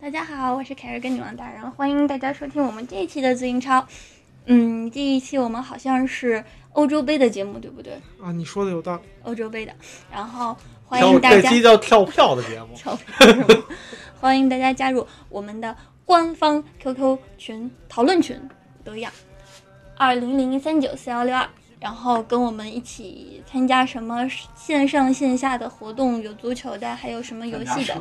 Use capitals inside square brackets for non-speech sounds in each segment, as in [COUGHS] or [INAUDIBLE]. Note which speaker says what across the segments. Speaker 1: 大家好，我是凯瑞跟女王大人，欢迎大家收听我们这一期的自行超。嗯，这一期我们好像是欧洲杯的节目，对不对？
Speaker 2: 啊，你说的有道理。
Speaker 1: 欧洲杯的，然后欢
Speaker 3: 跳
Speaker 1: 迎大
Speaker 3: 这
Speaker 1: 家
Speaker 3: 期叫跳票的节目，
Speaker 1: [LAUGHS] 跳票是吗欢迎大家加入我们的官方 QQ 群讨论群，都一样，二零零三九四幺六二，然后跟我们一起参加什么线上线下的活动，有足球的，还有什么游戏的，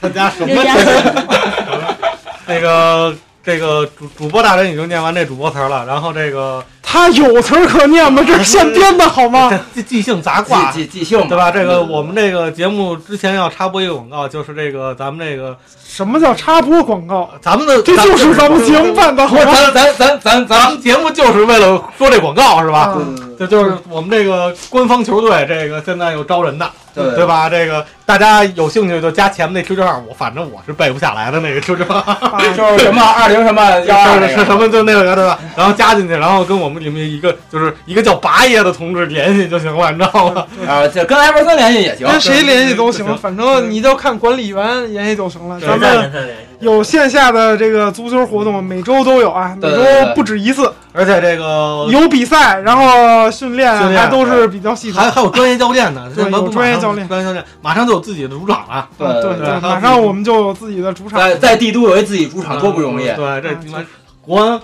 Speaker 3: 参加什
Speaker 1: 就
Speaker 3: 么
Speaker 1: 这样
Speaker 3: 节目？ [LAUGHS] 那个这个主主播大人已经念完这主播词儿了，然后这个
Speaker 2: 他有词儿可念吗？这是现编的好吗？
Speaker 3: 这即兴杂
Speaker 4: 即
Speaker 3: 挂。
Speaker 4: 即即兴嘛
Speaker 3: 对吧？这个我们这个节目之前要插播一个广告，就是这个咱们这个
Speaker 2: [LAUGHS] 什么叫插播广告？
Speaker 3: 咱们的
Speaker 2: 这就是咱们节目办的好
Speaker 3: 不是
Speaker 2: 吗？
Speaker 3: 咱咱咱咱咱们节目就是为了说这广告是吧？
Speaker 2: 啊
Speaker 3: 这就是我们这个官方球队，这个现在有招人的，
Speaker 4: 对
Speaker 3: 对？吧？这个大家有兴趣就加前面那 QQ 号，我反正我是背不下来的那个 QQ 号，
Speaker 2: 啊
Speaker 4: 就是什么二零什么 [LAUGHS] 幺二
Speaker 3: 是是什么就那个对吧？然后加进去，然后跟我们里面一个就是一个叫拔爷的同志联系就行了，你知道吗？
Speaker 4: 啊？就跟埃弗森联系也行。
Speaker 2: 跟谁联系都行，
Speaker 3: 行
Speaker 2: 反正你就看管理员联系就行了。
Speaker 3: 对
Speaker 2: 嗯咱们有线下的这个足球活动，每周都有啊，每
Speaker 4: 对
Speaker 2: 周
Speaker 4: 对对
Speaker 2: 不止一次，
Speaker 3: 而且这个
Speaker 2: 有比赛，然后训练
Speaker 3: 哦训练
Speaker 2: 还都是比较系统
Speaker 3: 还。还有专业教练呢，
Speaker 2: 对
Speaker 3: 这咱
Speaker 2: 有
Speaker 3: 不
Speaker 2: 专业
Speaker 3: 马上
Speaker 2: 教练
Speaker 3: 专业教练马上就有自己的主场了，
Speaker 2: 啊对
Speaker 4: 对，
Speaker 3: 对
Speaker 2: 马上我们就有自己的主场。
Speaker 4: 在在帝都有一自己主场多不容易。
Speaker 3: 嗯对，这
Speaker 2: 啊
Speaker 3: 他妈国安、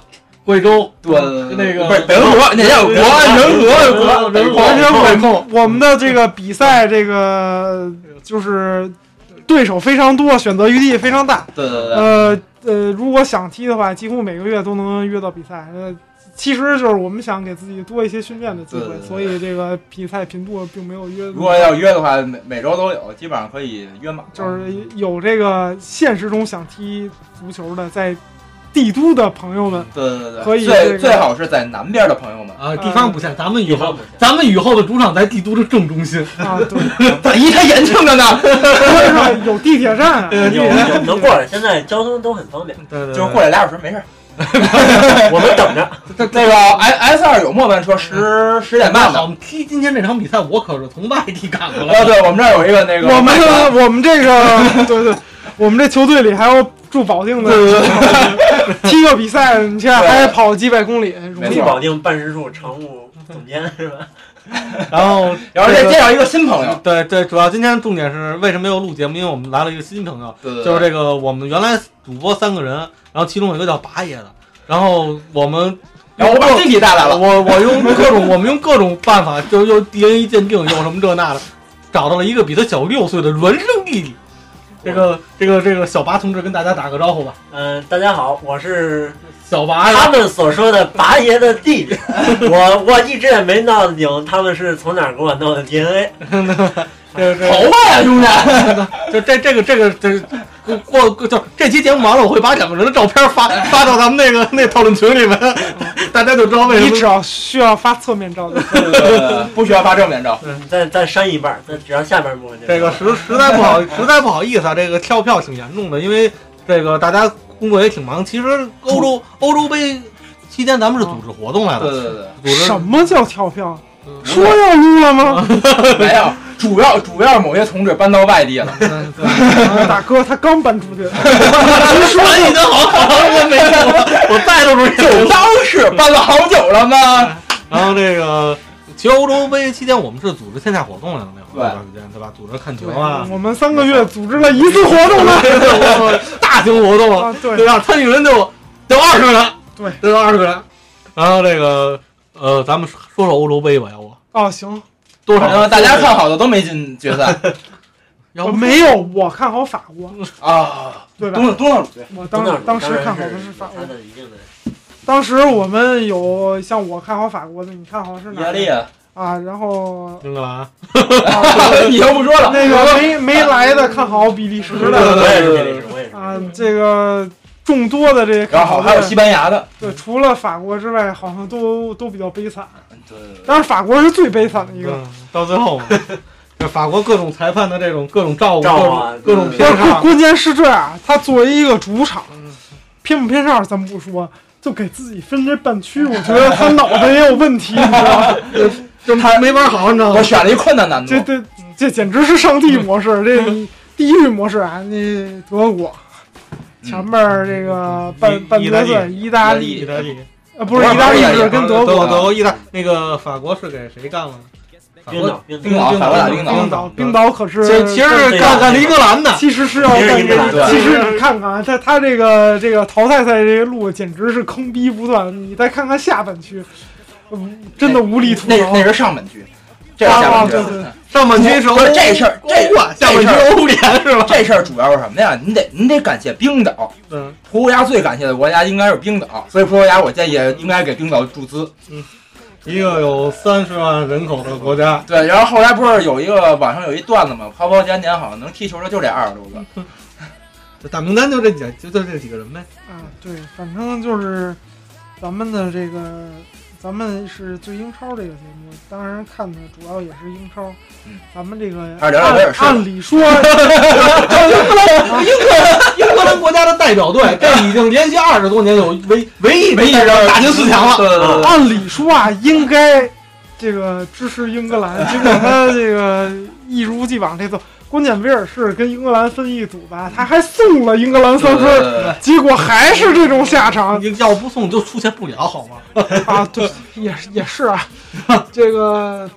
Speaker 3: 贵州、
Speaker 4: 对，
Speaker 3: 那个
Speaker 4: 不是德国，那叫国人和国
Speaker 2: [LAUGHS]
Speaker 3: 人
Speaker 4: 人
Speaker 3: 和
Speaker 2: 而且
Speaker 4: 和。
Speaker 2: 我们我们的这个比赛，这个就是对手非常多，选择余地非常大。
Speaker 4: 对对对，
Speaker 2: 呃呃，如果想踢的话，几乎每个月都能约到比赛。呃，其实就是我们想给自己多一些训练的机
Speaker 4: 对
Speaker 2: 会
Speaker 4: 对，对
Speaker 2: 所以这个比赛频度并没有约。
Speaker 4: 如果要约的话，每每周都有，基本上可以约满。
Speaker 2: 就是有这个现实中想踢足球的，在帝都的朋友们，
Speaker 4: 对对对，
Speaker 2: 可以这个
Speaker 4: 最最好是在南边的朋友们，
Speaker 3: 啊，地方不限，咱们以后咱们以后的主场在帝都的正中心，
Speaker 2: 啊，对， [LAUGHS]
Speaker 4: 万一他严重的呢？
Speaker 2: 边上有地铁站啊，
Speaker 3: 对
Speaker 5: [LAUGHS] 有有能过来，现在交通都很方便。
Speaker 3: 对对
Speaker 4: 就是过来俩小时没事。
Speaker 2: 哎
Speaker 5: 我们等着，
Speaker 4: 那个 S S 二有末班车十十点半的
Speaker 3: 好，我。们踢今天这场比赛，我可是从外地赶过
Speaker 4: 啊，
Speaker 3: 来的。
Speaker 4: 对，我们这儿有一个那个，
Speaker 2: 我们我们这个对对，我们这球队里还有住保定的，踢个比赛，你现在还得跑几百公里，容
Speaker 4: 没
Speaker 2: 易
Speaker 5: 地
Speaker 4: 错
Speaker 2: 吗？
Speaker 5: 保定办事处常务总监是吧？
Speaker 3: 然后，
Speaker 4: 然后再介绍一个新朋友，
Speaker 3: 嗯对对，主要今天重点是为什么要录节目？因为我们来了一个新朋友，
Speaker 4: 对对，
Speaker 3: 就是这个我们原来主播三个人，然后其中有一个叫拔爷的，然后我们。
Speaker 4: 然后我把
Speaker 3: 用各
Speaker 4: 弟弟带来了，
Speaker 3: 我我用各种，我们用各种办法，就又 DNA 鉴定，又什么这那的，找到了一个比他小六岁的孪生弟弟。这个这个这个小拔同志跟大家打个招呼吧，
Speaker 5: 嗯、大家好，我是
Speaker 3: 小拔呀
Speaker 5: 他们所说的拔爷的弟弟，我我一直也没闹清他们是从哪儿给我弄的 DNA。
Speaker 3: 这
Speaker 4: 头
Speaker 3: 这
Speaker 4: 发呀，兄弟，
Speaker 3: 就这这个这个这过过过就这期节目完了，我会把两个人的照片发发到咱们那个那讨论群里面，大家就知道为
Speaker 2: 你
Speaker 3: 什
Speaker 2: 只
Speaker 3: 么。
Speaker 2: 要需要发侧面照就行。
Speaker 4: 呃不需要发正面照，
Speaker 5: 你再再删一半，再只要下边部分就行
Speaker 3: 这个实实在不好，实在不好意思啊，这个跳票挺严重的，因为这个大家工作也挺忙。其实欧洲欧洲杯期间咱们是组织活动来的
Speaker 4: 对，对对
Speaker 3: 组织
Speaker 2: 什
Speaker 3: [LAUGHS]
Speaker 2: 么叫跳票？
Speaker 3: 嗯
Speaker 2: 说要撸了吗？
Speaker 4: 对，没有，主要主要是某些同志搬到外地 [LAUGHS] 了，
Speaker 3: 嗯对
Speaker 2: 啊大哥，他刚搬出去，
Speaker 3: 说你的好好，我没有，我再都没
Speaker 4: 就
Speaker 3: 有。
Speaker 4: 当是搬了好久了吗？
Speaker 3: 然后这个，其实欧洲杯期间我们是组织线下活动来的，那会儿那
Speaker 4: 对
Speaker 3: 段时间，对吧？组织看球啊，
Speaker 2: 我们三个月组织了一次活动呢。
Speaker 3: 对对对大型活动
Speaker 2: 啊，对
Speaker 3: 对吧？参与人就得二十个人，
Speaker 2: 对，
Speaker 3: 得二十个人。然后这个，呃，咱们说说欧洲杯吧，要不
Speaker 2: 哦，行，
Speaker 3: 多
Speaker 4: 反
Speaker 3: 少？啊
Speaker 4: 正大家看好的都没进决赛
Speaker 3: 要
Speaker 2: 我
Speaker 3: 不
Speaker 2: 没有，我看好法国，
Speaker 4: 啊，
Speaker 2: 对吧？
Speaker 4: 东东道主队，
Speaker 2: 我
Speaker 5: 东道
Speaker 2: 当
Speaker 5: 主
Speaker 2: 当时看好
Speaker 5: 然
Speaker 2: 的是法国
Speaker 5: 他，的一定的
Speaker 2: 当时我们有像我看好法国的，你看好是
Speaker 4: 意
Speaker 2: 哪
Speaker 4: 大
Speaker 2: 儿
Speaker 4: 利
Speaker 2: 的？，啊，然后
Speaker 3: 英格兰，
Speaker 4: [LAUGHS] 你就不说了，
Speaker 2: 那个没没来的看好比利时的
Speaker 5: 我也是比利时，我也是比利时。
Speaker 2: 啊，这个众多的这些
Speaker 4: 然
Speaker 2: 看
Speaker 4: 后
Speaker 2: 好
Speaker 4: 还有
Speaker 2: 的
Speaker 4: 西，班牙的，
Speaker 2: 对，除了法国之外，好像都都比较悲惨。
Speaker 4: 对对对，
Speaker 2: 但是法国是最悲惨的一个，
Speaker 3: 嗯到最 [LAUGHS] 后嘛，这法国各种裁判的这种各种照顾，
Speaker 5: 照顾啊
Speaker 3: 各种各种
Speaker 4: 对
Speaker 3: 偏
Speaker 2: 但是
Speaker 3: 差
Speaker 2: [LAUGHS] 关，关键是这样，啊他作为一个主场，偏不偏哨咱们不说，就给自己分这半区，我觉得他脑袋也有问题，你知道吗？
Speaker 3: 就他没玩好，你知道吗
Speaker 4: 我？选了一困难难度
Speaker 2: 这，这这简直是上帝模式，这地狱模式啊！那德国，前面儿这个半
Speaker 3: 意
Speaker 2: 半决
Speaker 3: 意大
Speaker 2: 赛意大
Speaker 3: 意
Speaker 2: 利
Speaker 3: 大利
Speaker 2: 啊，不是意大利是跟德
Speaker 3: 国，德
Speaker 2: 国，
Speaker 3: 意大那个法国是给谁干了？法
Speaker 5: 冰
Speaker 3: 国
Speaker 5: 岛，冰
Speaker 4: 冰岛法国打
Speaker 3: 冰
Speaker 2: 冰
Speaker 4: 冰
Speaker 2: 岛
Speaker 3: 岛，
Speaker 2: 冰岛可是
Speaker 3: 其实其实是干干了英格兰的，
Speaker 2: 其实是要干这
Speaker 5: 对
Speaker 2: 个，其实你看看啊，他他这个这个淘汰赛这个路简直是坑逼不断。你再看看下半区，嗯真的无力吐
Speaker 4: 那
Speaker 2: 槽
Speaker 4: 那。是上半区，这是下半区
Speaker 2: 啊对对对。
Speaker 3: 上半区是欧
Speaker 4: 不是这事儿，这
Speaker 3: 欧啊，下半区欧联是吧？
Speaker 4: 这事儿主要是什么呀？你得你得感谢冰岛，
Speaker 3: [LAUGHS] 嗯，
Speaker 4: 葡萄牙最感谢的国家应该是冰岛，所以葡萄牙我建议应该给冰岛注资。
Speaker 3: 一个有三十万人口的国家，
Speaker 4: 对，然后后来不是有一个网上有一段子嘛，泡泡年年好像能踢球的就这二十多个，
Speaker 3: 这大名单就这几个，就就这几个人呗。
Speaker 2: 啊，对，反正就是咱们的这个，咱们是最英超这个节目，当然看的主要也是英超。
Speaker 4: 嗯
Speaker 2: 咱们这个
Speaker 4: 还是聊聊威尔
Speaker 2: 按
Speaker 4: 士吧
Speaker 2: 按理说， [LAUGHS]
Speaker 3: 英格兰国家的代表队， [LAUGHS] 这已经连续二十多年有唯唯一一人打进四强了。
Speaker 4: 对对对对，
Speaker 2: 呃按理说啊，应该这个支持英格兰，结果他这个一如既往这次，关键威尔士跟英格兰分一组吧，他还送了英格兰三分，
Speaker 4: 对
Speaker 2: 结果还是这种下
Speaker 3: [LAUGHS]
Speaker 2: 场
Speaker 3: 要不送就出现不了，好吗？
Speaker 2: 啊！对，也是也是啊，这个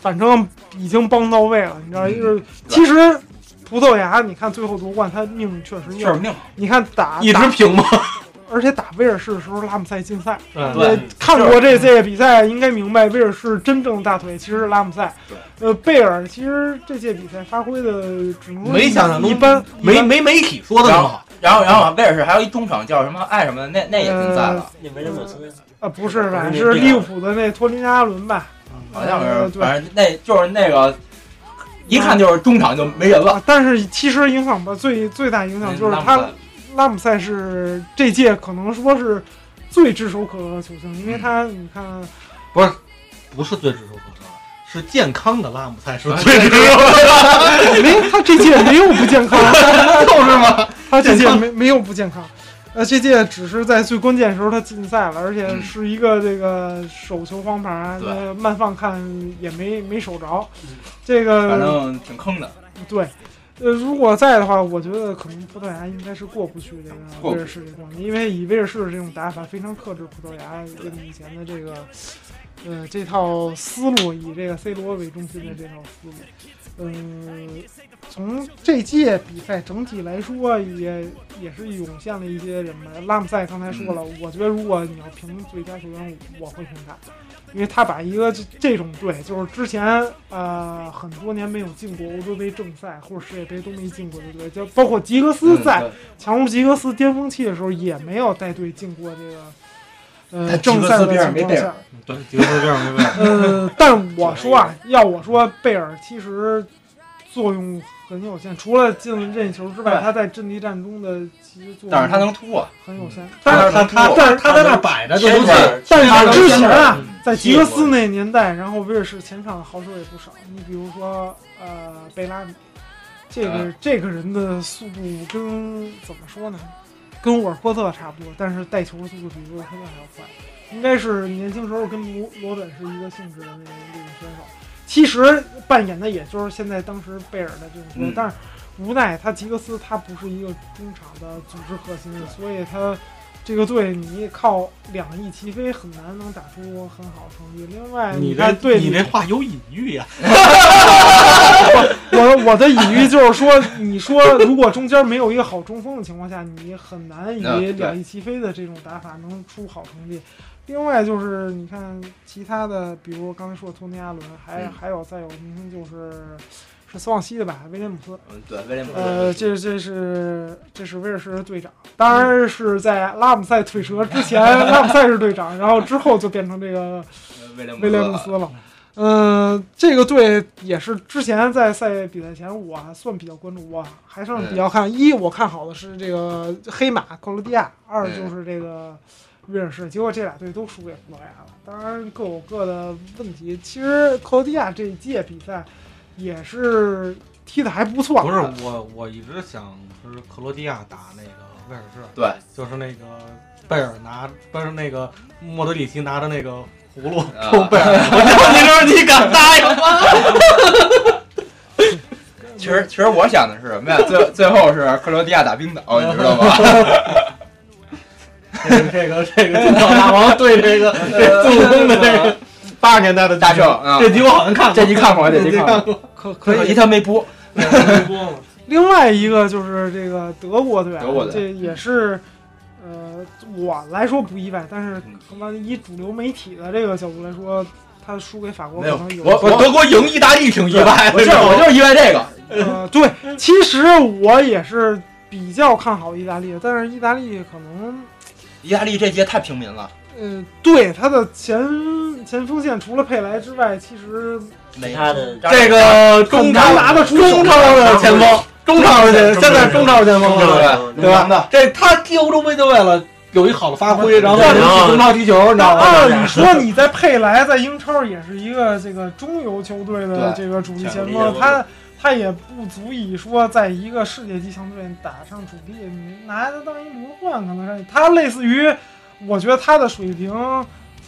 Speaker 2: 反正已经帮到位了，你知道，就是其实葡萄牙，你看最后夺冠，他命确实
Speaker 4: 确实
Speaker 2: 硬。
Speaker 4: 命。
Speaker 2: 你看打
Speaker 3: 一直
Speaker 2: 啊打，
Speaker 3: 平嘛。
Speaker 2: 而且打威尔士的时候，拉姆塞禁赛。
Speaker 3: 嗯对
Speaker 2: 呃
Speaker 5: 对，
Speaker 2: 看过这这届比赛，应该明白威尔士真正大腿其实是拉姆塞。呃，贝尔其实这届比赛发挥的只能
Speaker 3: 没想象中
Speaker 2: 一般，一
Speaker 3: 没
Speaker 2: 般
Speaker 3: 没媒体说的那么好。
Speaker 4: 然后然后威尔士还有一中场叫什么爱什么的，那那也禁赛了，
Speaker 5: 你没这么说，
Speaker 2: 啊，不是吧？
Speaker 5: 没
Speaker 2: 是
Speaker 5: 贝尔
Speaker 2: 利物浦的那托林加伦吧？
Speaker 4: 好像
Speaker 2: 呃
Speaker 4: 是，
Speaker 2: 对
Speaker 4: 反正那就是那个，一看就是中场就没人了。
Speaker 2: 啊，但是其实影响吧，最最大影响就是
Speaker 4: 那
Speaker 2: 他
Speaker 4: 不算
Speaker 2: 拉姆塞是这届可能说是最炙手可热的球星，因为他你看
Speaker 3: 不是最炙手可热，是健康的拉姆塞是
Speaker 4: 对
Speaker 3: 最炙手可
Speaker 2: [LAUGHS]
Speaker 3: 热，
Speaker 2: 没他这届没有不健康，
Speaker 3: [LAUGHS] 就是吗？
Speaker 2: 他这
Speaker 3: 健
Speaker 2: 届
Speaker 3: 康
Speaker 2: 没没有不健康。呃，这届只是在最关键的时候他禁赛了，而且
Speaker 4: 嗯
Speaker 2: 是一个这个手球黄牌，
Speaker 4: 对
Speaker 2: 那慢放看也没没守着
Speaker 5: 嗯，
Speaker 2: 这
Speaker 4: 反
Speaker 2: 个
Speaker 4: 正挺坑的，
Speaker 2: 对。呃，如果在的话，我觉得可能葡萄牙应该是过不去这个
Speaker 4: 过
Speaker 2: 威
Speaker 4: 不去
Speaker 2: 尔士这关，因为以威尔士这种打法非常克制葡萄牙跟以前的这个，呃，这套思路以这个 C 罗为中心的这套思路，嗯，从这届比赛整体来说也也是涌现了一些人吧。拉姆塞刚才说了，
Speaker 4: 嗯
Speaker 2: 我觉得如果你要评最佳球员，我会评他，因为他把一个这这种队，就是之前呃很多年没有进过欧洲杯正赛或者世界杯都没进过的队，就包括吉格斯
Speaker 4: 嗯
Speaker 2: 在
Speaker 4: 对
Speaker 2: 强如吉格斯巅峰期的时候也没有带队进过这个呃
Speaker 4: 但
Speaker 2: 正
Speaker 4: 吉格
Speaker 2: 赛
Speaker 4: 斯
Speaker 2: 的
Speaker 4: 边上
Speaker 2: 情
Speaker 4: 没
Speaker 2: 况
Speaker 4: 贝
Speaker 2: 下
Speaker 4: 尔。
Speaker 3: 对，杰克这样对
Speaker 2: 呃，但
Speaker 4: [LAUGHS]
Speaker 2: 我说啊，要我说，贝尔其实作用很有限，除了进任意球之外，
Speaker 4: 对
Speaker 2: 他在阵地战中的其实作用，
Speaker 4: 但是他能突啊，
Speaker 2: 很有限。
Speaker 3: 他
Speaker 2: 但
Speaker 3: 他他
Speaker 2: 但
Speaker 3: 在
Speaker 2: 是
Speaker 3: 他在那儿摆着就能
Speaker 5: 前
Speaker 3: 进。
Speaker 5: 面
Speaker 4: 他
Speaker 2: 但
Speaker 4: 能
Speaker 2: 是之
Speaker 4: 先
Speaker 2: 前啊，
Speaker 4: 嗯
Speaker 2: 在吉格斯那年代，然后威尔士前场的好手也不少，你比如说呃贝拉米，这个、
Speaker 4: 嗯
Speaker 2: 这个人的速度跟怎么说呢，跟沃尔科特差不多，但是带球的速度比沃尔科特还要快，应该是年轻时候跟罗罗本是一个性质的那个那个选手。其实扮演的也就是现在当时贝尔的这种角色，
Speaker 4: 嗯
Speaker 2: 但是无奈他吉格斯他不是一个中场的组织核心，所以他这个队你靠两翼齐飞很难能打出很好的成绩。另外，
Speaker 3: 你这
Speaker 2: 哎看队
Speaker 3: 你
Speaker 2: 里
Speaker 3: 这话有隐喻呀、
Speaker 2: 我我的隐喻就是说，你说如果中间没有一个好中锋的情况下，你很难
Speaker 4: 嗯
Speaker 2: 以
Speaker 4: 对
Speaker 2: 两翼齐飞的这种打法能出好成绩。另外就是你看其他的，比如刚才说的托尼·阿伦，还、
Speaker 4: 嗯
Speaker 2: 还有再有明星就是是斯旺西的吧，威廉姆斯。
Speaker 4: 嗯，对，威廉姆斯，
Speaker 2: 呃，这这是这是威尔士的队长，当然是在拉姆塞退车之前，拉姆塞是队长，然后之后就变成这个
Speaker 4: 呃威廉
Speaker 2: 威廉姆斯
Speaker 4: 斯，
Speaker 2: 了。嗯、这个队也是之前在赛比赛前我还算比较关注，我还算比较看。一我看好的是这个黑马克罗地亚，二
Speaker 4: 嗯
Speaker 2: 就是这个威尔士。结果这俩队都输给葡萄牙了，当然各有各的问题。其实克罗地亚这一届比赛也是踢的还不错，
Speaker 3: 不是我，我一直想是克罗地亚打那个威尔士，
Speaker 4: 对，
Speaker 3: 就是那个贝尔拿，不是那个莫德里奇拿着那个葫芦 [LAUGHS]
Speaker 4: 啊
Speaker 3: 抽贝尔，我叫你说你敢答应吗？
Speaker 4: [LAUGHS] 其实其实我想的是什么呀？最最后是克罗地亚打冰岛，你知道吗？
Speaker 3: 这个这个这个金角大王对这个这孙悟空的这个 [LAUGHS] 八十年代的
Speaker 4: 大圣啊，
Speaker 3: 这集我好像看过，
Speaker 4: 这集看过，这
Speaker 3: 这
Speaker 4: 集
Speaker 3: 集
Speaker 4: 看过，
Speaker 3: 过，
Speaker 2: 可
Speaker 4: 可
Speaker 2: 可以
Speaker 4: 惜。他没播。
Speaker 2: 另外一个就是这个德国队啊，
Speaker 4: 德国队
Speaker 2: 这也是，呃，我来说不意外，但是
Speaker 4: 嗯
Speaker 2: 可能以主流媒体的这个角度来说，他输给法国可
Speaker 4: 没有
Speaker 2: 能有。
Speaker 4: 我
Speaker 3: 我德国赢意大利挺意外的，
Speaker 4: 不是，我就是意外这个。
Speaker 2: 呃，对，其实我也是比较看好意大利的，但是意大利可能，
Speaker 4: 意大利这届太平民了，
Speaker 2: 呃，对他的前前锋线除了佩莱之外，其实
Speaker 4: 没
Speaker 5: 其他的
Speaker 3: 这个呃中
Speaker 2: 很难
Speaker 3: 场
Speaker 2: 拿得出手
Speaker 3: 中场的前锋，中场的前，现在中场的前锋了，对
Speaker 4: 男
Speaker 3: 吧
Speaker 4: 的？
Speaker 3: 这他踢欧洲杯就为了有一好的发挥，然后
Speaker 5: 对
Speaker 3: 能
Speaker 5: 然后
Speaker 3: 去中超踢球，你知道
Speaker 2: 那
Speaker 3: 吗？
Speaker 2: 按理说你在佩莱在英超也是一个这个中游球队的这个主力前
Speaker 5: 主力前
Speaker 2: 锋，
Speaker 5: 锋
Speaker 2: 他他也不足以说在一个世界级强队打上主力，你拿他当一轮换可能是他类似于，我觉得他的水平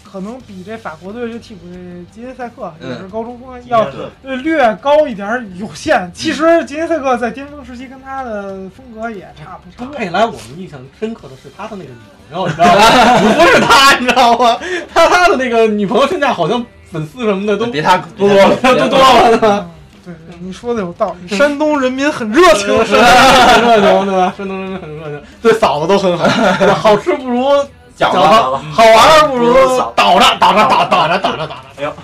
Speaker 2: 可能比这法国队这替补这吉耶塞克
Speaker 4: 嗯
Speaker 2: 也是高中锋要
Speaker 5: 要是
Speaker 2: 呃略高一点儿有限。其实吉耶塞克在巅峰时期跟他的风格也差不多。
Speaker 3: 佩莱，我们印象深刻的是他的那个女朋友，你知道吗？不是他，你知道吗？他他的那个女朋友身价好像粉丝什么的都
Speaker 4: 别他
Speaker 3: 多多了，都多了呢。
Speaker 2: 嗯对，对你说的有道理。山东人民很热情，
Speaker 3: 山东人很热情，对吧？山东人很热情，对嫂子都很好，好吃不如
Speaker 4: 讲
Speaker 3: 饺
Speaker 4: 吧，
Speaker 5: 了
Speaker 3: 子，好玩儿不如
Speaker 5: 不如嫂子
Speaker 3: 倒着倒着倒倒着倒着倒着。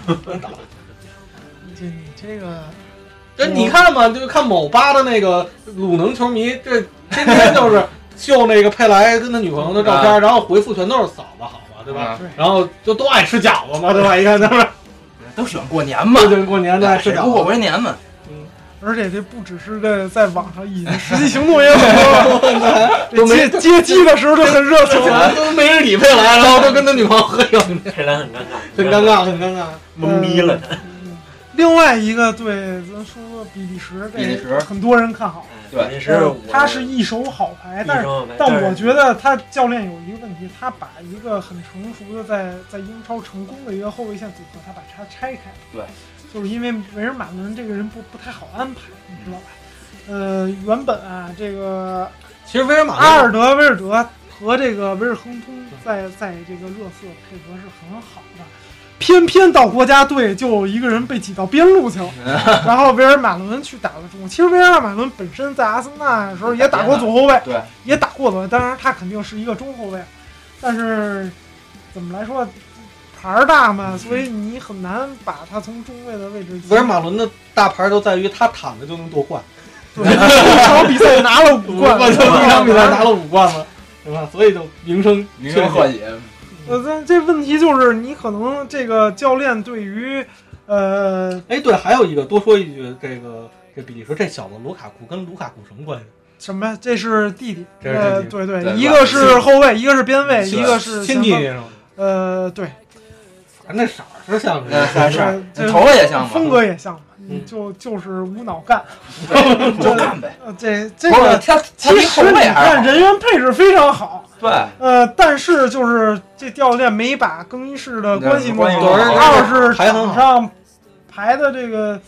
Speaker 2: 这你这个，
Speaker 3: 这你看嘛，就是看某吧的那个鲁能球迷， [LAUGHS] 这天天就是秀那个佩莱跟他女朋友的照片，然后回复全都是嫂子好嘛，对吧？
Speaker 4: 嗯
Speaker 3: 然后就都爱吃饺子嘛，对吧？一看他 [LAUGHS] 们
Speaker 4: 都喜欢过年嘛，
Speaker 3: 就是过年都爱吃
Speaker 4: 谁
Speaker 3: 饺
Speaker 4: 不
Speaker 3: 子
Speaker 4: 过。过年嘛？
Speaker 2: 而且这不只是这在网上引，实际行动也很多。这接接机的时候就很热情，啊
Speaker 3: 啊都没人理佩莱，然后都跟他女朋友合影，
Speaker 5: 佩莱很尴尬，
Speaker 3: 很尴，尬，很尴尬。
Speaker 5: 懵逼了。
Speaker 2: 嗯。另外一个对，咱说说比利时，
Speaker 4: 比利时
Speaker 2: 这很多人看好，呃
Speaker 5: 也是
Speaker 2: 嗯他是一手好牌，哎但是但
Speaker 5: 但
Speaker 2: 我觉得他教练有一个问题，他把一个很成熟的在在英超成功的一个后卫线组合，他把它拆开。
Speaker 4: 对，
Speaker 2: 就是因为维尔马伦这个人不不太好安排，你知道吧？呃，原本啊，这个
Speaker 3: 其实威尔马
Speaker 2: 阿尔德威尔德和这个维尔亨通在在这个热刺配合是很好的，偏偏到国家队就有一个人被挤到边路去
Speaker 3: [LAUGHS]
Speaker 2: 了，然后维尔马伦去打了中。其实维尔马伦本身在阿森纳的时候也打过左后卫，
Speaker 4: 对，
Speaker 2: 也打过左，当然他肯定是一个中后卫，但是怎么来说？牌儿大嘛，所以你很难把他从中卫的位置。
Speaker 3: 嗯维尔马伦的大牌都在于他躺着就能夺冠，
Speaker 2: 对，一场比赛拿了
Speaker 3: [LAUGHS]
Speaker 2: 五冠，
Speaker 3: 就一场比赛拿了五冠了，对吧？所以就啊名声
Speaker 4: 名声贺喜，
Speaker 2: 呃，但这问题就是你可能这个教练对于，呃，
Speaker 3: 哎，对，还有一个多说一句，这个这比利时这小子卢卡库跟卢卡库什么关系？
Speaker 2: 什么呀？这是弟弟，
Speaker 3: 这是
Speaker 2: 呃，
Speaker 3: 弟弟
Speaker 2: 对对，
Speaker 4: 对
Speaker 2: 一
Speaker 4: 吧
Speaker 2: 个是后卫，一个是边卫，
Speaker 4: 是
Speaker 2: 一个是前
Speaker 3: 亲弟弟
Speaker 2: 锋，
Speaker 3: 是吗？
Speaker 2: 呃，对，
Speaker 3: 咱这呃色儿是像
Speaker 4: 嗯，
Speaker 3: 是，
Speaker 4: 是
Speaker 2: 这
Speaker 4: 是，
Speaker 2: 这
Speaker 4: 头发也像嘛，
Speaker 2: 风格也像嘛，
Speaker 3: 嗯
Speaker 2: 就就是无脑干，
Speaker 4: 就干呗。
Speaker 2: 呃，这这
Speaker 4: 不是
Speaker 2: 个
Speaker 4: 他，他
Speaker 2: 其
Speaker 4: 比
Speaker 2: 实
Speaker 4: 后
Speaker 2: 你
Speaker 4: 卫还
Speaker 2: 看
Speaker 4: 好。
Speaker 2: 人员配置非常好，
Speaker 4: 对，
Speaker 2: 呃，但是就是这教练没把更衣室的关系弄
Speaker 4: 关系
Speaker 2: 好，
Speaker 4: 弄好
Speaker 2: 二是
Speaker 3: 排很
Speaker 2: 场
Speaker 3: 好
Speaker 2: 上排的这个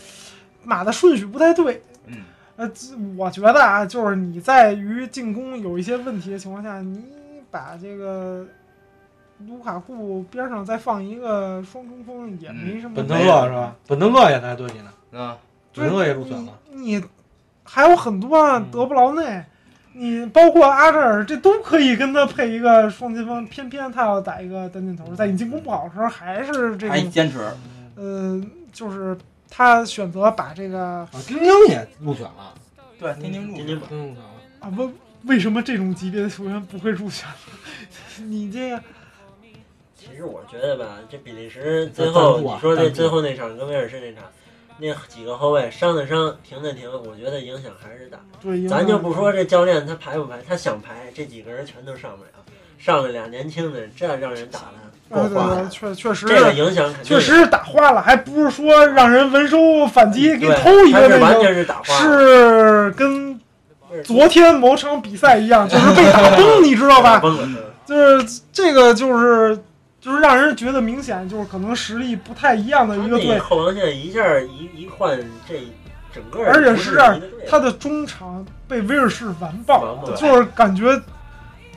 Speaker 2: 码的顺序不太对。
Speaker 4: 嗯，
Speaker 2: 呃，这我觉得啊，就是你在于进攻有一些问题的情况下，你把这个卢卡库边上再放一个双中锋也没什么
Speaker 3: 本
Speaker 2: 问题。
Speaker 3: 特勒是吧？本特勒也在队里呢，
Speaker 4: 嗯，
Speaker 3: 本特勒也入选了。
Speaker 2: 你你还有很多啊
Speaker 3: 嗯
Speaker 2: 德布劳内，你包括阿扎尔，这都可以跟他配一个双前锋，偏偏他要打一个单箭头，在你进攻不好的时候还是这
Speaker 3: 哎
Speaker 4: 还
Speaker 2: 种，
Speaker 4: 坚持，
Speaker 2: 呃，就是他选择把这个
Speaker 3: 啊，丁丁也入选了，
Speaker 4: 对，天津路，
Speaker 5: 天津路
Speaker 3: 丁丁入选了。
Speaker 2: 啊，为为什么这种级别的球员不会入选？ [LAUGHS] 你这个
Speaker 5: 其实我觉得吧，这比利
Speaker 2: 呃
Speaker 5: 时最后
Speaker 2: 啊
Speaker 5: 你说那最后那场跟威尔士那场，那几个后卫伤的伤，停的停，我觉得影响还是大。
Speaker 2: 对，啊赢
Speaker 5: 咱就
Speaker 2: 了
Speaker 5: 不说这教练他排不排，他想排这几个人全都上不了，上了俩年轻的，这让人打的
Speaker 2: 啊
Speaker 5: 过
Speaker 2: 对
Speaker 5: 花
Speaker 2: 对，
Speaker 5: 了，
Speaker 2: 确确实
Speaker 5: 这个影响肯定
Speaker 2: 确实是打花了，还不是说让人文收反击给
Speaker 5: 对
Speaker 2: 偷一
Speaker 5: 他
Speaker 2: 个
Speaker 5: 是
Speaker 2: 那
Speaker 5: 完
Speaker 2: 个，
Speaker 5: 全是打花了，
Speaker 2: 是跟昨天某场比赛一样，就是被打
Speaker 5: [LAUGHS]
Speaker 2: 崩，你知道吧？嗯
Speaker 5: 崩了，
Speaker 2: 就是这个就是就是让人觉得明显就是可能实力不太一样的
Speaker 5: 他
Speaker 2: 一个
Speaker 5: 那
Speaker 2: 队。
Speaker 5: 后防线一下一一换，这整个
Speaker 2: 而且
Speaker 5: 不
Speaker 2: 是
Speaker 5: 是
Speaker 2: 这样
Speaker 5: 一个队
Speaker 2: 他的中场被威尔士完爆，
Speaker 5: 完爆
Speaker 2: 就是感觉，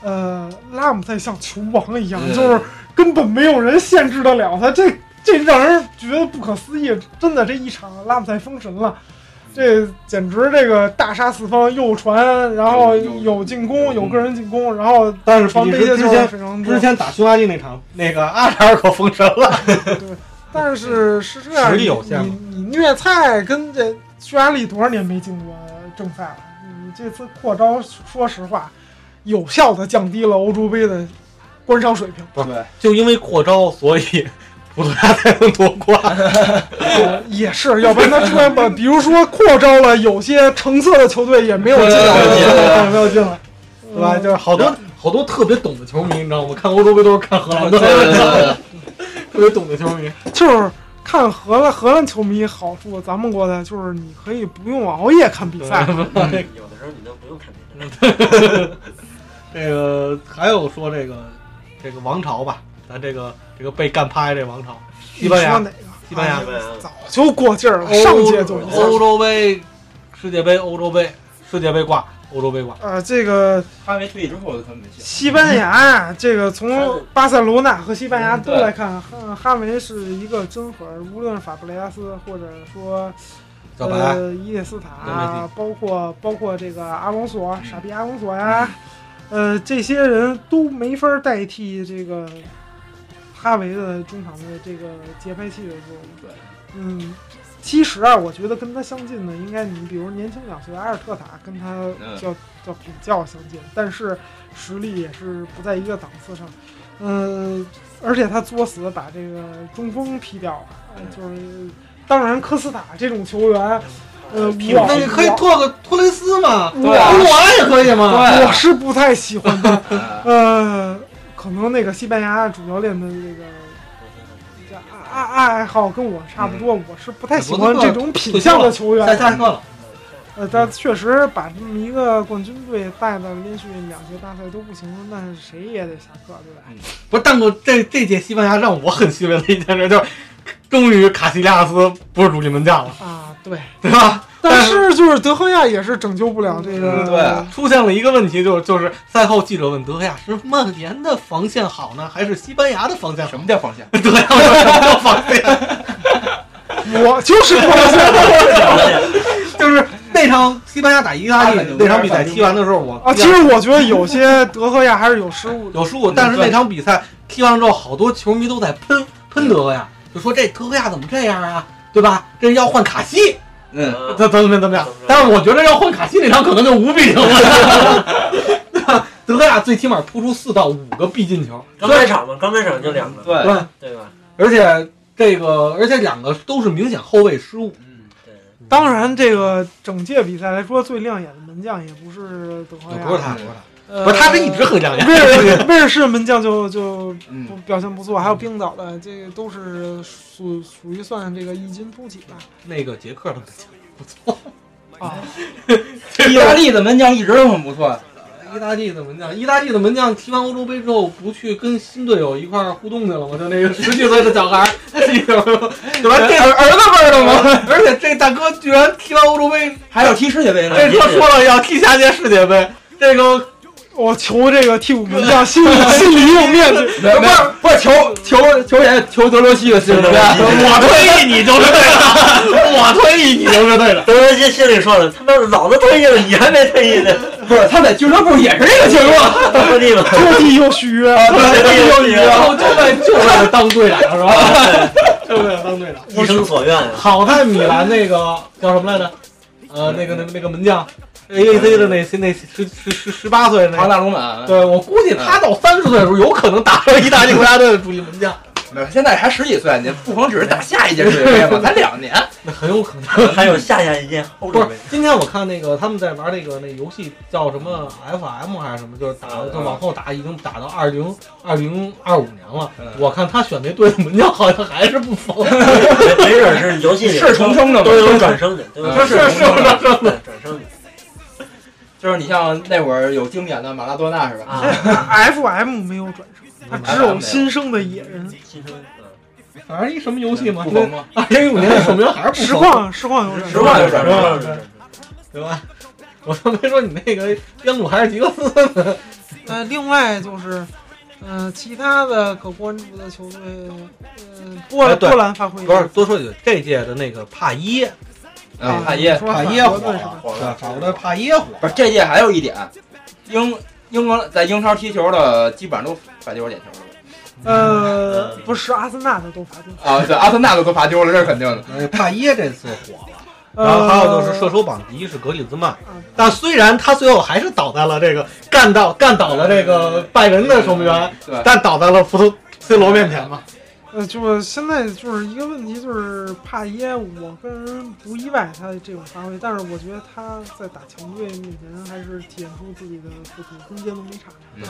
Speaker 2: 呃，拉姆塞像球王一样，
Speaker 4: 嗯
Speaker 2: 就是根本没有人限制得了他，这这让人觉得不可思议。真的，这一场拉姆塞封神了，这简直这个大杀四方，右传，然后
Speaker 4: 有有
Speaker 2: 有进攻，有
Speaker 4: 有
Speaker 2: 个人进攻，然后
Speaker 3: 但是
Speaker 2: 防
Speaker 3: 比
Speaker 2: 备
Speaker 3: 利时
Speaker 2: 的
Speaker 3: 之
Speaker 2: 球
Speaker 3: 前
Speaker 2: 非常多
Speaker 3: 之。前打匈牙利那场，那个阿扎尔可封神了，
Speaker 2: 但是是这样，
Speaker 3: 实力有限
Speaker 2: 你你你虐菜跟这匈牙利多少年没进过正赛了？你这次扩招，说实话，有效的降低了欧洲杯的观赏水
Speaker 3: [COUGHS]
Speaker 2: 平，
Speaker 4: 对，
Speaker 3: [LAUGHS] 就因为扩招，所 [LAUGHS] 以葡萄牙才能夺冠。
Speaker 2: 呃也是，要不然他出现吧，比如说扩招了，有些橙色的球队也没有进来，
Speaker 4: 对对对对
Speaker 2: 没有进来，
Speaker 3: 对啊吧？ [LAUGHS] 就是好多好多特别懂的球迷，你知道吗？我看欧洲杯都是看荷兰
Speaker 4: 对对
Speaker 3: 的，
Speaker 4: 对对
Speaker 3: [LAUGHS] 特别懂的球迷。
Speaker 2: 就是看荷兰荷兰球迷好处，咱们国家就是你可以不用熬夜看比赛，
Speaker 5: 对啊有的时候你都不用看比赛，
Speaker 3: 这个还有说这个这个王朝吧，咱这个这个被干趴这王朝，西班牙
Speaker 2: 你说哪个？哎
Speaker 3: 西班牙
Speaker 5: 西班牙
Speaker 2: 早就过劲儿了，
Speaker 3: 欧
Speaker 2: 上届就已经
Speaker 3: 欧洲杯、世界杯、欧洲杯、世界杯挂，欧洲杯挂。
Speaker 2: 呃，这个
Speaker 4: 哈维退役之后他们没戏。
Speaker 2: 西班牙啊，这个
Speaker 5: 他
Speaker 2: 从
Speaker 5: 的
Speaker 2: 巴塞罗那和西班牙
Speaker 4: 嗯
Speaker 2: 都
Speaker 4: 对
Speaker 2: 来看，哈哈维是一个真核儿，无论是法布雷加斯或者说
Speaker 3: 小白，
Speaker 2: 呃伊涅斯塔
Speaker 3: 都没
Speaker 2: 啊
Speaker 3: 进，
Speaker 2: 包括包括这个阿隆索、
Speaker 4: 嗯
Speaker 2: 傻逼阿隆索呀，呃，这些人都没法儿代替这个哈维的中场的这个节拍器的作用。
Speaker 4: 对，
Speaker 2: 嗯。其实啊，我觉得跟他相近的，应该你比如年轻两岁的阿尔特塔跟他
Speaker 4: 嗯
Speaker 2: 叫叫比较相近，但是实力也是不在一个档次上。嗯，而且他作死把这个中锋踢掉了，呃
Speaker 4: 嗯
Speaker 2: 就是当然科斯塔这种球员，呃，
Speaker 5: 踢不
Speaker 2: 我
Speaker 3: 那
Speaker 5: 出
Speaker 3: 你可以拓个托雷斯嘛，
Speaker 2: 我
Speaker 4: 对啊
Speaker 3: 布瓦也可以嘛。
Speaker 2: 我是不太喜
Speaker 4: [LAUGHS]
Speaker 2: 欢他。
Speaker 4: 啊
Speaker 2: 呃，可能那个西班牙主教练的那个这爱爱爱好跟我差不多，
Speaker 4: 嗯
Speaker 2: 我是不太喜欢这种品相的球
Speaker 3: 下
Speaker 2: 员。
Speaker 3: 下课了，
Speaker 2: 呃，他确实把这么一个冠军队带的连续两届大赛都不行，那谁也得下课，对吧？
Speaker 3: 不是，但我这这届西班牙让我很欣慰的一件事就是，终于卡西利亚斯不是主力门将了，
Speaker 2: 啊，对。
Speaker 3: 对吧？
Speaker 2: 但是就是德赫亚也是拯救不了这个。
Speaker 4: 嗯对啊
Speaker 3: 出现了一个问题，就是就是赛后记者问德赫亚是曼联的防线好呢，还是西班牙的防线好？
Speaker 4: 什么叫方向？
Speaker 3: [LAUGHS] 德赫亚说什么叫防线？ [LAUGHS]
Speaker 2: 我就是不高兴
Speaker 3: 就是那场西班牙打意大利那场比赛踢完的时候，我
Speaker 2: 啊！其实我觉得有些德赫亚还是有失误的。
Speaker 3: 有失误，但是那场比赛踢完之后，好多球迷都在喷喷德赫亚，就说这德赫亚怎么这样啊，对吧？这要换卡西，
Speaker 4: 嗯，
Speaker 5: 嗯
Speaker 3: 怎怎么怎么样？但是我觉得要换卡西那场可能就五比零了。 [LAUGHS] 德赫亚最起码扑出四到五个必进球，
Speaker 5: 刚开场嘛，刚开场就两个，
Speaker 4: 对，
Speaker 3: 对，
Speaker 5: 对吧？
Speaker 3: 而且这个而且两个都是明显后卫失误，
Speaker 4: 嗯，
Speaker 5: 对，
Speaker 2: 当然，这个整届比赛来说，最亮眼的门将也不是德赫亚，
Speaker 3: 不是他，
Speaker 4: 不是
Speaker 2: 呃
Speaker 3: 不是他，这一直很亮眼。
Speaker 2: 威尔威尔士门将就就不
Speaker 4: 嗯，
Speaker 2: 表现不错，还有冰岛的，这个都是属属于算这个异军突起吧。
Speaker 3: 那个捷克的门将不错，
Speaker 2: 啊，
Speaker 4: 意大利的门将一直都很不错。
Speaker 3: [LAUGHS] 意大利的门将，意大利的门将踢完欧洲杯之后，不去跟新队友一块儿互动去了吗？就那个十几岁的小孩 [LAUGHS] 儿，对吧？这儿子辈儿的吗？而且这大哥居然踢完欧洲杯，
Speaker 4: 还有踢世界杯呢，
Speaker 3: 这他说了要踢下届世界杯，这个
Speaker 2: 我求这个替补门将心里心里有面子。
Speaker 4: 没有没有，不是求求球员求德罗西的世界杯，
Speaker 3: 我推你就是队长，我推你你就是队长。
Speaker 5: 德罗西心里说了，他妈老子退役了，你还没退役呢，
Speaker 4: 不是他在俱乐部也是这个啊情况。
Speaker 5: 落地吧，
Speaker 2: 特地又啊续约，
Speaker 4: 啊哎
Speaker 5: 对对
Speaker 3: [LAUGHS] 然
Speaker 5: 对
Speaker 3: 后就 [LAUGHS] 为就为了当队长是吧？哎就为了当队长。 [LAUGHS]
Speaker 5: 一生所愿啊，
Speaker 3: 好在米兰那个叫什么来着？呃，那个那个那个门将，A A C 的那那十十十十八岁那
Speaker 4: 唐
Speaker 3: 个。
Speaker 4: 纳鲁满，
Speaker 3: 对，我估计他到三十岁的时候，有可能打上意大利国家队的主力门将，
Speaker 4: 没有现在还十几岁，你不妨只是打下一届世界杯嘛，才两年。
Speaker 3: [LAUGHS] 那很有可能。
Speaker 5: 还有下下一届欧
Speaker 3: 不
Speaker 5: 洲
Speaker 3: 是
Speaker 5: 杯，，
Speaker 3: 今天我看那个他们在玩那个那游戏叫什么 FM 还是什么，就是打
Speaker 5: 嗯
Speaker 3: 就往后打，已经打到二零二零二五年了
Speaker 4: 嗯。
Speaker 3: 我看他选那队的门将好像还 [LAUGHS] 是不符。
Speaker 5: 没没准是游戏里
Speaker 4: 是重生的
Speaker 5: 都有
Speaker 4: 吗？
Speaker 5: 转生的，对吧？
Speaker 4: 是是是
Speaker 5: 转生的，转生的
Speaker 4: 就是你像那会儿有经典的马拉多纳是吧？
Speaker 5: 啊，
Speaker 2: FM 没有转生，他只有新生的野人。
Speaker 5: 新生，嗯，
Speaker 3: 反正一什么游戏嘛，
Speaker 4: 不红吗？
Speaker 3: 二零一五年的守门员还是
Speaker 2: 实
Speaker 3: 不红，
Speaker 2: 况实况有点
Speaker 5: 实话
Speaker 4: 有点
Speaker 5: 就转
Speaker 4: 实
Speaker 3: 话有
Speaker 5: 正，
Speaker 3: 点对吧？我他没说你那个央主还是吉格斯，
Speaker 2: 呃，另外就是，呃，其他的可关注的球队，呃，波
Speaker 3: 哎对
Speaker 2: 波兰发挥
Speaker 3: 不是多说几句，这届的那个帕耶，
Speaker 4: 嗯，
Speaker 2: 啊
Speaker 4: 帕耶
Speaker 2: 说
Speaker 3: 帕
Speaker 2: 法
Speaker 3: 耶
Speaker 2: 国
Speaker 3: 火
Speaker 2: 队
Speaker 3: 了，
Speaker 5: 火
Speaker 3: 对
Speaker 5: 了
Speaker 3: 法国的帕耶火，
Speaker 4: 不是这届还有一点，英英格兰在英超踢球的基本上都罚丢点球了
Speaker 2: 呃，不是阿森纳的都罚丢，
Speaker 4: 啊，对，阿森纳都都罚丢了，这是肯定的。
Speaker 3: 呃帕耶这次火了。然后
Speaker 2: 呃，
Speaker 3: 还有就是射手榜第一是格里兹曼
Speaker 2: 嗯，
Speaker 3: 但虽然他最后还是倒在了这个干倒干倒了这个拜仁的守门员，
Speaker 4: 对，
Speaker 3: 但倒在了福特 C 罗面前嘛。
Speaker 2: 呃，就现在就是一个问题，就是帕耶，我个人不意外他这种发挥，但是我觉得他在打强队面前还是体现出自己的不足，终结龙没场。
Speaker 4: 嗯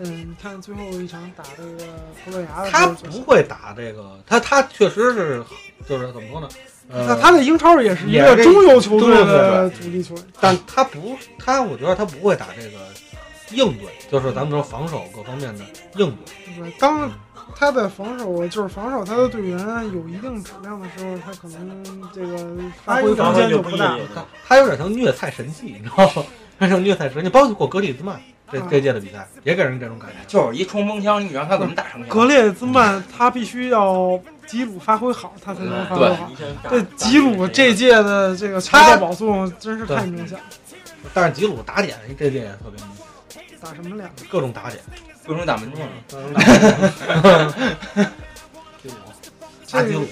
Speaker 2: 嗯，你看最后一场打这个葡萄牙的时
Speaker 3: 他
Speaker 2: 候就
Speaker 3: 不
Speaker 2: 是，
Speaker 3: 会打这个，他他确实是就是怎么说呢？
Speaker 2: 他
Speaker 3: 呃，
Speaker 2: 他在英超也是一
Speaker 3: 也
Speaker 2: 个
Speaker 3: 是
Speaker 2: 中游球
Speaker 3: 中
Speaker 2: 队
Speaker 3: 游球队
Speaker 2: 的主力球员。
Speaker 3: 但他不他，我觉得他不会打这个硬对，就是咱们说防守各方面的硬对。
Speaker 2: 对，当他的防守就是防守他的队员有一定质量的时候，他可能这个发挥
Speaker 5: 发
Speaker 2: 空
Speaker 5: 挥
Speaker 2: 间
Speaker 5: 就
Speaker 2: 不
Speaker 5: 一
Speaker 2: 大。
Speaker 5: 定。
Speaker 3: 他他有点像虐菜神器，你知道吗？他像虐菜神器，包括格里兹曼这这届的比赛也给人这种感觉。
Speaker 4: 就是一冲锋枪，你让他怎么打成
Speaker 2: 格
Speaker 4: 枪？
Speaker 2: 列兹曼他必须要吉鲁发挥好，他才能发挥好。这吉鲁这届的这个球
Speaker 3: 他
Speaker 2: 的保送真是太明显了，
Speaker 3: 但是吉鲁打点这届也特别明显，
Speaker 2: 打什么脸？
Speaker 3: 各种打点，
Speaker 4: 各种打门柱，
Speaker 3: 各种打点。 [LAUGHS] 吉鲁，
Speaker 2: 这
Speaker 3: 打吉
Speaker 2: 个
Speaker 3: 鲁，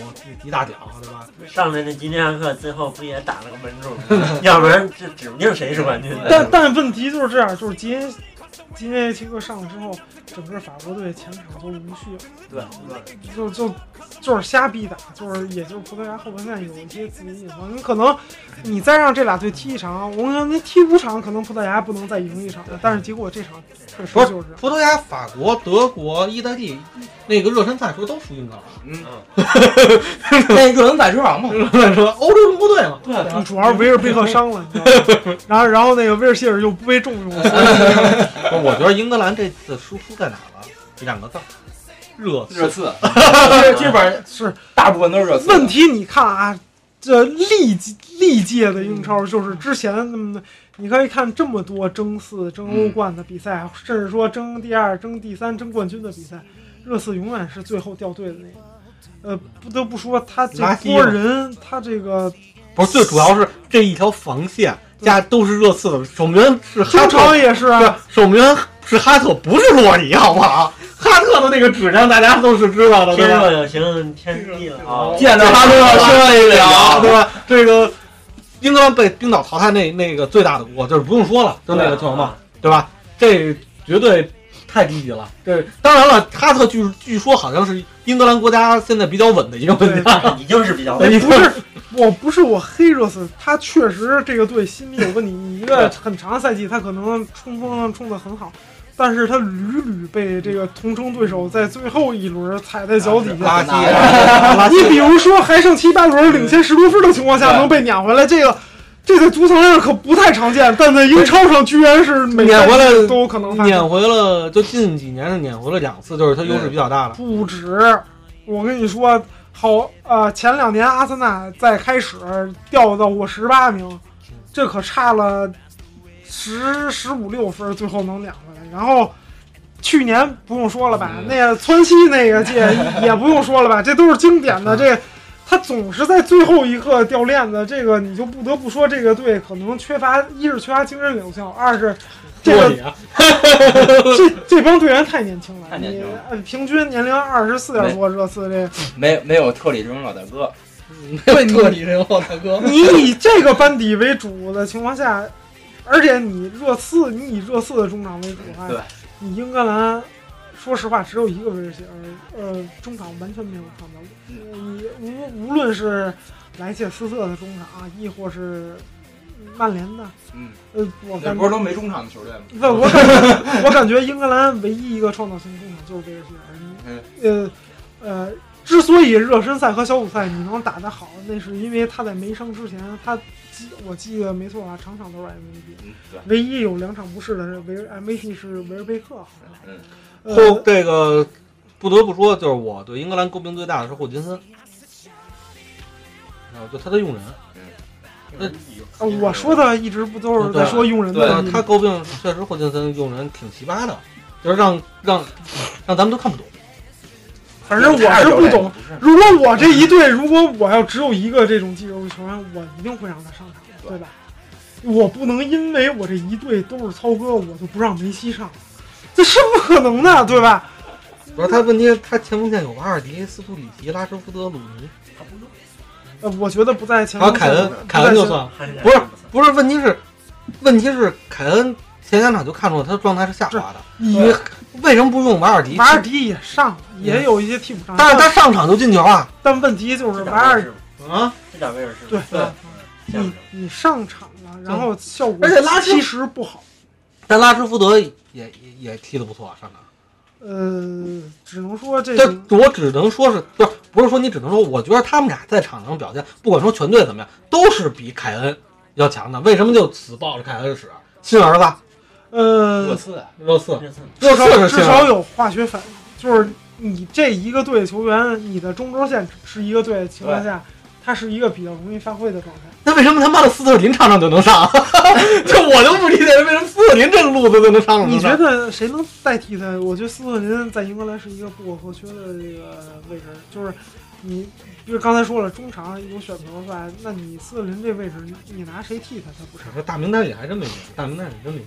Speaker 3: 一大屌，对吧？
Speaker 5: 上来那吉尼亚克最后不也打了个门柱吗？要不然这指不定谁是冠军呢。
Speaker 2: 但但问题就是这样，就是吉恩吉内提克上了之后，整个法国队前场都无序了。
Speaker 5: 对，
Speaker 2: 就就就是瞎逼打，就是也就是葡萄牙后防线有一些自己隐藏。你可能你再让这俩队踢一场，我跟你说，那踢五场可能葡萄牙不能再赢一场了，但是结果这场确实就是
Speaker 3: 葡萄牙、法国、德国、意大利那个热身赛时候都输英格兰，
Speaker 4: 嗯， [LAUGHS] 那热能打球王嘛，
Speaker 3: 乱 [LAUGHS] 说欧洲中国队嘛，
Speaker 2: 主主要是维尔贝克伤了，你知道吗？然后然后那个威尔希尔又不被重用，所以
Speaker 3: 不是，我觉得英格兰这次输出在哪儿了？两个字儿，热
Speaker 4: [LAUGHS] 热
Speaker 3: 刺。
Speaker 4: 刺，啊这基本上
Speaker 2: 是
Speaker 4: 大部分都是热刺。
Speaker 2: 问题。你看啊，这历届历届的英超就是之前那么的，你可以看这么多争四、争欧冠的比赛，啊甚至说争第二、争第三、争冠军的比赛，热刺永远是最后掉队的那个。呃，不得不说，他这
Speaker 3: 垃圾
Speaker 2: 波
Speaker 3: 啊
Speaker 2: 人，他这个
Speaker 3: 不是，最主要是这一条防线加都是热刺的，守门员是哈
Speaker 2: 中
Speaker 3: 特
Speaker 2: 场，也是
Speaker 3: 是
Speaker 2: 啊，
Speaker 3: 守门员是哈特，不是洛里，好不好？哈特的那个质量大家都是知道的，对
Speaker 5: 天
Speaker 3: 吧？
Speaker 5: 若有情天地啊老，
Speaker 4: 见着哈特胜一
Speaker 3: 对
Speaker 4: 了，
Speaker 3: 吧？这个英格兰被冰岛淘汰那那个最大的锅就是不用说了，就那个球嘛，对吧？这绝对太低级了。这当然了，哈特据据说好像是英格兰国家现在比较稳的一个门将，
Speaker 5: 已经是比较
Speaker 2: 我
Speaker 5: 稳
Speaker 3: 对
Speaker 5: 定
Speaker 2: 哎不是，我不是我黑热刺，他确实这个队心里有问题。你一个很长的赛季，他可能冲锋冲得很好，但是他屡屡被这个同城对手在最后一轮踩在脚底下。
Speaker 3: 垃
Speaker 4: 啊
Speaker 3: 圾
Speaker 4: 是
Speaker 3: 垃圾
Speaker 2: 你比如说，还剩七八轮领先十多分的情况下
Speaker 4: 对
Speaker 2: 能被撵回来，这个这在足坛上可不太常见，但在英超上居然是每
Speaker 3: 撵回来
Speaker 2: 赛季都有可能发生，
Speaker 3: 撵回了，就近几年是撵回了两次，就是他优势比较大了。
Speaker 2: 不止。我跟你说，好啊、呃前两年阿森纳在开始掉到我十八名，这可差了十十五六分儿，最后能两回来。然后去年不用说了吧，
Speaker 4: 嗯
Speaker 2: 那个川西那个届
Speaker 3: [LAUGHS]
Speaker 2: 也不用说了吧，这都是经典
Speaker 3: 嗯
Speaker 2: 的。这他总是在最后一刻掉链子，这个你就不得不说，这个队可能缺乏，一是缺乏精神领袖，二是这
Speaker 3: 洛
Speaker 2: 个
Speaker 3: 里啊，
Speaker 4: [LAUGHS]
Speaker 2: 这这帮队员太年轻了，
Speaker 4: 太年轻了
Speaker 2: 你呃平均年龄二十四点多，热刺这
Speaker 4: 没没有特里这种老大哥，
Speaker 2: [LAUGHS] 对你 [LAUGHS]
Speaker 3: 特里这我大 [LAUGHS] 哥，
Speaker 2: 你以这个班底为主的情况下，而且你热刺，你以热刺的中场为主啊，
Speaker 4: 对
Speaker 2: 你英格兰，说实话只有一个威尔希尔，呃，中场完全没有创造力。
Speaker 4: 嗯
Speaker 2: 你无无论是莱切斯特的中场，啊亦或是曼联的，
Speaker 4: 嗯，
Speaker 2: 呃，我
Speaker 4: 那
Speaker 2: 感
Speaker 4: 不是都没中场的球队吗？
Speaker 2: 不，我感觉我感觉英格兰唯一一个创造性中场就是威尔希尔。呃呃，之所以热身赛和小组赛你能打得好，那是因为他在没伤之前，他记我记得没错的话，场场都是 MVP，
Speaker 4: 嗯，对，
Speaker 2: 唯一有两场不是的是维尔 MVP 是维尔贝克，好像。
Speaker 4: 嗯
Speaker 2: 呃
Speaker 3: 后这个不得不说，就是我对英格兰诟病最大的是霍金森，啊，就他的用人，
Speaker 2: 啊我说的一直不都是
Speaker 3: 对
Speaker 2: 在说用人的
Speaker 4: 对
Speaker 2: 问
Speaker 3: 啊
Speaker 2: 题
Speaker 3: 他诟病确实霍金森用人挺奇葩的，就是让让让咱们都看不懂。
Speaker 2: 反正我是不懂。，如果我这一队，如果我要只有一个这种技术球员，我一定会让他上场，对吧？我不能因为我这一队都是操哥，我就不让梅西上，这是不可能的，对吧？
Speaker 3: 主要他问题，他前锋线有瓦尔迪、斯图里奇、拉什福德、鲁尼，
Speaker 2: 呃，我觉得不在前
Speaker 3: 还有
Speaker 2: 锋
Speaker 3: 凯
Speaker 2: 线的，
Speaker 3: 恩，凯恩就算了。
Speaker 5: 还是
Speaker 3: 不是不是，问题是，问题是凯恩前两场就看出来他的状态是下滑的。
Speaker 2: 你
Speaker 3: 你为什么不用瓦尔迪？
Speaker 2: 瓦尔，迪也上，也有一些替补上，
Speaker 3: 但是他上场就进球啊！
Speaker 2: 但问题就是
Speaker 5: 这
Speaker 2: 瓦尔
Speaker 3: 啊，
Speaker 5: 这打威尔士
Speaker 2: 对
Speaker 5: 吗，
Speaker 3: 对
Speaker 5: 这样
Speaker 2: 你
Speaker 5: 的
Speaker 2: 你上场了，然后效果
Speaker 3: 而且拉
Speaker 2: 其实不好，
Speaker 3: 但拉什福德也也也踢得不错啊，上场。
Speaker 2: 呃，只能说这个
Speaker 3: 这我只能说是，不是不是说你只能说，我觉得他们俩在场上表现，不管说全队怎么样，都是比凯恩要强的。为什么就死抱着凯恩使？亲儿子
Speaker 2: 呃
Speaker 4: 热，刺啊，
Speaker 3: 热刺，
Speaker 5: 这次
Speaker 3: 热
Speaker 2: 至少
Speaker 3: 刺是亲
Speaker 2: 至
Speaker 3: 儿
Speaker 2: 少
Speaker 3: 子。
Speaker 2: 有化学反应，就是你这一个队的球员，你的中轴线是一个队的情况下，他是一个比较容易发挥的状态。
Speaker 3: 那为什么他妈的斯特林场上就能上？ [LAUGHS] 就我就不理解为什么斯特林这个路子就能上场。
Speaker 2: 你觉得谁能代替他？我觉得斯特林在英格兰是一个不可或缺的这个位置，就是你，比如刚才说了，中场有选择的话，那你斯特林这位置，你你拿谁替他？他不上。
Speaker 3: 说大名单里还真没有，大名单里真没有。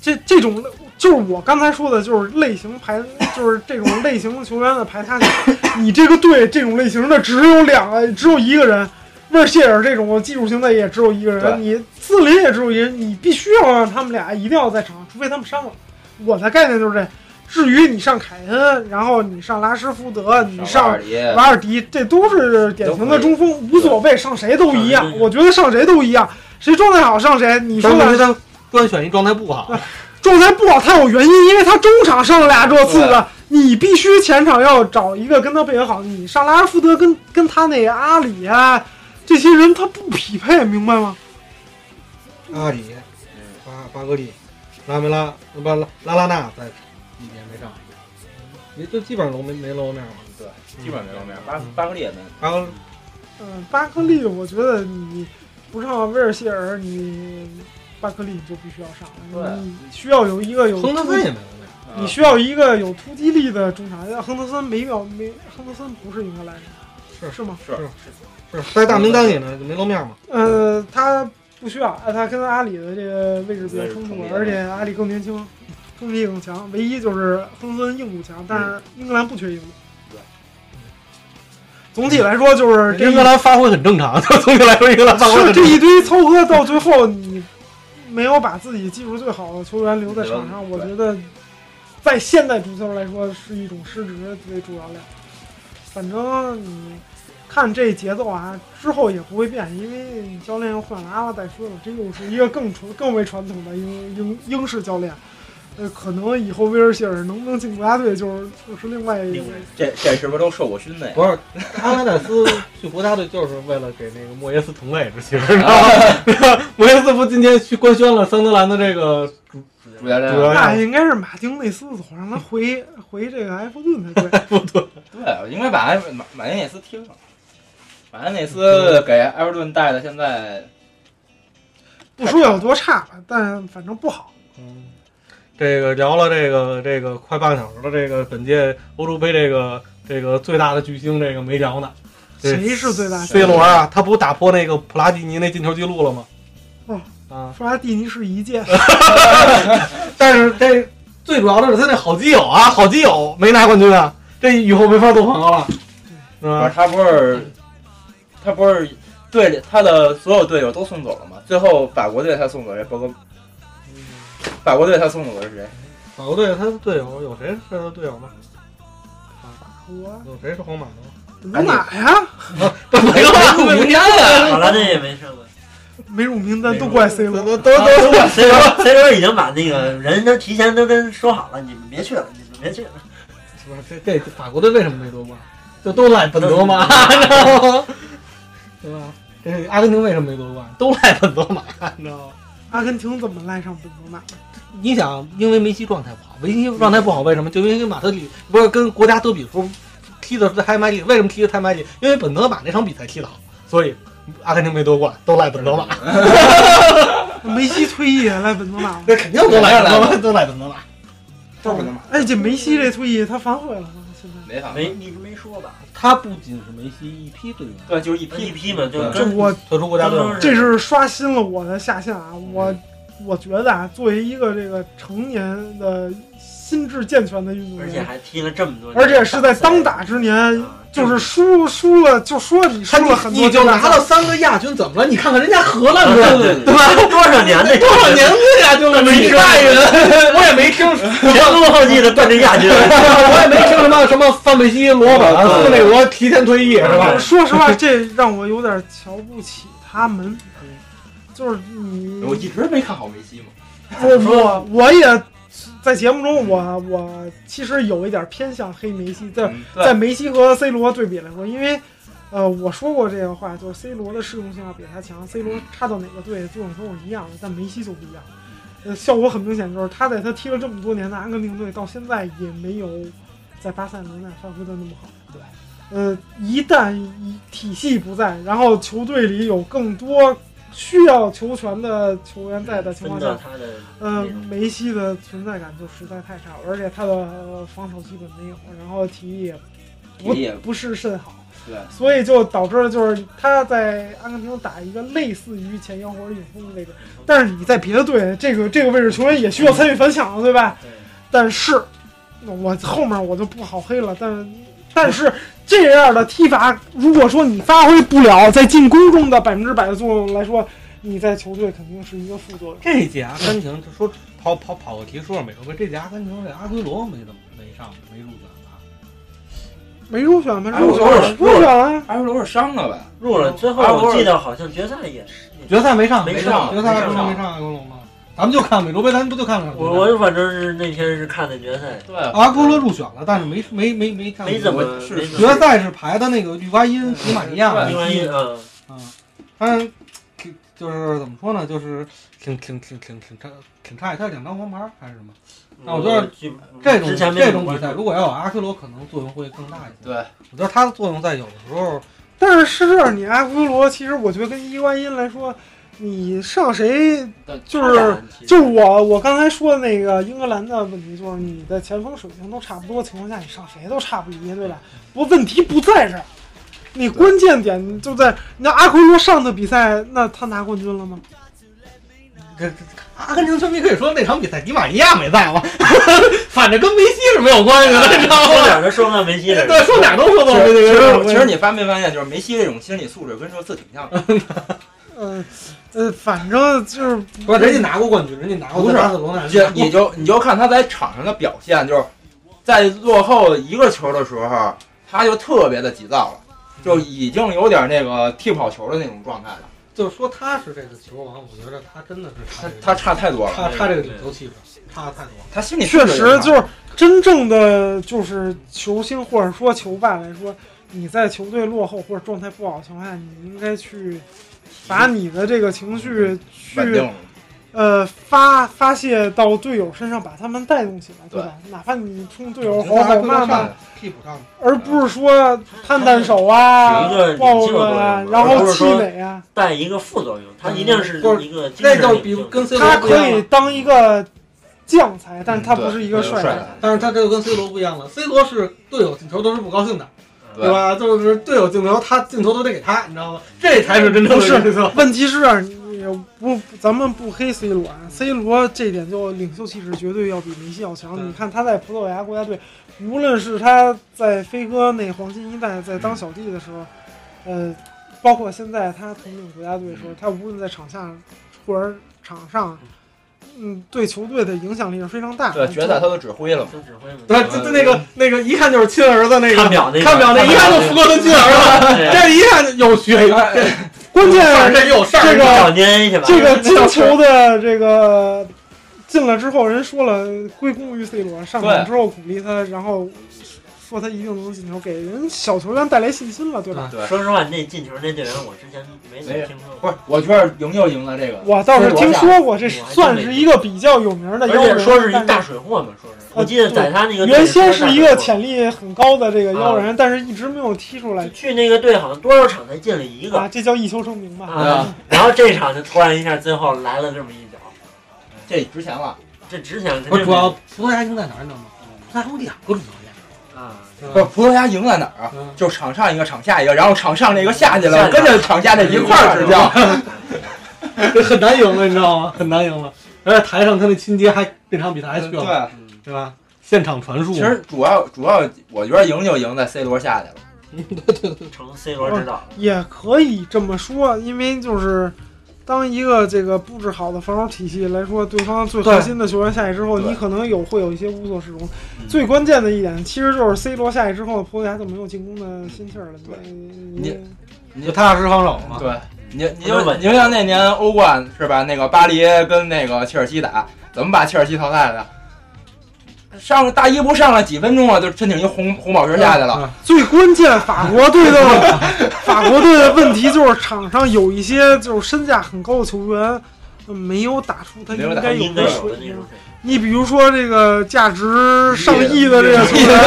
Speaker 2: 这这种就是我刚才说的，就是类型排， [LAUGHS] 就是这种类型球员的排他性。你这个队这种类型的只有两个，只有一个人。威尔谢尔这种技术型的也只有一个
Speaker 4: 对
Speaker 2: 人，你斯林也只有一人，你必须要让他们俩一定要在场上，除非他们伤了。我的概念就是这。至于你上凯恩，然后你上拉什福德，你
Speaker 4: 上
Speaker 2: 上
Speaker 4: 瓦尔迪，
Speaker 2: 瓦尔迪，这都是典型的中锋，无所谓，上谁都一样
Speaker 5: 上谁都一。样
Speaker 2: 我觉得上谁都一样，谁状态好上谁。你说的
Speaker 3: 他官选一状态不好，
Speaker 2: 状态不好，他有原因，因为他中场上了俩热刺的，你必须前场要找一个跟他配合好。你上拉什福德跟跟他那个阿里啊，这些人他不匹配，明白吗？
Speaker 3: 阿里、巴巴格利、拉梅拉、巴拉拉拉纳在一年没上，也就基本上都没没露过面嘛。
Speaker 4: 对，基本上没露面，八
Speaker 3: 嗯
Speaker 4: 八个列呢，
Speaker 3: 巴格
Speaker 2: 嗯、巴克利，我觉得你不上威尔希尔，你巴克利你就必须要上了，
Speaker 4: 对
Speaker 2: 你需要有一个有
Speaker 3: 亨德森
Speaker 2: 突
Speaker 3: 也啊没露面，
Speaker 4: 呃
Speaker 2: 你需要一个有突击力的中场。呃亨德森没秒没，亨德森不是英格兰人，
Speaker 3: 是
Speaker 2: 是吗？
Speaker 3: 是在大名单里呢就没露面嘛。
Speaker 2: 呃，他不需要，呃他跟阿里的这个位置比较冲
Speaker 4: 位置重
Speaker 2: 突
Speaker 4: 叠，
Speaker 2: 而且阿里更年轻，攻击力更强。唯一就是亨森硬度强，但是英格兰不缺硬度。
Speaker 4: 对
Speaker 2: 总体来说就是这
Speaker 3: 英格兰发挥很正常， [LAUGHS] 就从起来说英格兰发挥
Speaker 2: 是
Speaker 3: 很
Speaker 2: 这
Speaker 3: 正常。
Speaker 2: 一堆操作到最后，你没有把自己技术最好的球员留在场上，
Speaker 4: 对
Speaker 2: 我觉得在现代足球来说是一种失职最主要的。反正你看这节奏啊，之后也不会变，因为教练又换了阿拉戴斯了，这又是一个更传更为传统的英英英式教练。呃，可能以后威尔希尔能不能进国家队，就是就是另外一
Speaker 5: 另外
Speaker 4: 这这是不是都受过熏的呀？
Speaker 3: 不是阿莱戴斯去国家队就是为了给那个莫耶斯腾位置，其实你知道吗？莫耶斯不今天去官宣了桑德兰的这个
Speaker 4: 主教练啊
Speaker 3: 主教
Speaker 2: 那
Speaker 3: 练，
Speaker 2: 应该是马丁内斯走，让他回回这个埃弗顿才对。
Speaker 4: 对，应该把埃马马内内斯踢上。马内内
Speaker 2: 嗯
Speaker 4: 斯给埃弗顿带的，现在
Speaker 2: 不说有多差吧，但反正不好。
Speaker 3: 嗯，这个聊了这个这个快半个小时了，这个本届欧洲杯这个这个最大的巨星这个没聊呢。对
Speaker 2: 谁是最大
Speaker 3: ？C 罗啊，他不打破那个普拉蒂尼那进球记录了吗？
Speaker 2: 嗯
Speaker 3: 啊，
Speaker 2: 弗拉蒂尼是一届，
Speaker 3: 但是这最主要的是他那好基友啊，好基友没拿冠军啊，这以后没法做朋友了，是
Speaker 4: 不是
Speaker 3: 吧？
Speaker 4: 他不是他不是队里他的所有队友都送走了吗？最后法国队他送走谁？包括嗯法国队他送走的是谁？
Speaker 3: 法国哦队他的队友有谁是他的队友吗？
Speaker 2: 我
Speaker 3: 有谁是皇马的吗？
Speaker 2: 鲁哪呀？
Speaker 3: [LAUGHS] 没有 [LAUGHS] 啊，
Speaker 4: 名单啊！
Speaker 5: 法拉内也没上过。
Speaker 2: 没入名单都怪 C
Speaker 3: 都
Speaker 2: 罗。
Speaker 3: 都都都
Speaker 5: C 罗 C 罗已经把那个人都提前都跟说好了，你们别去了，你们别去了。
Speaker 3: 不是这这法国队为什么没夺冠？就都赖本泽 [LAUGHS] 马，你知道吗？对吧？这阿根廷为什么没夺冠？都赖本泽马，你知道吗？
Speaker 2: 阿根廷怎么赖上本泽马？
Speaker 3: [LAUGHS] 你想，因为梅西状态不好，梅西状态不好，为什么？就因为跟马德里不是跟国家德比时候踢的是太卖力，为什么踢的太卖力？因为本泽马那场比赛踢得好，所以阿根廷没夺冠，都赖本泽马，
Speaker 2: 梅西退役也赖本泽马吗？
Speaker 3: 那肯 [LAUGHS] 定都赖本泽马，都赖本泽马。
Speaker 4: 就是本泽马，
Speaker 2: 哎，这梅西这退役他反悔了吗？现在
Speaker 4: 没法
Speaker 5: 没一直没说吧？
Speaker 3: 他不仅是梅西一批队员，
Speaker 4: 对，就是一
Speaker 5: 一
Speaker 4: 批
Speaker 5: 批嘛，就
Speaker 4: 对
Speaker 2: 这
Speaker 5: 跟
Speaker 2: 我
Speaker 3: 退出国家队了。
Speaker 2: 这是刷新了我的下限啊！我我觉得啊，作为一个这个成年的心智健全的运动
Speaker 5: 而且
Speaker 2: 员，
Speaker 5: 还踢了这么多年，
Speaker 2: 而且是在当打之年，
Speaker 5: 啊，
Speaker 2: 就是输输了就说你输
Speaker 3: 他
Speaker 2: 了很
Speaker 3: 你
Speaker 2: 多，
Speaker 3: 你就拿到三个亚军，怎么了？你看看人家荷兰
Speaker 5: 啊
Speaker 3: 队，
Speaker 5: 对对对，多少年
Speaker 3: [LAUGHS]
Speaker 5: 的
Speaker 3: 多少年的亚军了？
Speaker 5: 没
Speaker 3: 你大
Speaker 5: 说
Speaker 3: 人，我也没听说，
Speaker 5: [LAUGHS] 前赴后继的奔着亚军，
Speaker 3: 我也没听什么什么范佩西、罗本、
Speaker 5: 啊
Speaker 3: 斯内罗提前退役是吧？
Speaker 2: 呃说实
Speaker 4: [LAUGHS]
Speaker 2: 话，这让我有点瞧不起他们。就是你，
Speaker 4: 我一直没看好梅西嘛。
Speaker 2: 我我我也在节目中，我我其实有一点偏向黑梅西，在
Speaker 4: 嗯
Speaker 2: 在梅西和 C 罗对比来说，因为呃我说过这个话，就是 C 罗的适用性要比他强，C 罗插到哪个队作用都是一样的，但梅西就不一样。呃，效果很明显，就是他在他踢了这么多年的阿根廷队，到现在也没有在巴塞罗那发挥的那么好。
Speaker 3: 对，
Speaker 2: 呃，一旦一体系不在，然后球队里有更多需要球权的球员在的情况
Speaker 5: 分到
Speaker 2: 下，
Speaker 5: 他的
Speaker 2: 呃，梅西的存在感就实在太差了，而且他的呃防守基本没有，然后体育也不
Speaker 4: 体力也
Speaker 2: 不是甚好，
Speaker 4: 对，
Speaker 2: 所以就导致了就是他在阿根廷打一个类似于前腰或者影锋的位置，但是你在别的队这个这个位置球员也需要参与反抢，对吧？
Speaker 5: 对
Speaker 2: 但是我后面我就不好黑了，但但是这样的踢法，如果说你发挥不了在进攻中的百分之百的作用来说，你在球队肯定是一个副作用。
Speaker 3: 这届阿根廷就说跑跑跑个题，说说美洲杯，这届阿根廷这阿圭罗没怎么没上没入选吧？
Speaker 2: 没入选吗？
Speaker 4: 哎
Speaker 2: 入选了，
Speaker 4: 我
Speaker 2: 入选啊了。
Speaker 4: 阿圭罗是伤了吧？
Speaker 5: 入了，最后我记得好像决赛也是，
Speaker 3: 决赛没上，
Speaker 5: 没
Speaker 3: 上，
Speaker 5: 上
Speaker 3: 决赛阿圭
Speaker 5: 没
Speaker 3: 罗
Speaker 5: 上
Speaker 3: 没上阿圭罗吗？咱们就看美洲杯，咱不就看了？
Speaker 5: 我我反正是那天是看的决赛，
Speaker 4: 对，
Speaker 3: 阿圭罗入选了，但是没没没没看
Speaker 5: 没怎么嗯
Speaker 4: 我是
Speaker 5: 没怎
Speaker 3: 决
Speaker 5: 么
Speaker 3: 赛是排的那个绿瓜因、迪马尼亚，
Speaker 5: 另外一嗯，
Speaker 3: 嗯，但是挺就是怎么说呢，就是挺挺挺挺挺差挺差，他两张黄牌还是什么？但我觉得
Speaker 5: 记
Speaker 3: 这种
Speaker 5: 之前没
Speaker 3: 这种
Speaker 5: 怎么
Speaker 3: 比赛，
Speaker 5: 关注
Speaker 3: 如果要有阿圭罗，可能作用会更大一些。
Speaker 4: 对，
Speaker 3: 我觉得他的作用在有的时候，
Speaker 2: 但是是这样，你阿圭罗其实我觉得跟伊瓜因来说，你上谁就是就是我我刚才说的那个英格兰的问题，就是你的前锋水平都差不多的情况下，你上谁都差不离，对吧？不，问题不在这儿，你关键点就在那阿奎罗上的比赛，那他拿冠军了吗？
Speaker 3: 这这阿根廷球迷可以说那场比赛迪马尼亚没在了，反正跟梅西是没有关系的，你知道
Speaker 5: 说
Speaker 3: 吗？
Speaker 5: 哪儿都说不到梅西了，
Speaker 3: 对，说哪儿都说到
Speaker 4: 其
Speaker 3: 这
Speaker 4: 实其
Speaker 3: 个
Speaker 4: 实其实你发没发现，就是梅西这种心理素质跟热刺挺像的。
Speaker 2: 呃呃，反正就是
Speaker 3: 不是人家拿过冠军，人家拿过
Speaker 4: 不是
Speaker 3: 巴塞罗那，
Speaker 4: 你就你就你就看他在场上的表现，就是在落后一个球的时候，他就特别的急躁了，就已经有点那个踢跑球的那种状态了。
Speaker 3: 就是说他是这个球王，我觉得他真的
Speaker 4: 他
Speaker 3: 是
Speaker 4: 他差太多了，
Speaker 3: 他他这个球气质差太多了。
Speaker 4: 他 [LAUGHS] 心理素
Speaker 2: 确
Speaker 4: 质
Speaker 2: 实就是是真正的就是球星或者说球霸来说，你在球队落后或者状态不好的情况下，你应该去把你的这个情绪
Speaker 4: 稳定
Speaker 2: 去
Speaker 4: 了。
Speaker 2: 呃发发泄到队友身上，把他们带动起来，对吧？哪怕你冲队友
Speaker 3: 我觉
Speaker 2: 吼
Speaker 3: 得阿
Speaker 2: 吼
Speaker 3: 圭罗
Speaker 2: 骂
Speaker 3: 上
Speaker 2: 骂，
Speaker 3: 来屁股上
Speaker 2: 而不是说摊摊手啊
Speaker 5: 有一个、
Speaker 2: 抱
Speaker 5: 理性的
Speaker 2: 抱啊
Speaker 5: 作，用
Speaker 2: 然
Speaker 5: 而
Speaker 2: 后
Speaker 5: 不是
Speaker 2: 气
Speaker 5: 说
Speaker 2: 馁啊。
Speaker 5: 带一个副作用，它一定是一个精
Speaker 3: 那
Speaker 5: 神
Speaker 3: 嗯就
Speaker 5: 领
Speaker 3: 比
Speaker 5: 袖啊
Speaker 3: 跟 C
Speaker 2: 他
Speaker 3: 罗不一样
Speaker 2: 可以
Speaker 3: 了，
Speaker 2: 当一个将才，但是他
Speaker 4: 嗯对
Speaker 2: 不是一个
Speaker 4: 对
Speaker 2: 帅
Speaker 4: 帅
Speaker 2: 才
Speaker 4: 才。
Speaker 3: 但是他这个跟 C 罗不一样了，C 罗是队友进球都是不高兴的，
Speaker 4: 对
Speaker 3: 对吧？就是队友进球，他进球都得给他，你知道吗？这才是真正
Speaker 2: 不是
Speaker 3: 的进球。
Speaker 2: 问题是啊，你不，咱们不黑 C 罗啊，C 罗这点就领袖气质绝对要比梅西要强。
Speaker 3: 对
Speaker 2: 你看他在葡萄牙国家队，无论是他在飞哥那黄金一代在当小弟的时候，呃，包括现在他统领国家队的时候，他无论在场下或者场上，嗯，对球队的影响力是非常大的。
Speaker 4: 对，决赛他都指挥
Speaker 2: [LAUGHS]
Speaker 4: 了嘛。
Speaker 5: 听指挥嘛，
Speaker 3: 对，这这那个那个一看就是亲儿子那个
Speaker 5: 看，表那个
Speaker 3: 看表那一看就福格森亲儿子，
Speaker 5: 对
Speaker 3: 这一看就有血缘，
Speaker 2: 关 [LAUGHS] 键
Speaker 3: 这有事儿，
Speaker 2: 这个
Speaker 5: 找捏 [LAUGHS] 去吧，
Speaker 2: 这个进球的这个进了之后，人说了归功于 C 罗，上场之后鼓励他，然后说他一定能进球，给人小球员带来信心了，对吧？
Speaker 4: 对，
Speaker 5: 说实话，那进球那队员我之前没怎么听说
Speaker 4: 不
Speaker 5: 过。
Speaker 4: 是，我觉得赢就赢了这个。
Speaker 2: 我倒是听说过，这算是一个比较有名的
Speaker 5: 而
Speaker 2: 妖
Speaker 5: 且
Speaker 2: 人，
Speaker 5: 说是一
Speaker 2: 但
Speaker 5: 大水货嘛，说
Speaker 3: 呃
Speaker 5: 是，我记得在他那个队
Speaker 2: 原先
Speaker 5: 说大啊
Speaker 2: 是
Speaker 5: 水
Speaker 2: 一个
Speaker 5: 货
Speaker 2: 潜力很高的这个妖人，但是一直没有踢出来
Speaker 5: 去那个队好像多少场才进了一
Speaker 2: 啊，
Speaker 5: 个
Speaker 2: 这叫一球成名吧？
Speaker 5: 啊，然后这场就突然一下，最后来了这么一脚，
Speaker 4: 这之前了，
Speaker 5: 这之前
Speaker 3: 不是主要葡萄牙赢在哪儿，你知道吗？葡萄牙有两个主教练，
Speaker 5: 啊，
Speaker 4: 不是葡萄牙赢在哪儿啊？
Speaker 3: [LAUGHS]
Speaker 4: [LAUGHS]
Speaker 3: 嗯，
Speaker 4: 就是场上一个，场下一个，然后场上那个下去了，
Speaker 5: 下去
Speaker 4: 跟
Speaker 5: 了
Speaker 4: 着场下这一块儿执教。
Speaker 3: 这很难赢了，你知道吗？很难赢了。而且台上他那亲爹还那场比赛还
Speaker 2: [LAUGHS]
Speaker 3: 去了，
Speaker 4: [LAUGHS] 对，
Speaker 5: 嗯
Speaker 3: 对吧？现场传输，
Speaker 4: 其实主要主要，我觉得赢就赢在 C 罗下去了。
Speaker 2: 嗯
Speaker 5: 成 C 罗指导了，
Speaker 2: 也可以这么说，因为就是当一个这个布置好的防守体系来说，对方最核心的球员下去之后，
Speaker 4: 对
Speaker 2: 你可能有会有一些无所适从。
Speaker 5: 嗯
Speaker 2: 最关键的一点，其实就是 C 罗下去之后，葡萄牙就没有进攻的心气儿了。
Speaker 4: 对
Speaker 2: 你
Speaker 4: 你
Speaker 3: 就踏踏实防守嘛。 [LAUGHS]
Speaker 4: 对，你你
Speaker 5: 不是
Speaker 4: 就
Speaker 5: 稳
Speaker 4: 你就像那年欧冠是吧？那个巴黎跟那个切尔西打，怎么把切尔西淘汰的？上大一不上了几分钟啊，就申请一红红宝石下去了。
Speaker 2: 最关键，法国队的法国队的问题就是场上有一些就是身价很高的球员。呃没有打出他
Speaker 4: 没有
Speaker 2: 应
Speaker 4: 打
Speaker 2: 该
Speaker 4: 出
Speaker 2: 有
Speaker 5: 应该
Speaker 2: 的
Speaker 5: 有
Speaker 2: 水
Speaker 5: 的那
Speaker 2: 平
Speaker 5: 种。
Speaker 2: 你比如说这个价值上亿的这个 [LAUGHS] 球员，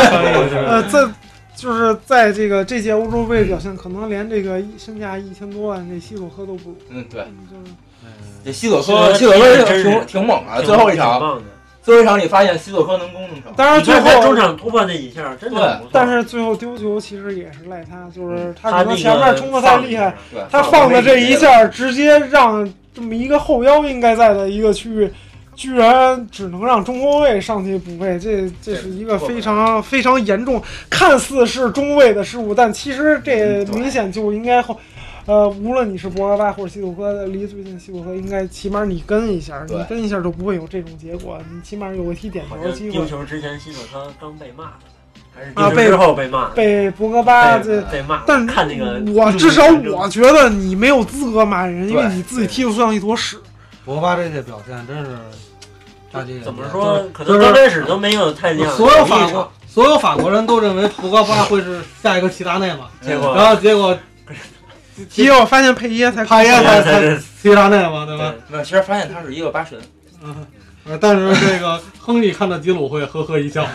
Speaker 3: [LAUGHS]
Speaker 2: 呃，在就是在这个这届欧洲杯表现，可能连这个一身价一千多万这西索科都不如。
Speaker 4: 嗯，对，
Speaker 2: 就是
Speaker 4: 这西索科，
Speaker 5: 西
Speaker 4: 西
Speaker 5: 索
Speaker 4: 索
Speaker 5: 科
Speaker 4: 科
Speaker 5: 真是
Speaker 4: 挺挺猛啊！
Speaker 5: 挺
Speaker 4: 最后一场，
Speaker 5: 棒的，
Speaker 4: 最后一场你发现西索科能攻能守。
Speaker 2: 当然
Speaker 5: 你
Speaker 2: 最
Speaker 5: 看他中
Speaker 2: 后，
Speaker 5: 场突破那几下真的很不错，
Speaker 2: 但是最后丢球其实也是赖他，就是他
Speaker 5: 嗯他
Speaker 2: 可能
Speaker 5: 那
Speaker 2: 前面
Speaker 5: 个
Speaker 2: 冲的太厉害，
Speaker 4: 对，
Speaker 2: 他放的这一下直接让这么一个后腰应该在的一个区域。居然只能让中后卫上去补位，这这是一个非常非常严重，看似是中卫的失误，但其实这
Speaker 4: 嗯对
Speaker 2: 明显就应该后，呃，无论你是博格巴或者西索科，离最近西索科应该起码你跟一下，
Speaker 4: 对
Speaker 2: 你跟一下就不会有这种结果，你起码有个踢点球
Speaker 5: 好
Speaker 2: 的
Speaker 5: 像
Speaker 2: 机
Speaker 5: 丢
Speaker 2: 会。
Speaker 5: 球之前，西索科刚被骂的，还是
Speaker 2: 啊
Speaker 5: 丢球之后被骂的，
Speaker 2: 被博格巴这
Speaker 5: 被骂的。
Speaker 2: 但
Speaker 5: 看那个，
Speaker 2: 我至少我觉得你没有资格骂人，因为你自己踢的像一坨屎。
Speaker 3: 博巴这些表现真是大惊小怪
Speaker 5: 怎么说，可
Speaker 3: 就
Speaker 5: 能
Speaker 3: 是
Speaker 5: 刚开始都没有太亮。
Speaker 3: 所有法
Speaker 5: 一
Speaker 3: 国
Speaker 5: 场，
Speaker 3: 所有法国人都认为博格巴会是下一个齐达内嘛，
Speaker 5: 结
Speaker 3: 然
Speaker 5: 果
Speaker 3: 后结果
Speaker 2: 结果发现佩耶才
Speaker 3: 帕耶
Speaker 5: 现
Speaker 3: 才
Speaker 5: 在
Speaker 3: 才
Speaker 5: 才
Speaker 3: 是
Speaker 5: 是
Speaker 3: 齐达内嘛，对吧？
Speaker 4: 没有，其实发现他是一个八神。
Speaker 3: 嗯，但是这个亨利看到吉鲁会呵呵一笑，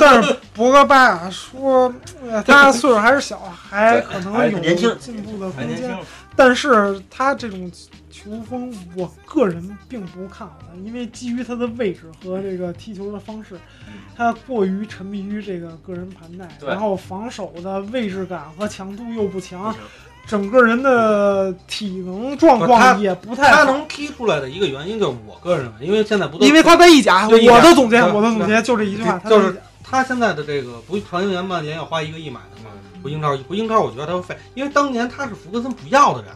Speaker 2: 但是博格巴啊，说呃他岁数还是小，还可能有
Speaker 5: 年轻
Speaker 2: 进步的
Speaker 4: 还
Speaker 2: 空
Speaker 4: 年
Speaker 2: 间
Speaker 4: 轻。，
Speaker 2: 但是他这种球风，我个人并不看好他，因为基于他的位置和这个踢球的方式，他过于沉迷于这个个人盘带，
Speaker 4: 对
Speaker 2: 然后防守的位置感和强度又不强
Speaker 5: 不强，
Speaker 2: 整个人的体能状
Speaker 3: 不是他
Speaker 2: 况也不太
Speaker 3: 他
Speaker 2: 好。
Speaker 3: 能踢出来的一个原因就是我个人认为，因为现在不都
Speaker 2: 因为他在意甲，
Speaker 3: 就意甲
Speaker 2: 我的总结，
Speaker 3: 对
Speaker 2: 我的总结就这一句话，他在
Speaker 3: 就是
Speaker 2: 意甲
Speaker 3: 他现在的这个不传员曼联要花一个亿买的嘛，不英超不英超，我觉得他会废，因为当年他是福格森不要的人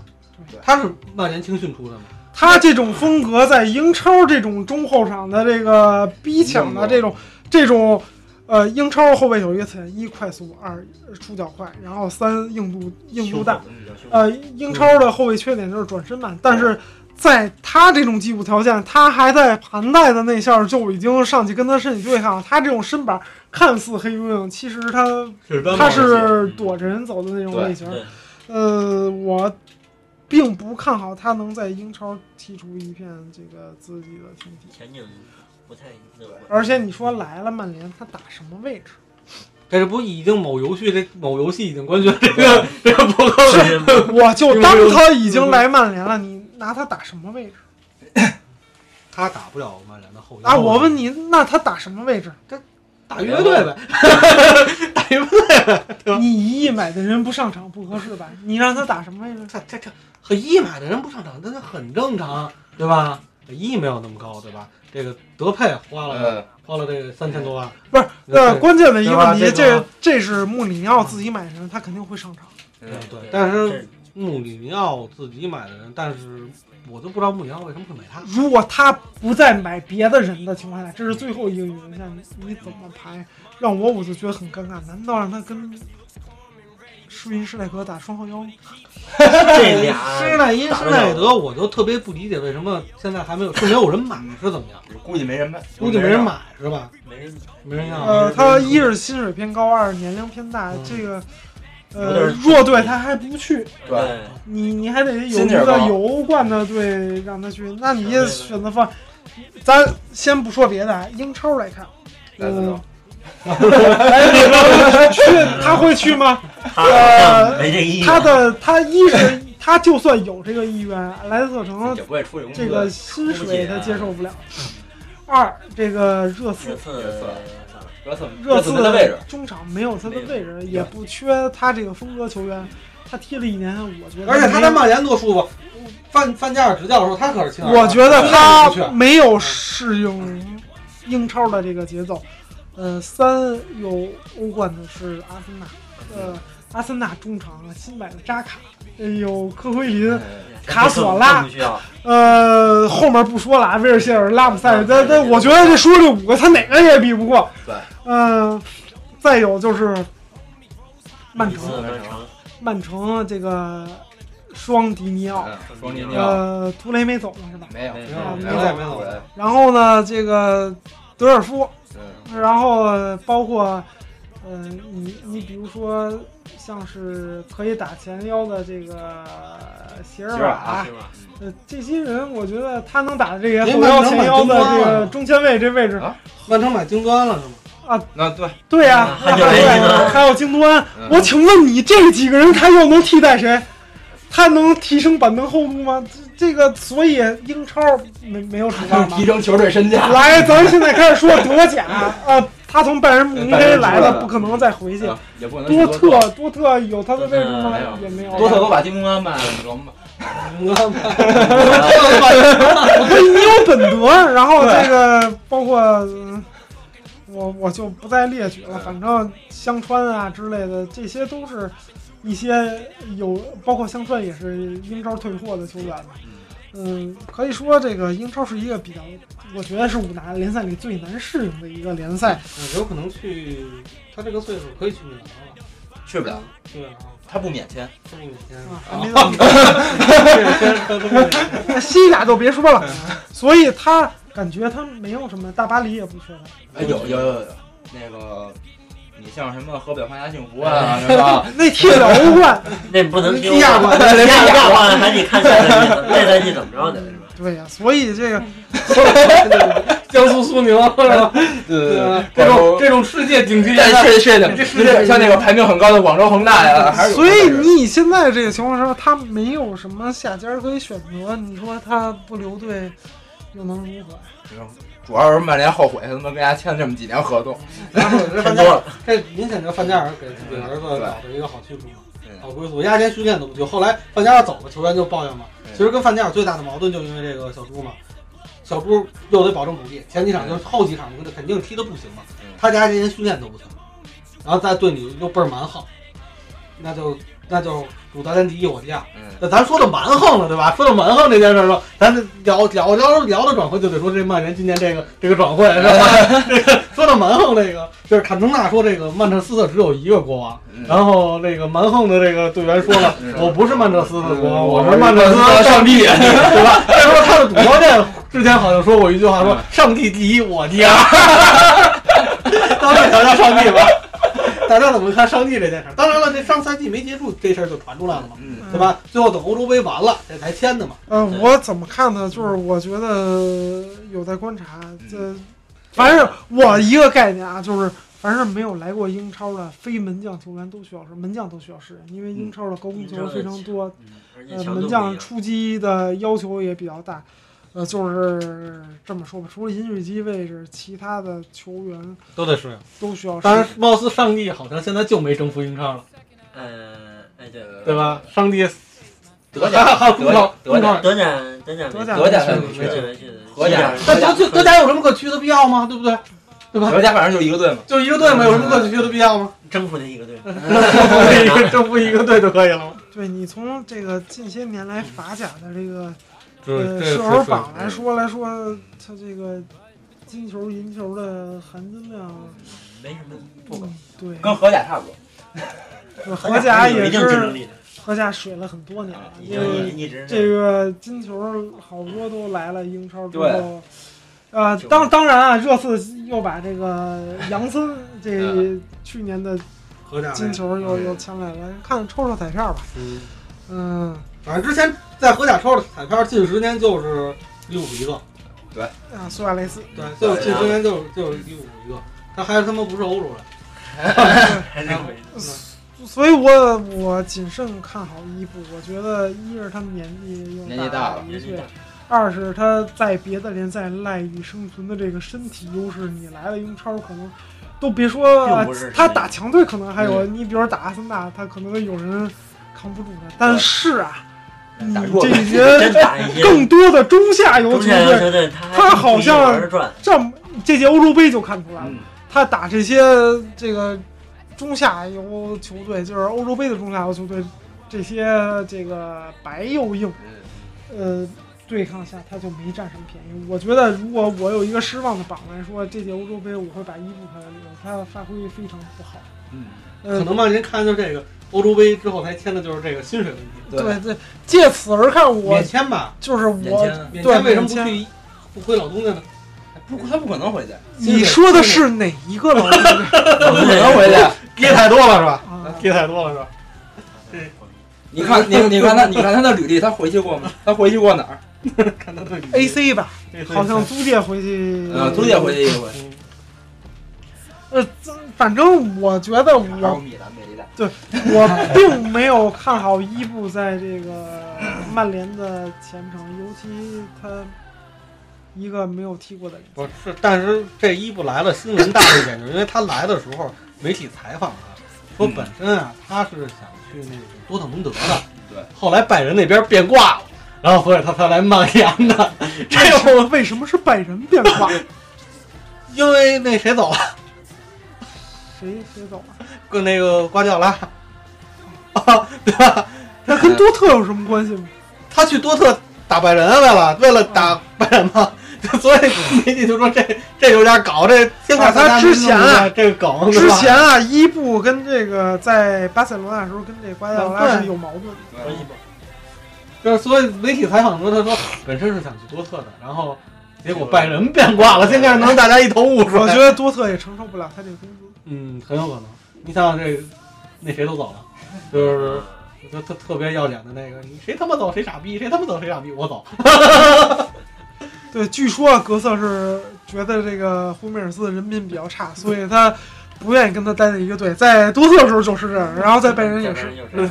Speaker 4: 对，
Speaker 3: 他是曼联青训出的嘛，
Speaker 2: 他这种风格在英超这种中后场的这个逼抢的这种这种，呃，英超后卫有一个特点：一快速，二出脚快，然后三硬度硬度
Speaker 5: 嗯
Speaker 2: 大。呃，英超的后卫缺点就是转身慢，但是在他这种基础条件，他还在盘带的那下就已经上去跟他身体对抗，他这种身板看似黑黝黝，其实他
Speaker 3: 是单
Speaker 2: 他是躲着人走的那种类型。
Speaker 5: 对，
Speaker 2: 呃，我并不看好他能在英超踢出一片这个自己的天地。
Speaker 5: 前景不太乐观。
Speaker 2: 而且你说来了曼联，他打什么位
Speaker 3: [LAUGHS]
Speaker 2: 置？
Speaker 3: 这是不已经某游戏这某游戏已经官宣这个这个博格巴
Speaker 5: 是
Speaker 2: 我就当他已
Speaker 3: 嗯
Speaker 2: 经来曼联了，你拿他打什么位置？
Speaker 3: 他打不了曼联的后腰
Speaker 2: 啊，我问你，那他打什么位置？
Speaker 3: 打乐队呗，啊
Speaker 2: 你一亿买的人不上场不合适吧？你让他打什么位置？
Speaker 3: 这这这和一买的人不上场，那这很正常，对吧？一没有那么高，对吧？这个德佩花了、
Speaker 4: 呃，
Speaker 3: 花了这个三千多万，
Speaker 2: 不是
Speaker 3: 对
Speaker 2: 那呃关键的一个问
Speaker 3: 对
Speaker 2: 题，
Speaker 3: 吧这
Speaker 2: 这
Speaker 3: 个
Speaker 2: 这是穆里尼奥自己买的人，他肯定会上场。
Speaker 4: 嗯
Speaker 3: 对
Speaker 5: 对，
Speaker 3: 但
Speaker 5: 这
Speaker 3: 是穆里尼奥自己买的人，但是我就不知道穆里尼奥为什么会买他。
Speaker 2: 如果他不再买别的人的情况下，这是最后一个原因，你你怎么排？让我我就觉得很尴尬。难道让他跟施因施耐克打双后腰，
Speaker 5: 这
Speaker 3: 施
Speaker 5: 俩
Speaker 3: 耐因、施耐德，我就特别不理解为什么现在还没有，是没有人买是怎么样？
Speaker 4: 估计没人买，
Speaker 3: 估计没人，买是吧？
Speaker 5: 没人
Speaker 3: 没
Speaker 4: 啊
Speaker 3: 人要。
Speaker 2: 呃，他一是薪水偏高，二是年龄偏大
Speaker 3: 嗯，
Speaker 2: 这个
Speaker 5: 有
Speaker 2: 呃
Speaker 5: 点
Speaker 2: 弱队他还不去，
Speaker 4: 对
Speaker 5: 对，
Speaker 2: 你你还得有
Speaker 4: 心
Speaker 2: 一
Speaker 4: 气儿
Speaker 2: 个
Speaker 4: 高
Speaker 2: 有欧冠的队让他去，那你也选择放。咱先不说别的啊，英超来看，
Speaker 4: 来自
Speaker 2: 嗯， [LAUGHS] 来去他会去吗？
Speaker 5: 他好像没这意思。
Speaker 2: 他的他一是他就算有这个意愿，莱斯特城
Speaker 4: 也不会出去工
Speaker 2: 这
Speaker 4: 作
Speaker 2: 个薪水他接受不了。二，这个热
Speaker 5: 这
Speaker 2: 刺
Speaker 5: 次
Speaker 4: 这次热刺
Speaker 2: 热
Speaker 4: 刺
Speaker 2: 刺
Speaker 4: 的位置，
Speaker 2: 中场没有他的位置，
Speaker 4: 有
Speaker 2: 也不缺他这个风格球员。他踢了一年，我觉得
Speaker 3: 而且他
Speaker 2: 没
Speaker 3: 在曼啊联多舒服，范范加尔执教的时候，他可是亲耳
Speaker 2: 我觉得
Speaker 3: 不去
Speaker 2: 他没有适应英超的这个节奏。呃，三有欧冠的是阿森纳，呃，阿森纳中场啊新买的扎卡，呃有科奎林，
Speaker 4: 嗯
Speaker 2: 卡索拉
Speaker 5: 不需要，
Speaker 2: 呃，后面不说了，啊，威尔希尔、拉姆塞尔，但但我觉得这说这五个，他哪个也比不过。
Speaker 4: 对，
Speaker 2: 嗯、再有就是曼
Speaker 5: 一
Speaker 2: 城，
Speaker 5: 次曼城
Speaker 2: 曼城这个双迪尼奥，
Speaker 4: 嗯，双金鸟
Speaker 2: 呃，图雷没走了是吧？
Speaker 4: 没有，
Speaker 5: 没
Speaker 3: 有
Speaker 4: 没
Speaker 2: 没
Speaker 4: 有
Speaker 2: 有
Speaker 3: 没有
Speaker 4: 人，
Speaker 2: 然后呢，这个德尔夫，
Speaker 4: 嗯，
Speaker 2: 然后包括，呃，你你比如说像是可以打前腰的这个呃席尔
Speaker 4: 席尔瓦
Speaker 2: 瓦
Speaker 5: 是，吧？
Speaker 2: 呃，这些人我觉得他能打的这个
Speaker 3: 连
Speaker 2: 后
Speaker 3: 曼
Speaker 2: 腰、
Speaker 3: 城
Speaker 2: 前
Speaker 3: 买
Speaker 2: 腰
Speaker 3: 中
Speaker 2: 的
Speaker 3: 锋
Speaker 2: 这
Speaker 3: 了
Speaker 4: 啊
Speaker 2: 个中前卫这位置，
Speaker 3: 曼城买金砖了是吗？
Speaker 4: 那对，
Speaker 2: 对呀、
Speaker 5: 还有
Speaker 2: 对
Speaker 5: 雷吉呢
Speaker 2: 还有京多安。
Speaker 4: 啊嗯
Speaker 2: 我请问你这几个人他又能替代谁？他能提升板凳厚度吗？这这个，所以英超没没有指望吧
Speaker 4: 提？升球队身价，
Speaker 2: 来，咱现在开始说德甲啊，他从拜仁慕尼
Speaker 4: 拜仁
Speaker 2: 黑
Speaker 4: 出
Speaker 2: 来
Speaker 4: 来
Speaker 2: 的，
Speaker 4: 了
Speaker 2: 不可能再回去。
Speaker 4: 嗯也不能
Speaker 2: 多
Speaker 4: 去多
Speaker 2: 特，多特有他的位置吗
Speaker 5: 没
Speaker 4: 有？
Speaker 2: 也没有。
Speaker 4: 特，多特都把进攻安卖了，你知道吗？
Speaker 3: 金砖
Speaker 5: [LAUGHS]
Speaker 3: 吧
Speaker 2: 所以你有哎本德，然后这个包括嗯我我就不再列举了，反正香川啊之类的，这些都是一些有，包括香川也是英超退货的球员嘛。嗯，可以说这个英超是一个比较，我觉得是五大联赛里最难适应的一个联赛。
Speaker 3: 有可能去，他这个岁数可以去米兰了，
Speaker 4: 去不了，
Speaker 3: 去不了啊，
Speaker 4: 他不免签，
Speaker 3: 这么有钱
Speaker 2: 啊，还没到你 [LAUGHS] 西甲就别说了， [LAUGHS] 所以他感觉他没有什么，大巴黎也不缺他。
Speaker 4: 哎，有有有有，那个你像什么河北华夏幸福啊，是 [LAUGHS] 吧？
Speaker 2: 那踢不了欧冠，
Speaker 5: 那不能听
Speaker 3: 踢亚冠
Speaker 5: 踢亚冠还得看下赛季，那赛季怎么着的是吧？
Speaker 2: 对呀、所以这个
Speaker 3: 江苏苏宁是
Speaker 5: [LAUGHS]
Speaker 3: 吧？啊
Speaker 4: 对对
Speaker 2: 啊
Speaker 4: 对，
Speaker 3: 这种
Speaker 4: 种
Speaker 3: 这种世界顶级联
Speaker 4: 但
Speaker 3: 赛，
Speaker 4: 是确定，像那个排名很高的广州恒大呀，还是有
Speaker 2: 所以你以现在这个情况说，他没有什么下家可以选择，你说他不留队又能如何？
Speaker 4: 主要是曼联后悔他妈跟人家签这么几年合同，
Speaker 3: 然后这
Speaker 5: 太
Speaker 3: 范加
Speaker 5: 多
Speaker 3: 尔，
Speaker 5: 了，
Speaker 3: 这明显这范加尔给自己儿子找的一个好去处嘛
Speaker 4: 对，
Speaker 3: 好归宿，压根训练都不去。后来范加尔走了，球员就抱怨嘛。
Speaker 4: 对
Speaker 3: 其实跟范加尔最大的矛盾就因为这个小猪嘛，小猪又得保证主力，前几场就是后几场他肯定踢的不行嘛
Speaker 4: 嗯，
Speaker 3: 他家这些训练都不行，然后再对你又倍儿蛮横，那就那就主教练第一我第二。
Speaker 4: 嗯，
Speaker 3: 那咱说到蛮横了，对吧？说到蛮横这件事儿了，咱这聊聊聊聊到转会，就得说这曼联今年这个这个转会是吧？这个 [LAUGHS] 说到蛮横这个，就是坎通纳说这个曼彻斯特只有一个国王，然后那个蛮横的这个队员说了
Speaker 4: 嗯，
Speaker 3: 我不是曼彻斯特的国王，
Speaker 4: 嗯
Speaker 3: 我是曼彻斯特上帝，
Speaker 4: 我是曼彻斯
Speaker 3: 对吧？再说他的主教练之前好像说过一句话，说
Speaker 4: 嗯
Speaker 3: 上帝第一，我 [LAUGHS] 第二，当面调教上帝吧。大家怎么看上帝这件事儿？当然了，这上赛季没结束，这事儿就传出来了嘛。
Speaker 4: 嗯，
Speaker 3: 对吧？最后等欧洲杯完了，这才签的嘛。
Speaker 2: 嗯、
Speaker 5: 对
Speaker 2: 我怎么看呢？就是我觉得有待观察。这凡是我一个概念啊，就是凡是没有来过英超的非门将球员都需要是门将都需要适应，因为英超的高空球员非常多，
Speaker 5: 嗯而且
Speaker 2: 呃，
Speaker 5: 强度
Speaker 2: 门
Speaker 5: 不一样
Speaker 2: 将出击的要求也比较大，呃，就是这么说吧，除了饮水机位置，其他的球员
Speaker 3: 都得适应。
Speaker 2: 都需要适
Speaker 3: 当
Speaker 2: 应
Speaker 3: 然。，貌似上帝好像现在就没征服英超了，
Speaker 5: 呃，哎对，
Speaker 3: 对吧？上帝
Speaker 4: 德甲
Speaker 3: 还有 [LAUGHS] 空
Speaker 4: 德
Speaker 3: 调，
Speaker 4: 甲德甲
Speaker 5: 德甲德甲
Speaker 2: 德甲没
Speaker 4: 德甲
Speaker 5: 没
Speaker 4: 才
Speaker 2: 去
Speaker 4: 不
Speaker 5: 没
Speaker 4: 去，
Speaker 5: 去没去的，
Speaker 4: 德甲
Speaker 5: 西
Speaker 3: 那德区德甲有什么可去的必要吗？对不对？对吧？
Speaker 4: 德甲反正就一个队嘛，
Speaker 3: 就一个队嘛，有什么可去的必要吗？
Speaker 5: 征服的一个队，
Speaker 3: 征服一个 [LAUGHS] 征服一个队就可以了嘛。
Speaker 2: 对你从这个近些年来法甲的这个
Speaker 3: 嗯
Speaker 2: 呃射手榜来说来说，它这个金球、银球的含金量，
Speaker 5: 没什么，
Speaker 2: 嗯，对，
Speaker 4: 跟荷甲差不多，
Speaker 2: 荷甲
Speaker 5: 有
Speaker 2: 也
Speaker 5: 一定竞争
Speaker 2: 是
Speaker 5: 力的，
Speaker 2: 荷甲水了很多年了，
Speaker 5: 已
Speaker 2: 因
Speaker 5: 经
Speaker 2: 为
Speaker 5: 也一直
Speaker 2: 这个金球好多都来了英超之后
Speaker 4: 对，
Speaker 2: 啊、
Speaker 4: 就
Speaker 2: 当当然啊，热刺又把这个杨森
Speaker 5: 嗯
Speaker 2: 这去年的
Speaker 3: 合着
Speaker 2: 金球又
Speaker 4: 嗯
Speaker 2: 又抢来了，看抽抽彩票吧，
Speaker 3: 嗯，
Speaker 2: 嗯
Speaker 3: 反正之前在荷甲超的彩票近十年就是利物浦一个，
Speaker 2: 啊，苏亚雷斯，
Speaker 3: 对，啊就是近十年就是就是利物浦一个，他还他妈不是欧洲人，
Speaker 5: 还是没
Speaker 2: 所以我我谨慎看好伊布，我觉得一是他年纪又
Speaker 4: 年纪大了
Speaker 2: 一
Speaker 5: 年纪
Speaker 2: 岁
Speaker 5: 大，
Speaker 2: 二是他在别的联赛赖以生存的这个身体优势，你来了英超可能都别说
Speaker 5: 并不是
Speaker 2: 呃他打强队可能还有，你比如打阿森纳，他可能有人扛不住他，但是啊，你
Speaker 4: 打弱
Speaker 2: 这
Speaker 4: 队
Speaker 5: 真
Speaker 2: 些
Speaker 5: 打一些
Speaker 2: 更多的中下游
Speaker 5: 中
Speaker 2: 球
Speaker 5: 下游
Speaker 2: 队，
Speaker 5: 球队，他
Speaker 2: 他好像
Speaker 5: 玩儿转，
Speaker 2: 这么这届欧洲杯就看出来了，
Speaker 4: 嗯，
Speaker 2: 他打这些这个中下游球队，就是欧洲杯的中下游球队，这些这个白又硬，呃，对抗下他就没占什么便宜。我觉得如果我有一个失望的榜来说，这届欧洲杯我会把伊布排在里头，他发挥非常不好。
Speaker 4: 嗯，
Speaker 2: 呃
Speaker 3: 可，能吧？您看就这个欧洲杯之后才签的就是这个薪水问题，
Speaker 2: 对对，借此而看我
Speaker 3: 免签吧，
Speaker 2: 就是
Speaker 4: 免
Speaker 2: 我，
Speaker 4: 签
Speaker 3: 免
Speaker 2: 对
Speaker 3: 签为什
Speaker 2: 免
Speaker 3: 么不
Speaker 2: 签
Speaker 3: 去不回老东家呢？
Speaker 4: 不，他不可能回去，
Speaker 2: 你说的是哪一个老师
Speaker 4: 他不可能回去。
Speaker 3: 跌太多了是吧？ [LAUGHS]
Speaker 2: 啊？
Speaker 3: 跌太多了是吧？
Speaker 5: 嗯
Speaker 4: 你看，你你看他，你看他的履历，他回去过吗？他回去过哪儿？
Speaker 3: 看他对
Speaker 2: A C 吧，
Speaker 3: 这
Speaker 2: 好像租借回去，
Speaker 4: 啊，租借回去一回。
Speaker 3: 嗯
Speaker 2: 呃，反正我觉得我
Speaker 4: 还有米兰没来，
Speaker 2: [LAUGHS] 我并没有看好伊布在这个曼联的前程，尤其他一个没有踢过的人。
Speaker 3: 不是，但是这伊布来了，新闻大了一点，就是因为他来的时候媒体采访他，说本身啊他是想去那个多特蒙德的，
Speaker 4: 对，
Speaker 3: 后来拜仁那边变卦了，然后所以他才来曼联
Speaker 2: [LAUGHS]
Speaker 3: 的，这
Speaker 2: 这为什么是拜仁变卦？
Speaker 3: 因为那谁走了，
Speaker 2: 谁谁走了？
Speaker 3: 跟那个瓜迪奥拉， [LAUGHS]
Speaker 2: 那跟多特有什么关系吗？
Speaker 3: 他去多特打拜仁为了为了打拜仁嘛， [LAUGHS] 所以媒体就说这这有点搞，这先看
Speaker 2: 啊他之前啊
Speaker 3: 这个梗
Speaker 2: 之前啊，伊布跟这个在巴塞罗那的时候跟这瓜迪奥拉是有矛盾的。
Speaker 5: 关系不
Speaker 3: 就是所以媒体采访的时候，他说本身是想去多特的，然后结果拜仁变卦了，现在能大家一头雾 [LAUGHS] 水。
Speaker 2: 我觉得多特也承受不了他这个工资。
Speaker 3: 嗯，很有可能。你想想这那谁都走了，就是就特特别要脸的那个，你谁他妈走谁傻逼，谁他妈走谁傻逼，我走。
Speaker 2: 对，据说啊格瑟是觉得这个胡梅尔斯的人品比较差，所以他不愿意跟他待在一个队。在多特的时候就是这样，然后在拜仁也是。
Speaker 5: 是，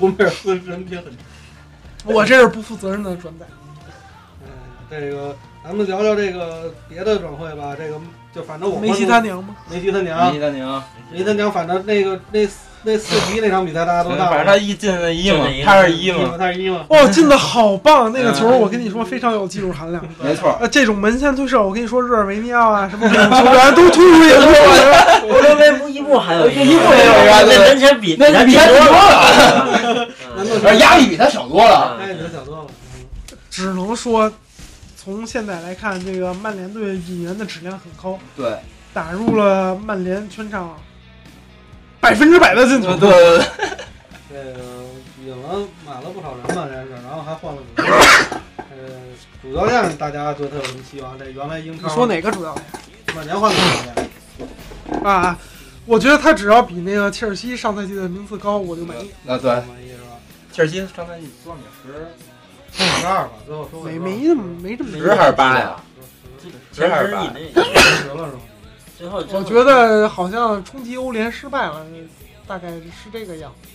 Speaker 3: 胡梅尔斯人品很，
Speaker 2: 我这是不负责任的转载。
Speaker 3: 嗯，这个咱们聊聊这个别的转会吧。这个就反正我
Speaker 2: 梅西他
Speaker 3: 关注
Speaker 2: 娘吗？
Speaker 3: 梅西他娘
Speaker 4: 米，兰宁，
Speaker 3: 梅西他娘，反正那个那那四比一那场比赛大家都看了，
Speaker 4: 反正他一进了一嘛
Speaker 5: 进了一，
Speaker 4: 他是一嘛，
Speaker 3: 嘛，他是一嘛，
Speaker 2: 哦，进的好棒！那个球，
Speaker 4: 嗯
Speaker 2: 我跟你说非常有技术含量。
Speaker 4: 没错。
Speaker 2: 呃，这种门前推射，我跟你说，日尔维尼奥啊，什么这种球员都突出也不错。
Speaker 5: 欧洲杯不一步还有一个，
Speaker 4: 一步还有一个对
Speaker 5: 那跟前比
Speaker 4: 那比
Speaker 5: 比
Speaker 4: 他多了，
Speaker 5: 了，
Speaker 3: 难道
Speaker 4: 而压力比他小多了。
Speaker 3: 哎，你就想多了。
Speaker 2: 只能说，从现在来看，这个曼联队引援的质量很高，
Speaker 4: 对，
Speaker 2: 打入了曼联全场百分之百的进
Speaker 4: 对
Speaker 2: 球。
Speaker 4: 对对，
Speaker 3: 这个引了买了不少人嘛，这是，然后还换了主教练。呃，主教练大家对他有什么期望？这原来英
Speaker 2: 你
Speaker 3: 超
Speaker 2: 说哪个主教练
Speaker 3: 曼联换了主教练，
Speaker 2: 啊？我觉得他只要比那个切尔西上赛季的名次高，我就满意。
Speaker 4: 那对，
Speaker 3: 满意是吧？
Speaker 4: 切尔西上赛季多少名？十
Speaker 3: 十二吧，最后收
Speaker 2: 没没那么没这么
Speaker 4: 十还是八呀？
Speaker 3: 十
Speaker 5: 前十以内，
Speaker 3: 十了是吧？
Speaker 5: 最后最后
Speaker 2: 我觉得好像冲击欧联失败了，大概是这个样子。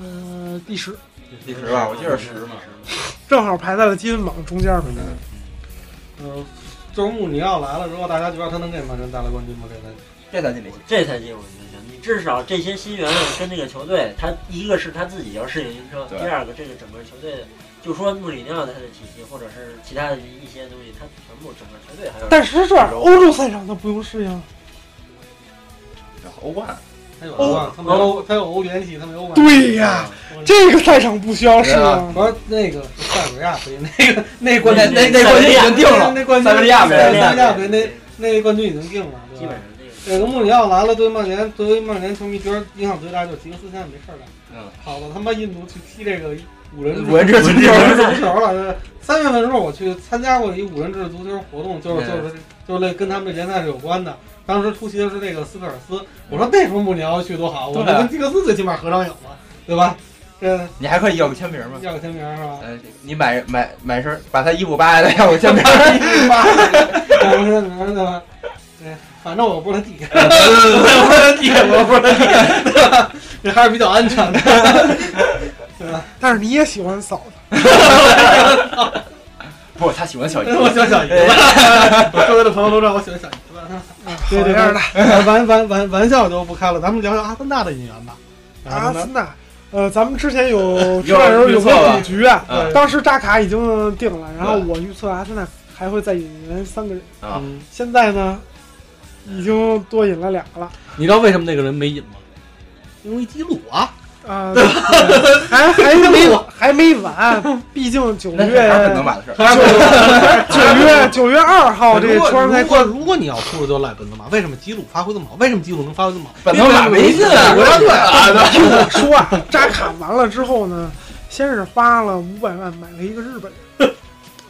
Speaker 2: 呃，第十，
Speaker 4: 啊第十吧，我记得是十嘛。
Speaker 2: 正好排在了积分榜中间嘛。
Speaker 3: 嗯，就是穆里奥来了之后，大家觉得他能给曼城带来冠军吗？这赛季
Speaker 4: 这赛季没戏。
Speaker 5: 这赛季我觉得你至少这些新援跟这个球队，他一个是他自己要适应英超，
Speaker 4: 对
Speaker 5: 第二个这个整个球队，就说穆里尼奥他的体系或者是其他的一些东西，他全部整个球队还有
Speaker 2: 但是这样欧洲赛场他不用适应。
Speaker 4: 欧冠，
Speaker 3: 他有欧冠，他没欧，他有欧联系，他没欧冠。
Speaker 2: 哦对呀，这个赛场不需要适
Speaker 4: 对
Speaker 2: 应。
Speaker 3: 不是那个塞尔维亚杯，那个那冠
Speaker 4: 那
Speaker 3: 军
Speaker 4: 那那冠军已经定了，
Speaker 3: 那冠军
Speaker 4: 塞维利亚
Speaker 3: 塞
Speaker 4: 呗
Speaker 3: 维利亚杯那那冠军已经定了，
Speaker 5: 基
Speaker 3: 对吧
Speaker 5: 本？上这个
Speaker 3: 这个穆里奥来了，对曼联作为曼联球迷觉得影响最大就是吉格斯现在没事儿干，
Speaker 4: 嗯，
Speaker 3: 跑到他妈印度去踢这个五人
Speaker 4: 五人制足球
Speaker 3: 五人制足球了。这三月份的时候我去参加过一五人制足球活动，就是
Speaker 4: 嗯
Speaker 3: 就是就是类跟他们这联赛是有关的。当时出席的是那个斯科尔斯，我说那时候穆里奥去多好，我
Speaker 4: 对
Speaker 3: 这
Speaker 4: 啊
Speaker 3: 跟吉格斯最起码合张影了，对吧？这
Speaker 4: 你还可以要个签名吗？
Speaker 3: 要个签名是吧？
Speaker 4: 呃，你买买买身，把他衣服扒下来，要个 [LAUGHS] 签名。
Speaker 3: 八 [LAUGHS] 我说名对吧？对，反正我不是地，我不是地，我不是地， [LAUGHS] 这还是比较安全的。
Speaker 2: 但是你也喜欢嫂子，
Speaker 4: 不，他喜欢小姨。
Speaker 3: 我喜欢小姨子，
Speaker 4: [LAUGHS]
Speaker 3: 我周围的朋友都知道我喜欢小姨子。对对
Speaker 2: 样的。
Speaker 3: 对， [LAUGHS] 玩玩玩玩笑就不开了，咱们聊聊阿森纳的引援吧。
Speaker 2: 阿森纳，呃，咱们之前有吃
Speaker 4: 有
Speaker 2: 饭时候有
Speaker 4: 预
Speaker 2: 过
Speaker 4: 测了
Speaker 2: 赌局啊，
Speaker 4: 嗯
Speaker 2: 当时扎卡已经定了，然后
Speaker 4: 对
Speaker 2: 我预测阿森纳还会再引援三个人，
Speaker 4: 啊，
Speaker 3: 嗯，
Speaker 2: 现在呢，已经多引了两个了。
Speaker 6: 你知道为什么那个人没引吗？
Speaker 3: 因为基鲁 [LAUGHS] 啊，
Speaker 2: 啊、对还还没还没完，毕竟九
Speaker 4: 那是他本能
Speaker 2: 月
Speaker 4: 把的事儿。
Speaker 3: [LAUGHS]
Speaker 2: 九月九月二号这
Speaker 3: 如果
Speaker 2: 圈儿才
Speaker 3: 如果
Speaker 2: 关，
Speaker 3: 如果你要输了就赖本泽马，为什么基鲁发挥这么好？为什么基鲁能发挥这么好？
Speaker 4: 本能把没进啊！国家队啊，对
Speaker 2: 听我说啊，扎卡完了之后呢，先是花了五百万买了一个日本人。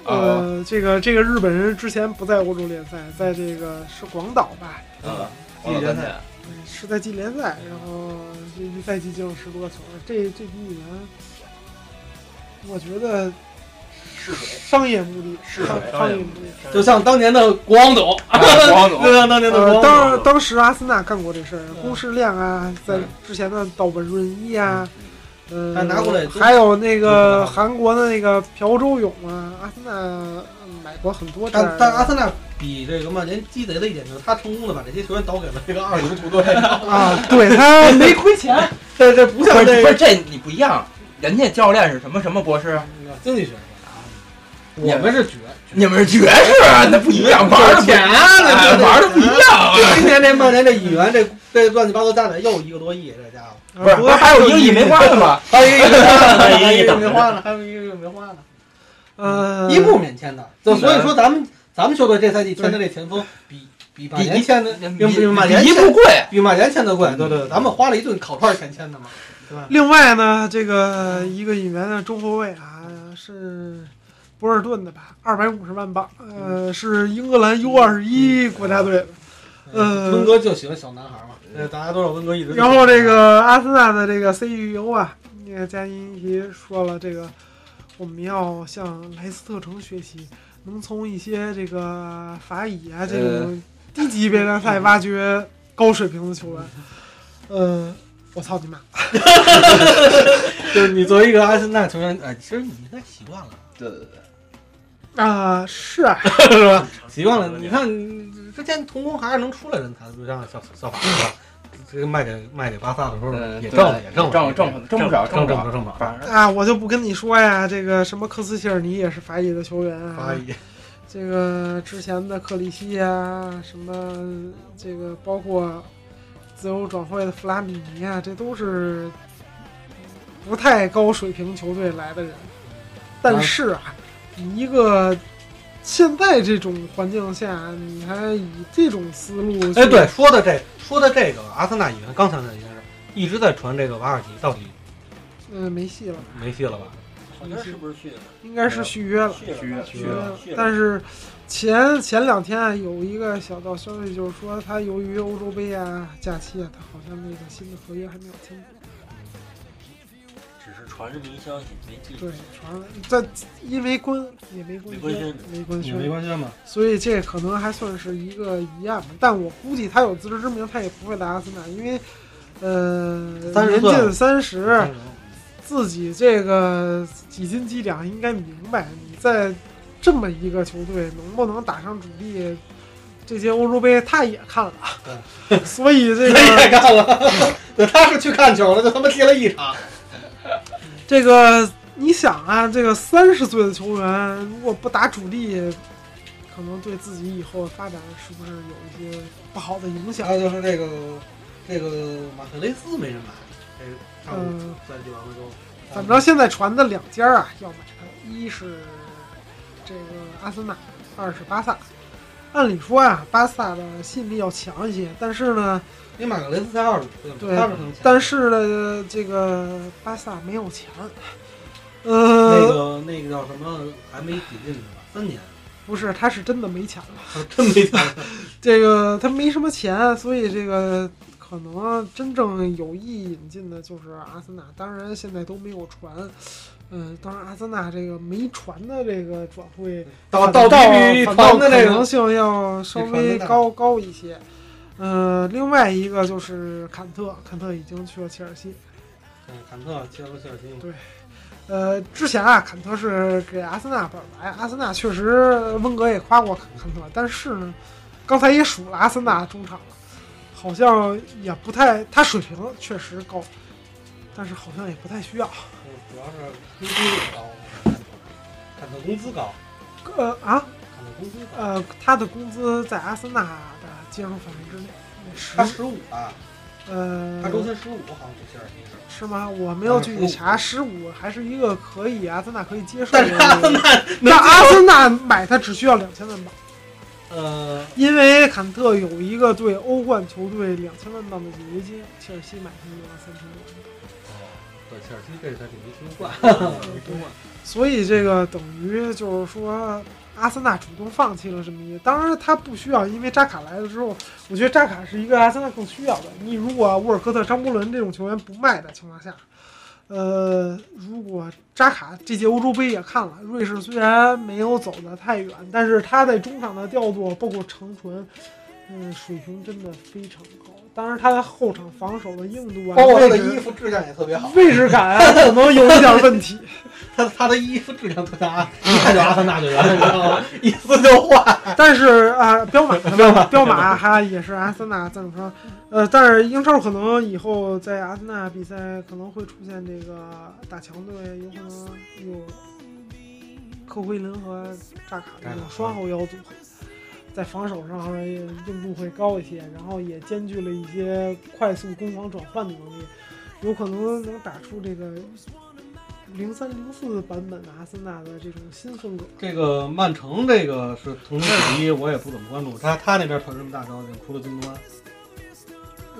Speaker 4: 哦嗯
Speaker 2: 呃，这个这个日本人之前不在欧洲联赛，在这个是广岛吧，
Speaker 4: 嗯，我老三千，
Speaker 2: 嗯是在季联赛，然后这一赛季进了十多个球，这这批引援，我觉得
Speaker 4: 是水，
Speaker 2: 商业目的
Speaker 4: 是
Speaker 2: 商
Speaker 4: 商
Speaker 2: 商
Speaker 4: 业
Speaker 2: 业
Speaker 4: 目
Speaker 2: 目的。
Speaker 3: 就像当年的国王总，
Speaker 4: 啊
Speaker 3: [LAUGHS]
Speaker 4: 王
Speaker 3: 就
Speaker 4: 总，
Speaker 3: 像当年的国
Speaker 2: 呃，
Speaker 3: 王总。
Speaker 2: 当当时阿森纳干过这事儿，
Speaker 3: 嗯
Speaker 2: 龚世亮啊，在
Speaker 4: 嗯
Speaker 2: 之前的岛本润一啊，呃，
Speaker 3: 还嗯拿过来
Speaker 2: 还有那
Speaker 3: 都
Speaker 2: 个
Speaker 3: 不知道
Speaker 2: 韩国的那个朴周勇啊，阿森纳呃买过很多这样的。
Speaker 3: 但但阿森纳比这个曼联鸡贼的一点就是，他成功的把这些球员倒给了这个二流球队，
Speaker 4: [LAUGHS]
Speaker 2: 啊，对
Speaker 3: [LAUGHS]
Speaker 2: 他没 [LAUGHS]
Speaker 3: 亏钱。这这不
Speaker 4: 不
Speaker 3: 像
Speaker 4: 是
Speaker 3: 这
Speaker 4: 不
Speaker 3: 个
Speaker 4: 是这你不一样，人家教练是什么什么博士啊？
Speaker 3: 经济学，
Speaker 4: 我
Speaker 3: 我
Speaker 4: 们
Speaker 3: 们是绝，
Speaker 4: 你们是爵士啊，那不一样，玩儿的不一样
Speaker 3: 那
Speaker 4: 玩儿的不一样啊。
Speaker 3: [LAUGHS] 今年这曼联这引援这这乱七八糟加起来又一个多亿，这家伙
Speaker 4: 不是，不是还有一个亿没花的吗？
Speaker 3: 还有一个亿没花呢，还有一个亿没
Speaker 5: 没
Speaker 3: 花
Speaker 5: 花
Speaker 3: 呢，还有一个亿没花呢，
Speaker 2: 呃
Speaker 3: 一步免签的。就所以说咱们咱们球队这赛季签的这前锋比比曼联签的比比曼联
Speaker 4: 一
Speaker 3: 签
Speaker 4: 不贵，
Speaker 3: 比曼联签的贵，对对，对咱们花了一顿烤串钱签的嘛。
Speaker 2: 另外呢，这个一个引援的中后卫啊，是博尔顿的吧，二百五十万镑，
Speaker 3: 嗯
Speaker 2: 呃，是英格兰 U 二十一国家队的。嗯
Speaker 3: 温哥就喜欢小男孩嘛，呃，大家都知道温哥一直。
Speaker 2: 然后这
Speaker 3: [LAUGHS]
Speaker 2: 个阿森纳的这个 CEO 啊，那个加尼奇说了，这个我们要向莱斯特城学习，能从一些这个法乙啊这种低级别联赛挖掘高水平的球员。呃，我操你妈！
Speaker 3: 就是你作为一个阿森纳球员，哎，其实你应该习惯了，
Speaker 4: 对对对，
Speaker 2: 啊、是啊，
Speaker 3: 是吧？习惯
Speaker 5: 嗯
Speaker 3: 了。你看之前童工还是能出来人才，就像小小法吧？这个卖给卖给巴萨的时候
Speaker 4: 嗯，
Speaker 3: 也挣了，
Speaker 4: 对
Speaker 3: 也挣了，
Speaker 4: 挣挣挣不少，
Speaker 3: 挣
Speaker 4: 不
Speaker 3: 挣
Speaker 4: 少，
Speaker 3: 挣不少。
Speaker 4: 反正
Speaker 2: 啊，我就不跟你说呀，这个什么科斯切尔尼也是法乙的球员啊，
Speaker 3: 法乙，
Speaker 2: 这个之前的克里希啊，什么这个包括自由转会的弗拉米尼啊，这都是不太高水平球队来的人。但是啊，你一个现在这种环境下，你还以这种思路去
Speaker 3: 哎，对，，说的这说的这个阿森纳演员，刚想起来一件事，一直在传这个瓦尔迪到底
Speaker 2: 嗯、没戏了，
Speaker 3: 没戏了吧？
Speaker 5: 好像是不是去了？
Speaker 2: 应该是续约了。
Speaker 5: 去了吧，
Speaker 4: 续
Speaker 2: 续
Speaker 4: 约
Speaker 3: 嗯
Speaker 5: 去
Speaker 2: 约了
Speaker 5: 了，去了。
Speaker 2: 但是前前两天啊有一个小道消息，就是说他由于欧洲杯啊假期啊，他好像那个新的合约还没有签订。
Speaker 5: 只是传这么一消息，没记
Speaker 2: 对，传了，但因为官也没官
Speaker 5: 没官宣
Speaker 2: 宣
Speaker 5: 的，
Speaker 2: 没官
Speaker 3: 嗯也没
Speaker 2: 宣，
Speaker 3: 关系嘛。
Speaker 2: 所以这可能还算是一个疑案吧。但我估计他有自知之明，他也不会来阿森纳，因为呃，
Speaker 3: 30
Speaker 2: 年
Speaker 3: 岁了
Speaker 2: 近三
Speaker 5: 嗯
Speaker 2: 十，
Speaker 3: [LAUGHS]
Speaker 2: 自己这个几斤几两应该明白，你在这么一个球队能不能打上主力，这些欧洲杯他也看了， [LAUGHS] 所以这
Speaker 3: 他也
Speaker 2: [LAUGHS] 个
Speaker 3: 哎干了，对，他是去看球了，就他妈踢了一场。
Speaker 2: 这个你想啊，这个三十岁的球员如果不打主力，可能对自己以后的发展是不是有一些不好的影响
Speaker 3: 还？有就是这个这个马特雷斯没人买，这个上午
Speaker 2: 嗯
Speaker 3: 在地方的时候，
Speaker 2: 怎么着？现在传的两家啊要买他，一是这个阿森纳，二是巴萨。按理说啊，巴萨的吸引力要强一些，但是呢，
Speaker 3: 因为马格雷斯才二十岁，
Speaker 2: 对
Speaker 3: 他是很强。
Speaker 2: 但是呢，这个巴萨没有钱。
Speaker 3: 那
Speaker 2: 呃，
Speaker 3: 个那个叫什么，还没挤进去吧？三年，
Speaker 2: 不是，他是真的没钱了。
Speaker 3: [LAUGHS] 真没钱。
Speaker 2: 这个他没什么钱，所以这个可能真正有意引进的就是阿森纳。当然现在都没有传，嗯、当然阿森纳这个没传的这个转会
Speaker 3: 到
Speaker 2: 到
Speaker 3: 到
Speaker 2: 比
Speaker 3: 比传的那
Speaker 2: 可能
Speaker 3: 个，
Speaker 2: 性要稍微高高一些。呃，另外一个就是坎特，坎特已经去了切尔西。
Speaker 3: 嗯坎特切入切尔西，
Speaker 2: 呃，之前啊，坎特是给阿森纳本来，阿森纳确实温格也夸过坎坎特，但是呢，刚才也数了阿森纳中场了，好像也不太，他水平确实高，但是好像也不太需要。
Speaker 3: 主要是工资高，坎特工资高，
Speaker 2: 呃啊，
Speaker 3: 坎特工资高，
Speaker 2: 呃，他的工资在阿森纳的接受范围之内，十
Speaker 3: 他十五啊，
Speaker 2: 呃，
Speaker 3: 他周薪十五，好像不切尔西是。
Speaker 2: 是吗？我没有具体查，十五还是一个可以阿森纳可以接受的。
Speaker 3: 但是阿森纳
Speaker 2: 但阿森纳买他只需要两千万镑，
Speaker 3: 呃，
Speaker 2: 因为坎特有一个对欧冠球队两千万镑的违约金，切尔西买他就要三千多，
Speaker 3: 哦对切尔西这是他顶级欧 [LAUGHS] 冠，嗯
Speaker 2: 对所以这个等于就是说。阿森纳主动放弃了这么一个，当然他不需要，因为扎卡来了之后，我觉得扎卡是一个阿森纳更需要的。你如果沃尔科特、张伯伦这种球员不卖的情况下，呃，如果扎卡这届欧洲杯也看了，瑞士虽然没有走得太远，但是他在中场的调度，啊包括长传，嗯，水平真的非常高。当然，他的后场防守的硬度啊，
Speaker 3: 包括他
Speaker 2: 位
Speaker 3: 的
Speaker 2: 置
Speaker 3: 衣服质量也特别好，
Speaker 2: 位置感啊，可能有一点问题。
Speaker 3: 他他的衣服质量特别好， [LAUGHS] 一看就阿森纳球员，你知道 [LAUGHS] 吗？一撕就换。
Speaker 2: 但是啊，彪 [LAUGHS] 马彪马彪马还也是阿森纳赞助商，呃，但是英超可能以后在阿森纳比赛可能会出现这个打强队，有可能有科奎林和扎卡这种双后腰组合，在防守上也硬度会高一些，然后也兼具了一些快速攻防转换的能力，有可能能打出这个零三零四版本的阿森纳的这种新风格。
Speaker 3: 这个曼城这个是同事第一，我也不怎么关注他，他那边传这么大消息，除了京东安，啊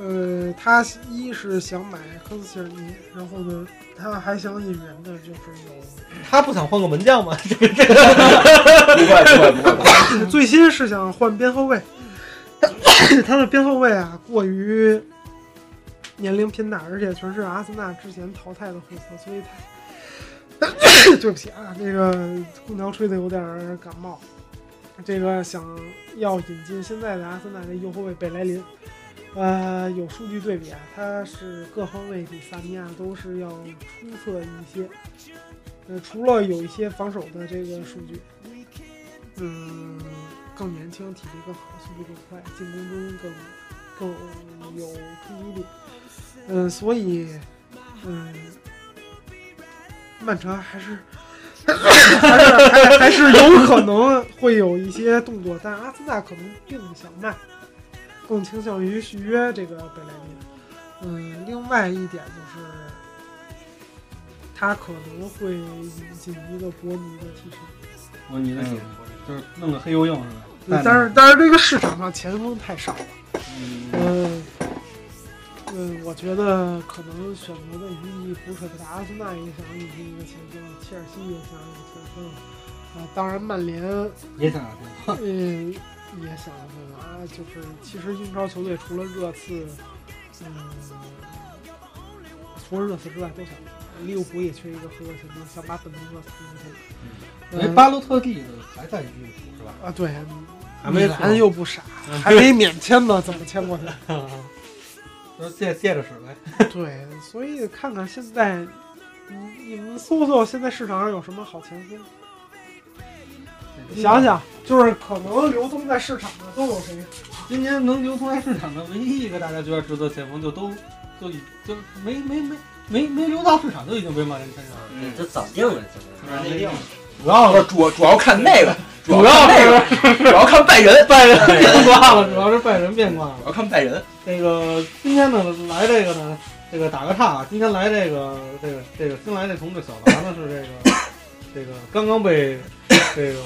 Speaker 2: 呃，他一是想买科斯切尔尼，然后呢，他还想引援的就是
Speaker 3: 他不想换个门将吗？这个这个
Speaker 4: 不会不会不会不会，
Speaker 2: 有，最新是想换边后卫， [COUGHS] 他的边后卫啊过于年龄偏大，而且全是阿森纳之前淘汰的货色，所以他 [COUGHS] 对不起啊，这个空调吹的有点儿感冒。这个想要引进现在的阿森纳的右后卫贝莱林，呃，有数据对比啊，他是各方位比萨尼亚啊都是要出色一些，呃，除了有一些防守的这个数据，嗯，更年轻，体力更好，速度更快，进攻中更更有冲击力，嗯、所以，嗯，曼城还是 [COUGHS] 还是还还是有可能会有一些动作，但阿森纳可能并不想卖，更倾向于续约这个贝莱尼。嗯，另外一点就是，他可能会引进一个伯尼的替身。
Speaker 3: [LAUGHS] 我你的
Speaker 4: 嗯
Speaker 3: 就是弄个黑油硬是吧？
Speaker 2: 嗯但是但是这个市场上前锋太少了，
Speaker 3: 嗯，
Speaker 2: 嗯嗯，我觉得可能选择的余地不是很大。阿森纳也想引进一个前锋，切尔西也想一个前锋，啊、当然曼
Speaker 3: [LAUGHS]
Speaker 2: 联，
Speaker 3: 也想要啊
Speaker 2: 嗯，也想那个啊，就是其实英超球队除了热刺，嗯，除了热刺之外都想，利物浦也缺一个合格前锋，想把本泽马引进
Speaker 3: 哎，
Speaker 2: 去。
Speaker 3: 巴洛特利的还在利物浦是吧？
Speaker 2: 啊，对，
Speaker 3: 还
Speaker 2: 米
Speaker 3: 没
Speaker 2: 兰又不傻，
Speaker 3: 嗯
Speaker 2: 还没免签呢，怎么签过去？嗯
Speaker 3: 就是借借着使呗。
Speaker 2: [LAUGHS] 对，所以看看现在，你你们搜搜现在市场上有什么好前锋，嗯
Speaker 3: 嗯
Speaker 2: 想想就是可能流通在市场的都有谁？
Speaker 3: 今年能流通在市场的唯一一个大家觉得值得前锋，就都就已就没没没没没流到市场，就已经被曼联签上了。
Speaker 4: 嗯
Speaker 5: 这早定了，这不是？
Speaker 4: 内定了
Speaker 3: 主要
Speaker 4: 不是主主要看那个，主
Speaker 3: 主
Speaker 4: 要
Speaker 3: 要
Speaker 4: 看那个，
Speaker 3: 是
Speaker 4: 主要看拜仁，
Speaker 3: 拜仁变卦了，主要是拜仁变卦了
Speaker 4: 主。要看拜仁。
Speaker 3: 这个今天呢来这个呢，这个打个岔啊，今天来这个这个这个新来这同志小达呢是这个这个刚刚被这个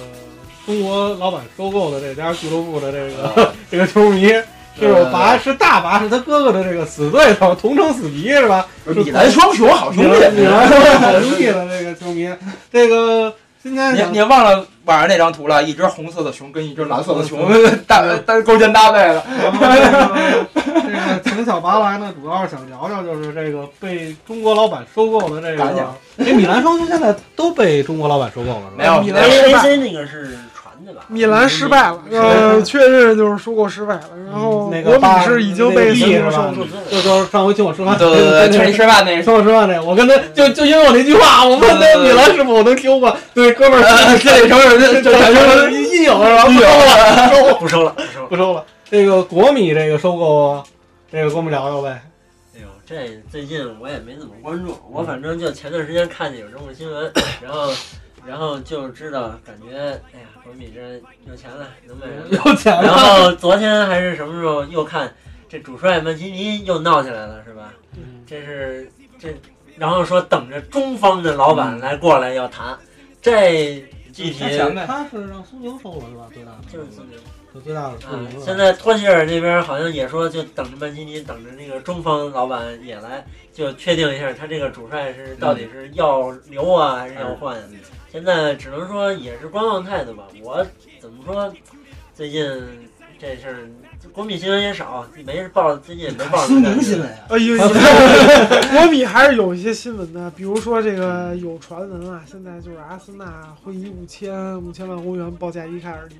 Speaker 3: 中国老板收购的这家俱乐部的这
Speaker 4: 啊
Speaker 3: 个这个球迷。是我拔，是大拔，是他哥哥的这个死对头，同城死敌是吧？
Speaker 4: 不是米兰双雄好兄
Speaker 3: 你来，
Speaker 4: 弟，
Speaker 3: 你来，好兄弟了，这个球迷，这个今天
Speaker 4: 你
Speaker 3: 想
Speaker 4: 你忘了晚上那张图了？一只红色的熊跟一只蓝色的熊搭
Speaker 3: 嗯
Speaker 4: 搭勾肩搭背了。
Speaker 3: 然后这个请小拔来呢，主要是想聊聊就是这个被中国老板收购的这
Speaker 4: 感
Speaker 3: 个
Speaker 4: 想，
Speaker 3: 哎，米兰双雄现在都被中国老板收购了，是吧？
Speaker 4: 没有
Speaker 2: 啊米兰失
Speaker 5: A
Speaker 2: 败，
Speaker 5: C 那个是传的吧？
Speaker 2: 米兰失败了，呃，确认就是收购失败了。然后
Speaker 3: 嗯那
Speaker 2: 国
Speaker 3: 个
Speaker 2: 米
Speaker 3: 巴
Speaker 2: 是已经被
Speaker 3: 那个
Speaker 2: 所
Speaker 3: 利
Speaker 2: 有
Speaker 3: 是吧
Speaker 2: 收
Speaker 5: 注
Speaker 2: 购。
Speaker 5: 册
Speaker 3: 就说上回请我吃饭，
Speaker 4: 对对对，请你吃饭那
Speaker 3: 你
Speaker 4: 是。
Speaker 3: 请我吃饭那，我跟他就就因为我那句话，我问
Speaker 4: 呃
Speaker 3: 他米兰是否能收购，对哥们 [LAUGHS] 儿，
Speaker 4: 这里成本这这
Speaker 3: 产
Speaker 4: 这
Speaker 3: 生了阴影是吧？不收了，不收了
Speaker 5: 不收了，不收了。
Speaker 3: 不收了。这个国米这个收购，啊这个跟我们聊聊呗。
Speaker 5: 哎呦，这最近我也没怎么关注，我反正就前段时间看见有这么新闻，然后，然后就知道，感觉哎呀，国米这有钱了，能买人了。
Speaker 3: 有钱
Speaker 5: 然
Speaker 3: 了，
Speaker 5: 后昨天还是什么时候又看这主帅曼奇尼又闹起来了，是吧？
Speaker 4: 嗯
Speaker 5: 这是这，然后说等着中方的老
Speaker 2: 嗯
Speaker 5: 板来过来要谈，这具体
Speaker 4: 呗。
Speaker 3: 他是让苏宁收了是吧？最大的
Speaker 5: 就是这么一个
Speaker 3: 就最大的
Speaker 5: 啊
Speaker 2: 嗯
Speaker 4: 嗯
Speaker 3: 数，
Speaker 5: 现在托希尔那边好像也说，就等着曼基尼，等着那个中方老板也来，就确定一下他这个主帅是到
Speaker 2: 嗯
Speaker 5: 底是要留啊，还是要换啊。现在只能说也是观望态度吧。我怎么说，最近这事儿，国米新闻也少，没报，最近也没报什么感觉。
Speaker 4: 呀，
Speaker 2: 哎
Speaker 5: [LAUGHS]
Speaker 2: 呦，你看国米还是有一些新闻的，比如说这个有传闻啊，现在就是阿森纳会以五千五千万欧元报价伊凯
Speaker 5: [LAUGHS]
Speaker 2: 尔迪。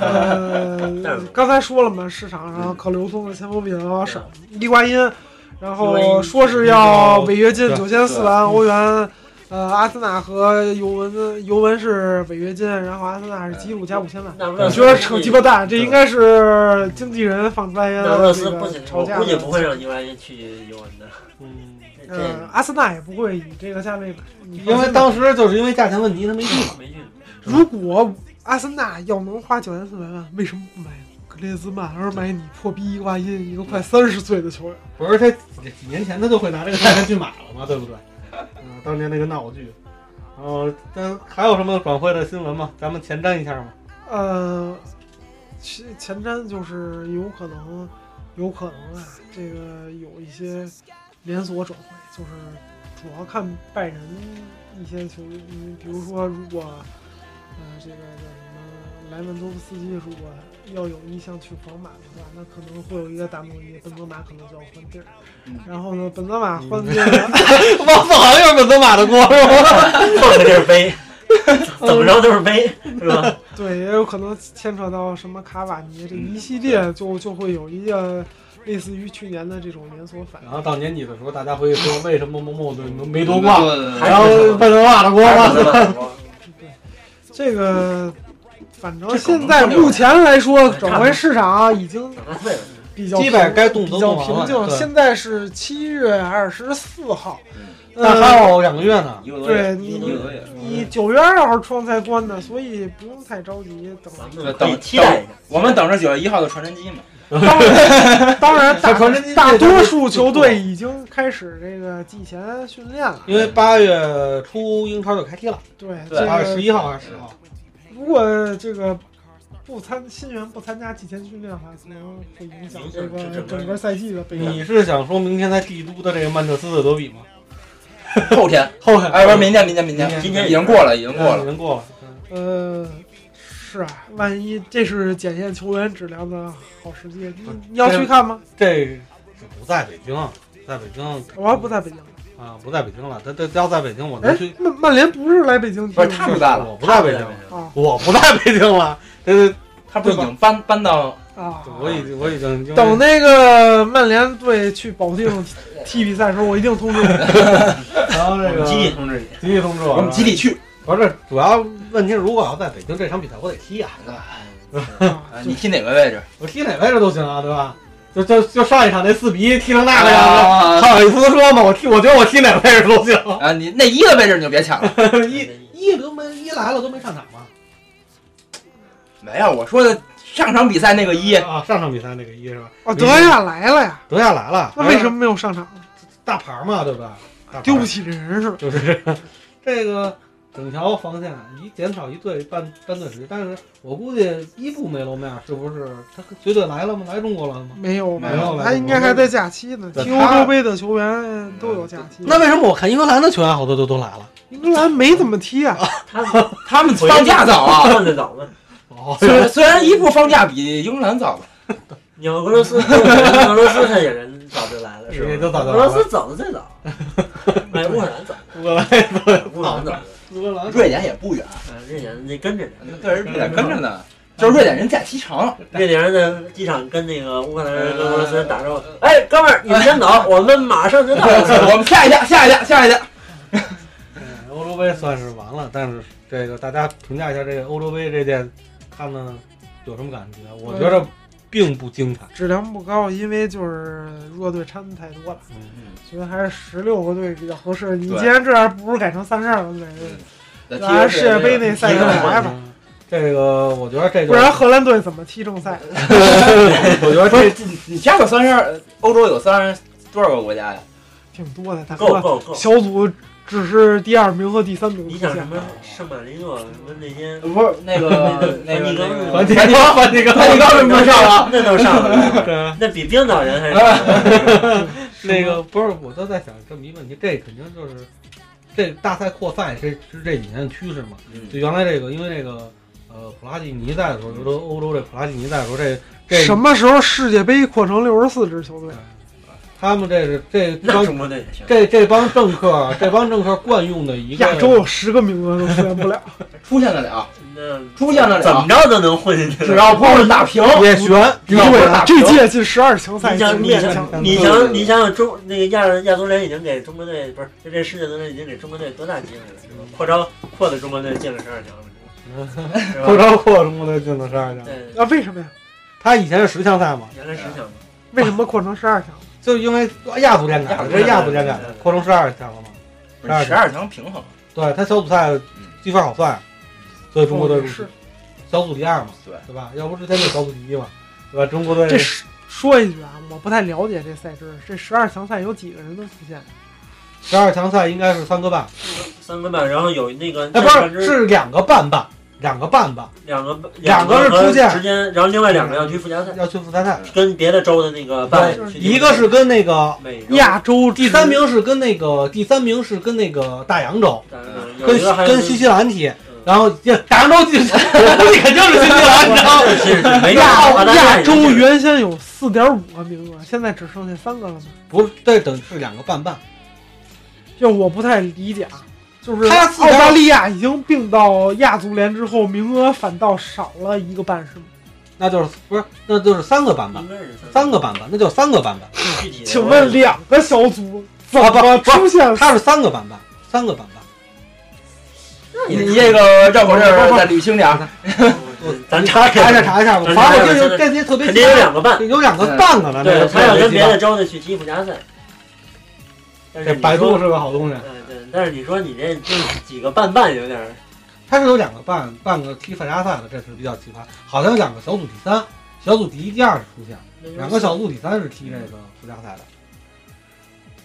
Speaker 2: 呃，刚才说了嘛，市场上可流通的前锋比较少，伊瓜因，然
Speaker 5: 伊瓜
Speaker 2: 后
Speaker 5: 因
Speaker 2: 说是要违约金
Speaker 3: 对
Speaker 2: 九千四万欧元。呃，阿森纳和尤文，尤文是违约金，然后阿森纳是基鲁加五千万。
Speaker 5: 那不勒
Speaker 2: 我
Speaker 5: 斯
Speaker 2: 觉得扯鸡巴蛋，这应该是经纪人放出来的
Speaker 5: 那不勒斯
Speaker 2: 这
Speaker 5: 不仅
Speaker 2: 个
Speaker 5: 我
Speaker 2: 吵架
Speaker 5: 估计
Speaker 2: 的
Speaker 5: 不会让伊万因去尤文的。
Speaker 3: 嗯，
Speaker 5: 这
Speaker 2: 嗯，
Speaker 5: 这
Speaker 2: 阿森纳也不会以这个价位买，你
Speaker 3: 因
Speaker 2: 放
Speaker 3: 为
Speaker 2: 心吧
Speaker 3: 当时就是因为价钱问题，他没去。
Speaker 5: 没去。
Speaker 2: 如果阿森纳要能花九千四百万，为什么不买格列兹曼，而买你破逼伊瓜因一个快三十岁的球员？
Speaker 3: 不是他几年前他就会拿这个价钱去买了嘛，对不对？嗯，当年那个闹剧。然后，但还有什么转会的新闻吗？咱们前瞻一下嘛。
Speaker 2: 呃，其前瞻就是有可能，有可能啊，这个有一些连锁转会，就是主要看拜仁一些球员，你比如说如果呃这个叫什么莱万多夫斯基如果要有意向去皇马的话，那可能会有一个大诺伊，本泽马可能就要换地儿，
Speaker 4: 嗯
Speaker 2: 然后呢，本泽马换地儿，
Speaker 3: 王子好像又是本泽马的锅是吧？
Speaker 5: 换个地儿背，怎么着都是背，是吧？
Speaker 2: 对，也有可能牵扯到什么卡瓦尼这
Speaker 3: 嗯
Speaker 2: 一系列就就会有一个类似于去年的这种连锁反应
Speaker 3: 然。后到年底的时候，大家会说为什么某某队没夺
Speaker 4: 挂
Speaker 3: 冠？。
Speaker 5: 还
Speaker 3: 然后本泽马的锅吗？
Speaker 2: 这个，反正现在目前来说，转会市场啊已经比较
Speaker 3: 基本上该动
Speaker 2: 比
Speaker 3: 都
Speaker 2: 较
Speaker 3: 动完了
Speaker 2: 平静。
Speaker 3: 对
Speaker 2: 现在是七月二十四号，
Speaker 3: 但
Speaker 2: 呃，
Speaker 3: 嗯还有两个月呢。
Speaker 4: 一个多月，
Speaker 2: 对你
Speaker 4: 一个多月。
Speaker 2: 你九月二号窗才关的，所以不用太着急。等
Speaker 5: 咱们可以期待一下。
Speaker 4: 我们等着九月一号的传真机嘛。
Speaker 2: 当然，当然
Speaker 3: 小传真
Speaker 2: 大大
Speaker 3: 机
Speaker 2: 多数球队已经开始这个季前训练了。
Speaker 3: 因为八月初英超就开踢了，
Speaker 2: 对，这
Speaker 4: 对
Speaker 3: 二十
Speaker 2: 个
Speaker 3: 一号还是十号？
Speaker 2: 如果这个不参新员不参加季前训练的话，可能会影响这
Speaker 3: [LAUGHS]
Speaker 2: 个
Speaker 3: 嗯
Speaker 5: 影响整个
Speaker 2: 整个赛季的备战。
Speaker 3: 你是想说明天在帝都的这个曼彻斯特德比吗？
Speaker 4: [LAUGHS] 后天，
Speaker 3: 后天
Speaker 4: 哎，不是明天，明天，
Speaker 3: 明
Speaker 4: 明天，
Speaker 3: 天
Speaker 5: 今天
Speaker 4: 已经过了，已经过
Speaker 3: 已
Speaker 4: 了。
Speaker 3: 经过了。嗯
Speaker 2: 呃，是啊，万一这是检验球员质量的好时机，你你要去看吗？
Speaker 3: 嗯这不在北京，在北京
Speaker 2: 我还不在北京呢。
Speaker 3: 啊，不在北京了。他他要在北京，我能
Speaker 2: 哎
Speaker 3: 去。，
Speaker 2: 曼曼联不是来北京踢
Speaker 4: 不是
Speaker 2: 吗？
Speaker 4: 他不在了，
Speaker 3: 我不在北京，
Speaker 2: 啊
Speaker 3: 我不在北京了。呃，
Speaker 4: 嗯他不是已经搬搬到
Speaker 2: 啊！
Speaker 3: 我已经我已经
Speaker 2: 等那个曼联队去保定 [LAUGHS] 踢比赛的时候，我一定通知
Speaker 3: [LAUGHS]
Speaker 2: 你。
Speaker 3: 然后这个
Speaker 5: 集
Speaker 3: 集
Speaker 5: 体通知你，
Speaker 3: 体通知
Speaker 4: 我们集体去。
Speaker 3: 不是主要问题，如果要在北京这场比赛，我得踢啊，
Speaker 2: 啊
Speaker 4: 啊你踢哪个位置？
Speaker 3: 我踢哪位置都行啊，对吧？就就就上一场那四比一踢成那个样子，
Speaker 4: 啊啊
Speaker 3: 好意思说吗？我踢，我觉得我踢哪位置都行。 [LAUGHS]
Speaker 4: 啊！你内衣的位置你就别抢了。
Speaker 3: 一一都没一来了都没上场嘛。
Speaker 4: [LAUGHS] 没有，我说的上场比赛那个一，
Speaker 3: 啊，上场比赛那个一是吧？
Speaker 2: 哦，德亚来了呀，
Speaker 3: 德亚来了，
Speaker 2: 那为什么没有
Speaker 3: 嗯
Speaker 2: 上场？
Speaker 3: 大牌嘛，对吧？大牌 [LAUGHS]
Speaker 2: 丢不起这人是吧？
Speaker 3: 就是这个。整条防线一减少一队半半队时间。但是我估计伊布梅罗梅尔是不是他绝对来了吗？来中国了吗？
Speaker 2: 没有吧
Speaker 4: 没
Speaker 3: 有了
Speaker 2: 他应该还在假期呢。
Speaker 3: 对
Speaker 2: 踢
Speaker 3: 他
Speaker 2: 欧洲杯的球员都有假期。
Speaker 3: 那为什么我看英格兰的球员好多都都来了？
Speaker 2: 英格兰没怎么踢啊，
Speaker 5: 他们
Speaker 4: 他们
Speaker 5: 回
Speaker 4: 放假早 [LAUGHS] 啊，
Speaker 5: 放的早嘛。
Speaker 3: 哦，
Speaker 4: 虽然虽然伊布放假比英格兰早吧，
Speaker 5: 你俄罗斯，俄罗斯他也人早就来了，是
Speaker 3: 也
Speaker 5: 吧？
Speaker 3: 都早就
Speaker 5: 俄
Speaker 3: 来
Speaker 5: 罗
Speaker 3: 了。
Speaker 5: 斯走的最早，哎，乌克兰走，
Speaker 3: 乌克兰，
Speaker 5: 乌克兰走，
Speaker 3: 乌克兰，
Speaker 4: 瑞典也不远，
Speaker 5: 嗯，瑞典那跟着呢。
Speaker 4: 对，瑞典跟着呢，就是瑞典人假期 [LAUGHS] 长，
Speaker 5: 瑞典人在机场跟那个乌克兰人、跟俄罗斯人打招呼，哎，哥们儿，你们先走，我们马上就到。
Speaker 4: 我们下一家，下一家，下一家，
Speaker 3: 嗯欧洲杯算是完了，但是这个大家评价一下这个欧洲杯这件，看呢有什么感觉？我觉得并不精彩。
Speaker 2: 质量不高，因为就是弱队掺太多了。
Speaker 3: 嗯，
Speaker 2: 觉得还是十六个队比较合适。你
Speaker 4: 对
Speaker 2: 既然这样，不如改成三十二个队，
Speaker 4: 那
Speaker 2: 咱世界杯那赛
Speaker 4: 哎
Speaker 5: 一
Speaker 2: 制
Speaker 5: 个
Speaker 2: 来吧，
Speaker 3: 嗯这个我觉得这
Speaker 2: 不
Speaker 3: 个 [LAUGHS]
Speaker 2: 然，荷兰队怎么踢正赛？
Speaker 4: 我觉得这你加个三十二，欧洲有三十多少个国家呀？
Speaker 2: 挺多的，大
Speaker 5: 够
Speaker 2: 哥。
Speaker 5: 够够！
Speaker 2: 小组只是第二名和第三名
Speaker 5: 你
Speaker 2: 出
Speaker 5: 想什
Speaker 2: 现，
Speaker 5: 么圣马力诺，什么那些
Speaker 4: 不是那 [LAUGHS] 个那个
Speaker 3: 梵
Speaker 4: 那个
Speaker 3: 蒂冈，梵蒂冈，
Speaker 4: 梵蒂冈为什么上了？
Speaker 5: 那都上了，
Speaker 3: 对
Speaker 5: 那比冰岛人还少。
Speaker 3: 那个不是，我都在想这么一问题，这肯定就是这大赛扩赛这是这几年的趋势嘛？
Speaker 4: 嗯
Speaker 3: 就原来这个，因为这个呃普拉蒂尼在的时候，欧洲欧洲这普拉蒂尼在的时候，这这
Speaker 2: 什么时候世界杯扩成六十四支球队？
Speaker 3: 他们这是这
Speaker 5: 那
Speaker 3: 帮
Speaker 5: 中国队也行，
Speaker 3: 这这帮政客啊，这帮政客惯用的一个
Speaker 2: 亚洲有十个名额都实现不了，
Speaker 4: 出现得了，
Speaker 5: 那
Speaker 4: 啊出现得
Speaker 5: 怎么
Speaker 4: 了，
Speaker 5: 着都能混进去。
Speaker 4: 啊只要碰上大平，
Speaker 3: 也悬，
Speaker 4: 只要碰上大平
Speaker 2: 这，届进十二强赛
Speaker 5: 你想，
Speaker 2: 进
Speaker 5: 你
Speaker 2: 入
Speaker 5: 也
Speaker 2: 一
Speaker 5: 想
Speaker 2: 强，，
Speaker 5: 你想，你想想中那个亚亚足联已经给中国队不是，就这世界足联已经给中国队多大机会了，是吧？扩招扩的中国队进了十二强了，是
Speaker 3: 不
Speaker 5: 吧？
Speaker 3: 招扩中国队进了十二强。
Speaker 5: 对，
Speaker 2: 啊？为什么呀？
Speaker 3: 他以前是十强赛嘛，
Speaker 5: 原来十强嘛，
Speaker 2: 为什么扩成十二强？
Speaker 3: 就因为亚足联改的，这是亚足联改的，扩成十二强了嘛。
Speaker 4: 十二强平衡，
Speaker 3: 对他小组赛积分好算，所 [LAUGHS] 以中国队入
Speaker 2: 是
Speaker 3: 小组第二嘛，
Speaker 4: 对，
Speaker 3: 对吧？要不之前就小组第一嘛，对吧？中国队
Speaker 2: 这是说一句啊，我不太了解这赛制，这十二强赛有几个人能出现？
Speaker 3: 十二强赛应该是三个半，
Speaker 5: 三个半，然后有那个
Speaker 3: 哎，不
Speaker 5: 那
Speaker 3: 是
Speaker 5: 个
Speaker 3: 是两个半半，两个半半
Speaker 5: 两个
Speaker 3: 两个是出线
Speaker 5: 之间，然后另外两个要去附加赛，
Speaker 3: 要去复赛赛，
Speaker 5: 跟别的州的那个半
Speaker 2: 对
Speaker 5: 去
Speaker 3: 一个是跟那个
Speaker 5: 美洲
Speaker 2: 亚洲
Speaker 3: 第三，名是跟那个第三名是跟那个大洋洲，
Speaker 5: 但是有
Speaker 3: 跟
Speaker 5: 一个还
Speaker 3: 跟新西兰踢，
Speaker 5: 嗯
Speaker 3: 然后这大洋洲进， [LAUGHS] 我估计肯定是新西兰，你知道吗？
Speaker 5: 是是是没有澳
Speaker 2: 亚
Speaker 5: 大利亚
Speaker 2: 亚
Speaker 5: 也
Speaker 2: 洲
Speaker 5: 是
Speaker 2: 原先有四点五个名额，现在只剩下三个了吗？
Speaker 3: 不是，这等于是两个半半，
Speaker 2: 就我不太理解啊，就是
Speaker 3: 他自
Speaker 2: 澳
Speaker 3: 然
Speaker 2: 大利亚已经并到亚足联之后，名额反倒少了一个半，是吗？
Speaker 3: 那就是不是，那就是三个半半
Speaker 5: 应，该是
Speaker 3: 三个半半，那就是三个半半，
Speaker 5: 具体的
Speaker 2: 请
Speaker 5: 我
Speaker 2: 问
Speaker 5: 也
Speaker 2: 两个小组怎
Speaker 3: 啊不
Speaker 2: 么
Speaker 3: 不
Speaker 2: 出现？
Speaker 3: 他是三个半半，三个半半。
Speaker 5: 那也
Speaker 4: 你
Speaker 5: 是
Speaker 4: 这个绕口令儿再捋清点儿，
Speaker 5: 咱查
Speaker 3: 查一下，查一下吧，反正我这就这些特别
Speaker 5: 肯定有两个半。
Speaker 3: [LAUGHS] 有两个半个了，那
Speaker 5: 对
Speaker 3: 个
Speaker 5: 他要跟别的州的去踢附加赛。但是
Speaker 3: 这
Speaker 5: 你
Speaker 3: 百度
Speaker 5: 说，
Speaker 3: 是个好东西，
Speaker 5: 嗯，对，但是你说你这就是几个半半有点儿，
Speaker 3: 它是有两个半半个踢附加赛的，这是比较奇葩。好像有两个小组第三、小组第一、第二是出现，两个
Speaker 5: 呃
Speaker 3: 小组第三是踢这个附加赛的，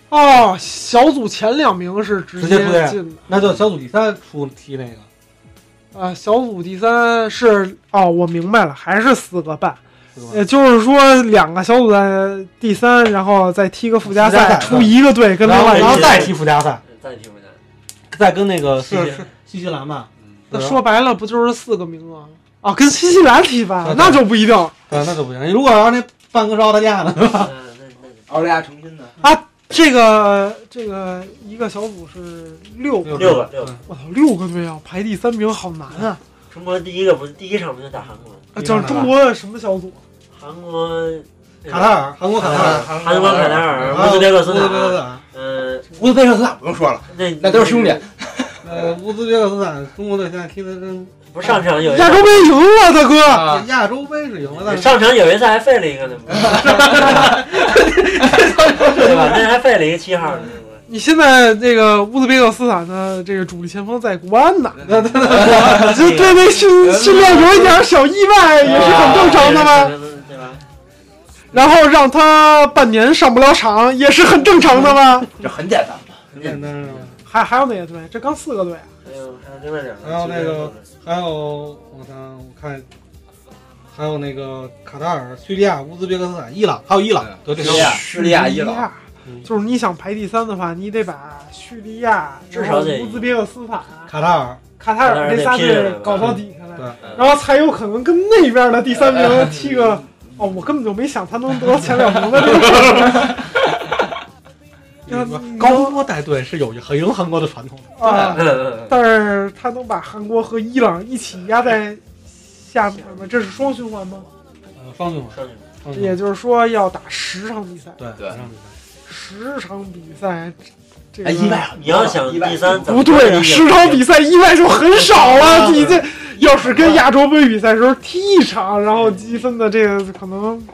Speaker 2: 哦，小组前两名是直
Speaker 3: 直接出现
Speaker 2: 进的
Speaker 3: 那就小组第三出踢那个。
Speaker 2: 啊，小组第三是哦，我明白了，还是四个半，
Speaker 3: 对吧
Speaker 2: 也就是说两个小组在第三，然后再踢个附加
Speaker 3: 附加
Speaker 2: 赛，
Speaker 3: 赛
Speaker 2: 出一个队跟另
Speaker 3: 然后
Speaker 2: 外一
Speaker 3: 然
Speaker 2: 个
Speaker 3: 后再踢附加赛，
Speaker 5: 再听不见。
Speaker 3: 再跟那个是
Speaker 5: 谢谢
Speaker 3: 是新西兰吧？
Speaker 5: 嗯
Speaker 2: 那说白了不就是四个名额吗？啊，跟新西兰踢吧
Speaker 3: 对，
Speaker 2: 那就不一定了。
Speaker 3: 对，那就不行。如果要是那半个是澳大利亚呢？ [LAUGHS]
Speaker 5: 嗯那那
Speaker 4: 澳大利亚成新的，
Speaker 2: 这个这个一个小组是六个，
Speaker 3: [LAUGHS]
Speaker 5: 六个六
Speaker 3: 嗯
Speaker 5: 个，
Speaker 2: 我操，六个队啊，排第三名好难啊！
Speaker 5: 中国第一个不是第一场不就打韩国吗？
Speaker 2: 啊就是中国的什么小组？
Speaker 5: 韩国
Speaker 3: 卡塔尔，韩国卡塔
Speaker 4: 啊
Speaker 3: 尔，
Speaker 5: 韩国卡塔尔，
Speaker 3: 啊
Speaker 5: 乌兹别克斯
Speaker 3: 乌兹别克斯
Speaker 5: 坦，
Speaker 3: 坦，
Speaker 5: 嗯，
Speaker 4: 乌兹别克斯坦不用说了，
Speaker 5: 那
Speaker 4: 那都是兄弟，
Speaker 3: 呃，乌兹别克斯坦，中国队现在踢的真
Speaker 5: 不是上场有一
Speaker 2: 亚洲杯赢了，大哥，
Speaker 4: 啊，
Speaker 3: 亚洲杯是赢了，但是
Speaker 5: 上场有一次还废了一个呢，对吧？那还废了一个七号呢，
Speaker 2: 你现在这个乌兹别克斯坦的这个主力前锋在国安呢，
Speaker 4: 那那
Speaker 2: [LAUGHS] 这对那训训练有一点小意外也是很正常的吗？
Speaker 5: 对吧？
Speaker 2: 然后让他半年上不了场也是很正常的吗？ [LAUGHS]
Speaker 4: 这很简单嘛，嗯
Speaker 3: 简单是吧？
Speaker 2: 还还有哪个队？这刚四个队啊，
Speaker 5: 嗯还有还有另外两个，
Speaker 3: 还有那个还有我看我看，还有那个卡塔尔、叙利亚、乌兹别克斯坦、伊朗，还有伊朗，得这
Speaker 4: 叙
Speaker 3: 条
Speaker 4: 利亚、叙利亚、伊
Speaker 2: 伊
Speaker 4: 朗，
Speaker 2: 朗，就是你想排第三的话，你得把叙利亚、
Speaker 5: 至少得
Speaker 2: 然后乌兹别克斯坦、啊
Speaker 3: 卡塔尔，
Speaker 2: 卡塔尔这仨
Speaker 5: 卡塔尔得拼
Speaker 2: 队
Speaker 5: 了
Speaker 2: 搞到底下来
Speaker 3: 对，
Speaker 2: 然后才有可能跟那边的第三名踢个。哦，我根本就没想他能得到前两名的这个事儿。
Speaker 3: 就是说
Speaker 2: 嗯
Speaker 3: 高波带队是有很赢韩国的传统的。
Speaker 2: 啊，
Speaker 5: 嗯嗯
Speaker 2: 但是他能把韩国和伊朗一起压在下面吗？这是双循环吗？
Speaker 3: 呃，方俊文
Speaker 2: 啊
Speaker 5: 嗯，剩下
Speaker 3: 方俊
Speaker 2: 也
Speaker 3: 文，
Speaker 2: 就是说要打十场比赛，
Speaker 3: 对
Speaker 4: 对
Speaker 3: 上礼
Speaker 2: 十场比赛，这个
Speaker 4: 哎，意外很多啊，
Speaker 5: 你要想
Speaker 4: 意外
Speaker 5: 第三
Speaker 4: 很多
Speaker 5: 怎
Speaker 2: 不
Speaker 5: 么
Speaker 2: 对啊，十场比赛意外就很少了。你这要是跟亚洲杯比赛的时候踢一场，然后积分的这个可能
Speaker 3: 拜，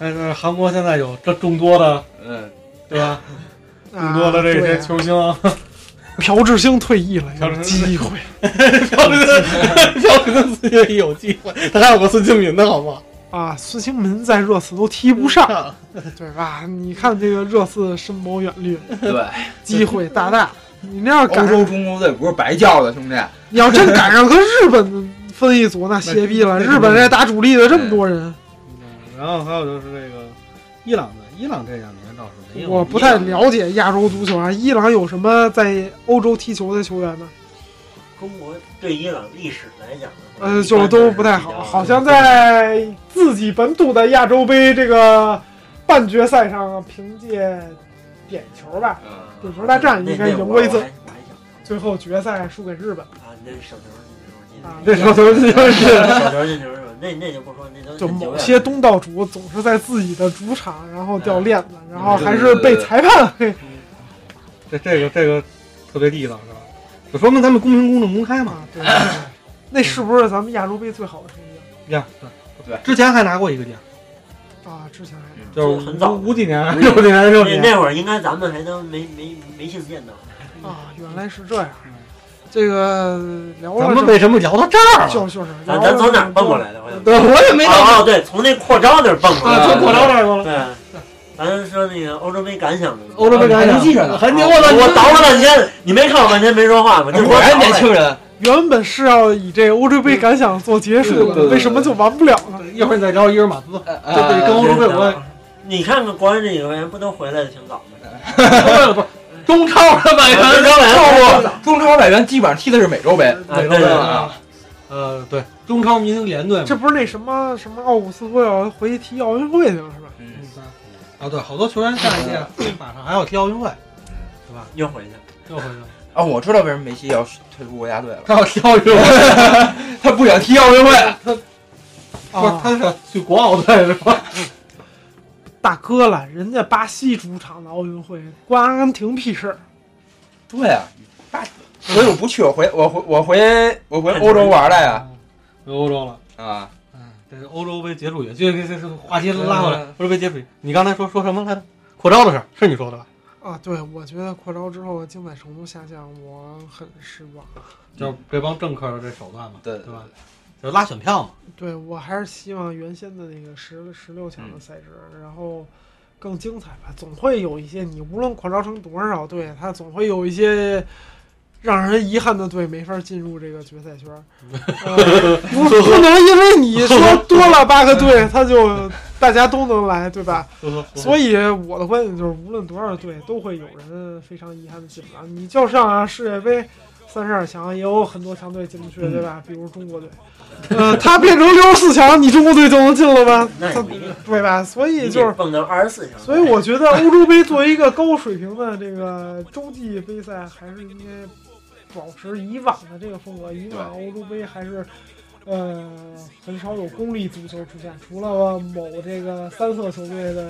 Speaker 3: 但是韩国现在有这众多的，
Speaker 4: 嗯，
Speaker 3: 对吧？
Speaker 2: 啊
Speaker 3: 众多的
Speaker 2: 对
Speaker 3: 这些
Speaker 2: 啊
Speaker 3: 球星，
Speaker 2: [LAUGHS] 朴智星退役了，
Speaker 3: 朴
Speaker 2: 有
Speaker 3: 智星
Speaker 2: 机会
Speaker 3: 朴 [LAUGHS] 朴跟孙兴慜有机会，他还有个孙兴民呢，好吗？
Speaker 2: 啊！孙兴民在热刺都踢不
Speaker 3: 嗯
Speaker 2: 上，对吧？你看这个热刺深谋远虑，
Speaker 4: 对，
Speaker 2: 机会大大。你那要赶
Speaker 4: [LAUGHS] 欧
Speaker 2: 上，
Speaker 4: 洲中国队不是白叫的，兄弟，
Speaker 2: 你要真赶上和日本分一组，那歇逼了。
Speaker 3: 那
Speaker 2: 日本这打主力的这么多人，
Speaker 3: 嗯，然后还有就是这个伊朗的，伊朗这两年倒是没有，
Speaker 2: 我不太了解亚洲足球啊。伊朗有什么在欧洲踢球的球员呢？
Speaker 5: 中国对伊朗历史来讲的话，
Speaker 2: 呃，就都不太好，好像在自己本土的亚洲杯这个半决赛上，凭借点球吧，
Speaker 4: 嗯，
Speaker 2: 点球大战应该赢过一次
Speaker 5: 那，那我还
Speaker 2: 最后决赛输给日本
Speaker 5: 我还想啊，那手球进球， [LAUGHS]
Speaker 2: 啊。
Speaker 3: 这时候都是
Speaker 5: 手球进球是吧？那那就不说，那都
Speaker 2: 就某些东道主总是在自己的主场，然后掉链子，然后还是
Speaker 4: 对对对
Speaker 2: 被
Speaker 4: 对
Speaker 2: 裁判嘿
Speaker 3: 这这个这个特别地道是吧？就说明咱们公平公正公开嘛。
Speaker 2: 啊！对对对， [COUGHS] 那是不是咱们亚洲杯最好的成绩
Speaker 3: 呀，对之前还拿过一个奖，
Speaker 2: 啊？之前还
Speaker 3: 就是
Speaker 5: 很早
Speaker 3: 五五几年、六几年、六几
Speaker 5: 那
Speaker 3: 年，
Speaker 5: 那会儿应该咱们还都没没没幸见到，
Speaker 2: 啊，原来是这样。这个聊了
Speaker 3: 咱们
Speaker 2: 就
Speaker 3: 为什么聊到这儿了？
Speaker 2: 就就是
Speaker 5: 咱啊咱从哪儿蹦过？来的？我想
Speaker 3: 对，我也没
Speaker 5: 哦，对，从那扩招那儿蹦过来
Speaker 3: 啊，
Speaker 5: 的，
Speaker 3: 从火烧这儿过了。
Speaker 5: 对，咱说那个欧洲杯感想的。
Speaker 3: 欧洲杯感想
Speaker 4: 还能记着呢
Speaker 3: 还
Speaker 5: 啊
Speaker 3: 牛我操！
Speaker 5: 我捣鼓半天，你没看我半天没说话吗？这
Speaker 4: 果然年
Speaker 5: 轻
Speaker 4: 轻人，
Speaker 2: 原本是要以这欧洲杯感想做结束
Speaker 4: 对对
Speaker 2: 的，
Speaker 4: 对
Speaker 2: 为什么就完不了呢？
Speaker 3: 一会儿你再聊伊尔马兹，
Speaker 4: 呃
Speaker 3: 这对跟
Speaker 4: 呃，
Speaker 3: 欧洲杯有关。
Speaker 5: 你看看国安这几个人不都回来的挺早吗？
Speaker 4: 啊中超的外
Speaker 5: 中
Speaker 4: 援，
Speaker 5: 超外援
Speaker 4: 不，中超外援基本上踢的是美洲杯，
Speaker 5: 啊，
Speaker 3: 对
Speaker 5: 对对
Speaker 3: 对
Speaker 5: 对，
Speaker 4: 啊，
Speaker 3: 呃，对，中超明星联队嘛。
Speaker 2: 这不是那什么什么奥古斯托要回去踢奥运会去了是吧？
Speaker 4: 嗯，
Speaker 3: 嗯啊，对，好多球员下一届马上还要踢奥运会，对吧？
Speaker 5: 又回去了。
Speaker 3: 又回去了，
Speaker 4: 啊，我知道为什么梅西要退出国家队了，
Speaker 3: 他要踢奥运会，
Speaker 4: 他不想踢奥运会，
Speaker 3: 不是
Speaker 2: 啊，
Speaker 3: 他是去国奥队是吧？
Speaker 2: 大哥了，人家巴西主场的奥运会关阿根廷屁事儿
Speaker 4: 对啊，大所以我不去，我回我回我回我回欧洲玩来呀，
Speaker 3: 回啊欧洲了。
Speaker 4: 啊，
Speaker 3: 嗯，这个欧洲杯结束也就这这这话题拉回来
Speaker 4: 嗯，
Speaker 3: 欧洲杯结束，你刚才说说什么来着？扩招的事儿是你说的吧？
Speaker 2: 啊！对，我觉得扩招之后精彩程度下降，我很失望。
Speaker 3: 就是这帮政客的这手段嘛，
Speaker 4: 对
Speaker 3: 对吧？就是拉选票嘛，
Speaker 2: 对我还是希望原先的那个十十六强的赛制，然后更精彩吧。总会有一些你无论扩招成多少队，它总会有一些让人遗憾的队没法进入这个决赛圈儿。呃、不不能因为你说多了八个队，他就大家都能来，对吧？所
Speaker 3: 以
Speaker 2: 以我的观点就是，无论多少队，都会有人非常遗憾的进不了。你就像、啊、世界杯三十二强，也有很多强队进不
Speaker 5: 嗯
Speaker 2: 去，对吧？比如中国队，呃，他变成六十四强，你中国队就能进了吗？
Speaker 5: 那也
Speaker 2: 他
Speaker 5: 不一定
Speaker 2: 对吧？所以就
Speaker 5: 你得
Speaker 2: 是，
Speaker 5: 蹦到二十四强。
Speaker 2: 所以我觉得欧洲杯作为一个高水平的这个洲际杯赛，还是应该保持以往的这个风格。以往欧洲杯还是。呃，很少有公立足球出现，除了某这个三色球队的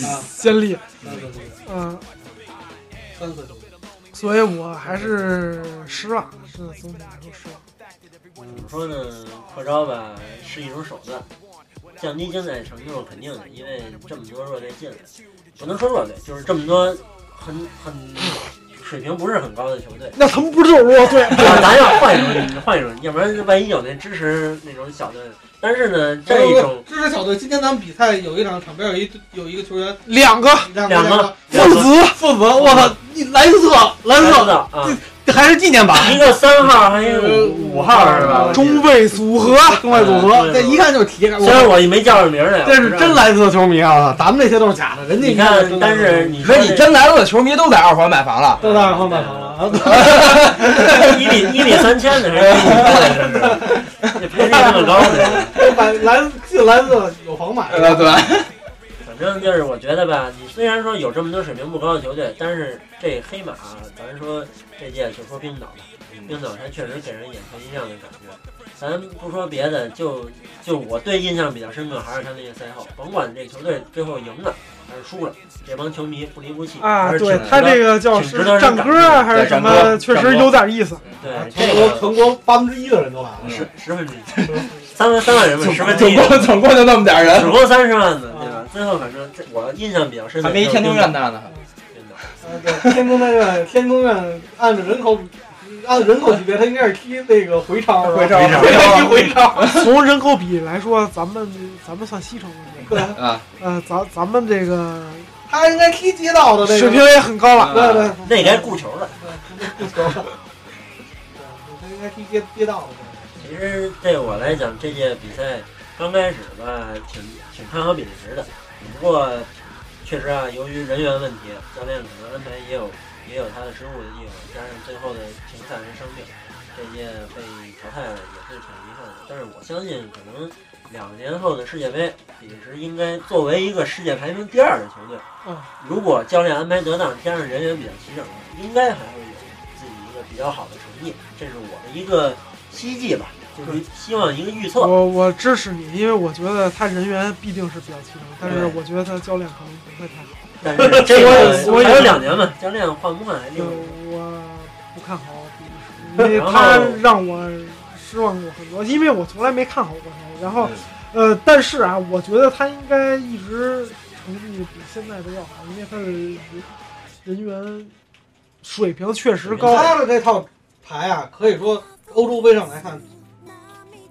Speaker 4: 嗯，
Speaker 2: 先例，
Speaker 3: 三四九
Speaker 2: 嗯，
Speaker 3: 三四九，
Speaker 2: 所以我还是失望，是总体来说失望。，
Speaker 5: 怎么说呢？扩招吧是一种手段，降低竞赛程度肯定的，因为这么多弱队进来，不能说弱队，就是这么多很很水平不是很高的球队
Speaker 2: 那他们不是就是弱队？ [LAUGHS]
Speaker 5: 啊咱要换一种，换一种，要不然万一有那支持那种小队。但是呢，这一种
Speaker 7: 支持小队，今天咱们比赛有一场场边有一有一个球员，
Speaker 2: 两个
Speaker 7: 两
Speaker 5: 两个
Speaker 2: 父子，
Speaker 7: 父子，我操，一蓝色蓝
Speaker 5: 蓝色
Speaker 7: 色
Speaker 5: 的啊，
Speaker 8: 还是纪念版。
Speaker 5: 一个三号，还有一
Speaker 3: 呃
Speaker 5: 个五号是吧？
Speaker 2: 中卫组合，中
Speaker 5: 卫组合
Speaker 7: 这一看就是体感。
Speaker 5: 虽然我也没叫上名儿来，
Speaker 8: 这是真
Speaker 5: 来。
Speaker 8: 莱斯特球迷啊！咱们这些都是假的。
Speaker 7: 人家
Speaker 5: 你看，但是你
Speaker 4: 可
Speaker 5: 说
Speaker 4: 是你真莱斯的球迷都在二环买房了，
Speaker 2: 都在二环买房了啊！
Speaker 5: 一比一比三千的还是一比三的？这赔率这么高的，
Speaker 2: 买蓝进蓝色有房买
Speaker 4: 呃， [LAUGHS] 对，
Speaker 5: 反正就是我觉得吧，你虽然说有这么多水平不高的球队，但是这黑马，啊咱说这届就说冰岛吧，冰岛它确实给人眼前一亮的感觉。咱不说别的，就就我对印象比较深刻还是他那个赛后，甭管这球队最后赢了还是输了，这帮球迷不离不弃
Speaker 2: [LAUGHS] 啊！
Speaker 5: 还是挺
Speaker 2: 对
Speaker 5: 值
Speaker 2: 他
Speaker 5: 得
Speaker 2: 这个叫是战歌啊还是什么，确实有点意思。
Speaker 4: 啊
Speaker 5: 对
Speaker 3: 全
Speaker 5: 这
Speaker 3: 国
Speaker 5: 个
Speaker 3: 全国八分之一的人都来了，
Speaker 5: 十十分之一，
Speaker 2: 嗯
Speaker 5: 三万三万人嘛，十分
Speaker 4: [LAUGHS]
Speaker 5: 之
Speaker 4: 总
Speaker 5: 一。
Speaker 4: 共总共就那么点人，
Speaker 5: 只过三十万的，对吧？最后反正这我印象比较深的
Speaker 4: 还
Speaker 5: 就是
Speaker 4: 没一天通苑大 [LAUGHS] 呢。
Speaker 5: 冰岛，
Speaker 3: 呃对天宫大院，天宫院按照人口按人口级别，他应该是踢那个回超，
Speaker 4: 回招
Speaker 3: 回踢回超。
Speaker 2: 从人口比来说，咱们咱们算西城的，
Speaker 3: 对，
Speaker 4: [LAUGHS] 啊，
Speaker 2: 呃，咱咱们这个
Speaker 3: 他应该踢街道的那
Speaker 2: 水
Speaker 3: 个。
Speaker 2: 平也很高了。
Speaker 3: 对对，
Speaker 5: 那该顾球了。
Speaker 3: 不球。他应该踢街街道的。
Speaker 5: 其实对我来讲，这届比赛刚开始吧，挺挺看好比利时的，不过确实啊，由于人员问题，教练可能安排也有也有他的失误的地方，加上最后的停赛人生病，这届被淘汰了也是挺遗憾的。但是我相信，可能两年后的世界杯，比利时应该作为一个世界排名第二的球队，
Speaker 2: 嗯
Speaker 5: 如果教练安排得当，加上人员比较齐整，应该还会有自己一个比较好的成绩。这是我的一个希冀吧，就是希望一个预测。
Speaker 2: 我我支持你，因为我觉得他人员必定是比较齐整，但是
Speaker 5: 对
Speaker 2: 我觉得他教练可能不会太好。
Speaker 5: 但 [LAUGHS] 是这个
Speaker 2: 我也
Speaker 5: 还有两年嘛，教练换不换还另
Speaker 2: 就
Speaker 5: 有
Speaker 3: 嗯
Speaker 2: 我不看好比利时，因为他让我失望过很多，因为我从来没看好过他。然
Speaker 4: 嗯
Speaker 2: 后，呃，但是啊，我觉得他应该一直成绩比现在都要好，因为他的人员水平确实高。
Speaker 3: 他的这套牌啊，可以说欧洲杯上来看，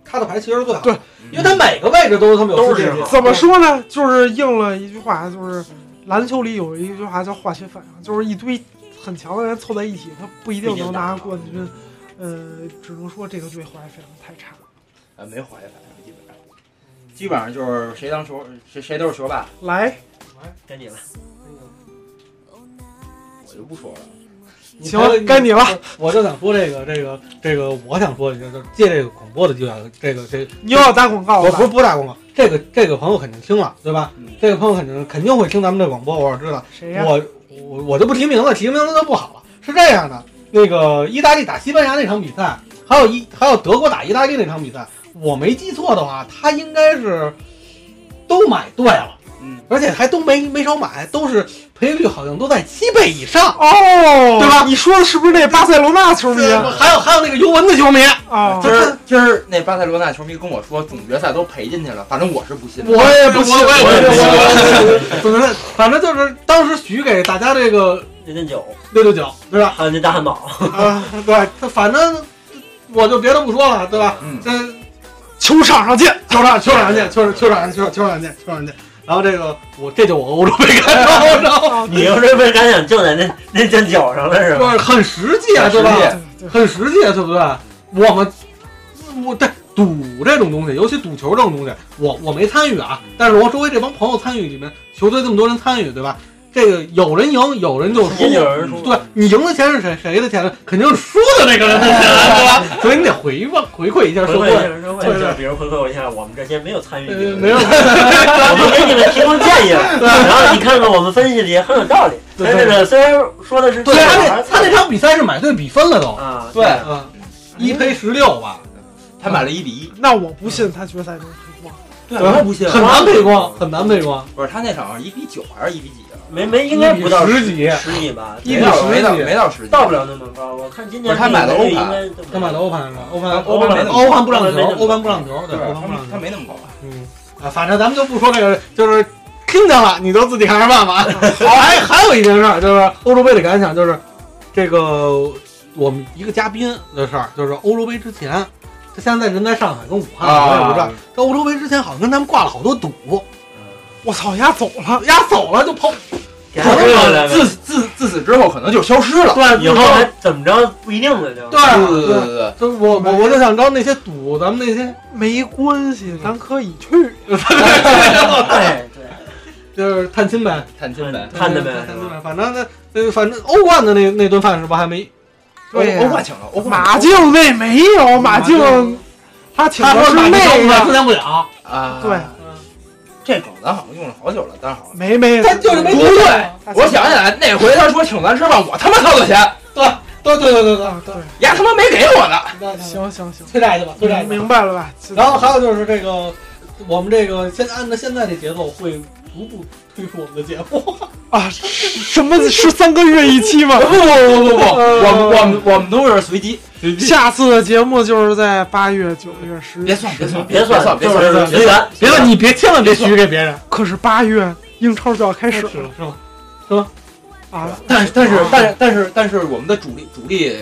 Speaker 3: 他的牌其实是最好的，因为他每个位置都是他们有世界级。
Speaker 2: 怎么说呢？就是应了一句话，就是篮球里有一句话叫化学反应，就是一堆很强的人凑在一起，他不一定能拿冠军。呃，只能说这个队化学反应太差了。
Speaker 4: 呃，没怀疑反应，基本上，基本上就是谁当球谁谁都是球霸，
Speaker 2: 来，
Speaker 5: 该你了。
Speaker 4: 我就不说了。
Speaker 2: 行了该你了。
Speaker 3: 我就想说这个，这个，这个，我想说一下，就是借这个广播的就想这个这个，
Speaker 2: 你又要打广告
Speaker 3: 我不是
Speaker 2: 了？
Speaker 3: 不打广告，这个这个朋友肯定听了，对吧？
Speaker 4: 嗯
Speaker 3: 这个朋友肯定肯定会听咱们这广播，我知道。
Speaker 2: 谁呀？
Speaker 3: 我我我就不提名了，提名了就不好了。是这样的，那个意大利打西班牙那场比赛，还有一还有德国打意大利那场比赛，我没记错的话，他应该是都买对了，
Speaker 4: 嗯，
Speaker 3: 而且还都没没少买，都是赔率好像都在七倍以上。
Speaker 2: 哦，
Speaker 3: 对吧
Speaker 2: 你说的是不是那巴塞罗那球迷啊？
Speaker 3: 还有还有那个尤文的球迷，
Speaker 2: 啊
Speaker 4: 今儿今儿那巴塞罗那球迷跟我说总决赛都赔进去了，反正我是不信的。
Speaker 3: 我也不信，我
Speaker 4: 我也不信
Speaker 3: 也不信。怎么说？反正就是当时许给大家这个
Speaker 5: 六点九，
Speaker 3: 六六九，对 [LAUGHS] 吧？
Speaker 5: 还有那大汉堡，
Speaker 3: 啊，对，他反正我就别的不说了，对吧？
Speaker 4: 嗯，
Speaker 3: 这
Speaker 2: 球场上见。
Speaker 3: 球场球场见，球球场见，球球场见，球场见。然后这个我这就我欧洲杯感受，然后
Speaker 2: 啊
Speaker 5: [LAUGHS] 你要是被感染就在那那点九上了是
Speaker 3: 就
Speaker 5: 吧？
Speaker 3: 是很实际啊，对吧？
Speaker 2: 对对
Speaker 3: 很实际，啊对不对？我们我这赌这种东西，尤其赌球这种东西，我我没参与啊，但是我周围这帮朋友参与里面，球队这么多人参与，对吧？这个有人赢，有人就输
Speaker 5: 也。有人输，
Speaker 3: 对你赢的钱是谁谁的钱呢？肯定是输的那个人的钱，对吧？所以你得回吧，回馈一下
Speaker 5: 回
Speaker 3: 社
Speaker 5: 馈
Speaker 3: 会
Speaker 5: 一。下社会，
Speaker 3: 对对
Speaker 5: 就是比如回馈我一下，我们这些没有参与，
Speaker 3: 呃，没有， [LAUGHS]
Speaker 5: 我们给你们提供建议了，然后你看看我们分析的也很有道理。
Speaker 3: 对
Speaker 5: 但是呢，虽然说的是
Speaker 3: 对他那他那
Speaker 5: 场
Speaker 3: 场比赛是买对比分了都，
Speaker 5: 啊，
Speaker 4: 对
Speaker 3: 嗯，一赔十六吧，
Speaker 4: 他买了一比一，
Speaker 2: 那我不信他决赛能出光。
Speaker 5: 对
Speaker 3: 我也
Speaker 5: 不
Speaker 4: 啊
Speaker 5: 信
Speaker 3: 很难赔光，很难赔光，
Speaker 4: 不是他那场一比九还是一比几啊？
Speaker 5: 没没应该不到
Speaker 3: 十几，
Speaker 5: 十几吧，
Speaker 3: 一
Speaker 4: 没
Speaker 3: 比
Speaker 4: 到
Speaker 3: 十
Speaker 4: 没到
Speaker 3: 几
Speaker 4: 没到十几，
Speaker 5: 到不了那么高。我看今年
Speaker 4: 不是他买了
Speaker 5: 欧
Speaker 4: 欧盘
Speaker 5: 盘，
Speaker 3: 他买的欧盘是吧？欧盘
Speaker 4: 欧
Speaker 3: 盘
Speaker 4: 盘没那么
Speaker 3: 欧盘不让
Speaker 5: 欧盘没那
Speaker 3: 球，
Speaker 5: 么
Speaker 3: 欧盘不让球，对，
Speaker 4: 对
Speaker 3: 欧
Speaker 4: 吧，
Speaker 3: 盘
Speaker 4: 他
Speaker 3: 不让
Speaker 4: 没他
Speaker 3: 球。
Speaker 4: 没那么高吧？
Speaker 3: 嗯，啊，反正咱们就不说这个，就是 [LAUGHS] 哦听见了，你就自己看着办吧。还还有一件事儿，就是欧洲杯的感想，就是
Speaker 9: 这个我们一个嘉宾的事儿，就是欧洲杯之前，他现在人在上海跟武汉，
Speaker 3: 啊
Speaker 9: 我也不
Speaker 4: 啊
Speaker 9: 知道。在欧洲杯之前，好像跟他们挂了好多赌。我操，丫走了，丫走了就跑，
Speaker 5: 给他
Speaker 4: 可
Speaker 5: 扔回来
Speaker 4: 能
Speaker 5: 呗。
Speaker 4: 自自自此之后可能就消失了。
Speaker 5: 对，以后还怎么着不一定了就。
Speaker 9: 对
Speaker 4: 对对对对，
Speaker 9: 就我我我就想知道那些赌，咱们那些
Speaker 2: 没关系，咱可以去。
Speaker 5: 哎对对，
Speaker 9: 就是探亲呗，
Speaker 4: 探亲呗。
Speaker 3: 啊
Speaker 5: 看的呗
Speaker 9: 探亲呗，反正那那反正欧冠的那那顿饭是不还没
Speaker 2: 对呀
Speaker 4: 欧欧冠请了，欧冠
Speaker 2: 马竞那没有，哦马竞他请的是啊那个，
Speaker 9: 现不了，嗯
Speaker 4: 啊，
Speaker 2: 对，
Speaker 4: 这梗咱好像用了好久了，但是好像
Speaker 2: 没没，
Speaker 4: 咱就是没不对。
Speaker 2: 他请
Speaker 4: 我想起来那回他说请咱吃饭，我他妈掏的钱，
Speaker 9: 对对对对对
Speaker 2: 啊，对，
Speaker 4: 丫他妈没给我呢。
Speaker 9: 那行，
Speaker 2: 行行行，
Speaker 9: 催债去吧，催债
Speaker 2: 明
Speaker 9: 去吧。
Speaker 2: 明白了吧？
Speaker 9: 然后还有就是这个，我们这个先按照现在的节奏，会逐步推出我们的节目。
Speaker 2: 啊，什 [LAUGHS] 么是三个月一期吗
Speaker 4: 不？不不不不， [LAUGHS] 我们
Speaker 2: 呃
Speaker 4: 我们我们都是随机，随机
Speaker 2: 下次的节目就是在八月、九月、十
Speaker 4: 别
Speaker 2: 月，
Speaker 4: 算别算
Speaker 5: 别
Speaker 4: 算
Speaker 5: 算，
Speaker 4: 别
Speaker 5: 就
Speaker 4: 别
Speaker 5: 是
Speaker 4: 算
Speaker 5: 随缘。
Speaker 6: 别的你别千万别许给别人，
Speaker 2: 可是八月英超就要开始了
Speaker 9: 是吗？
Speaker 2: 啊！
Speaker 4: 但是但是但是但是但是我们的主力主力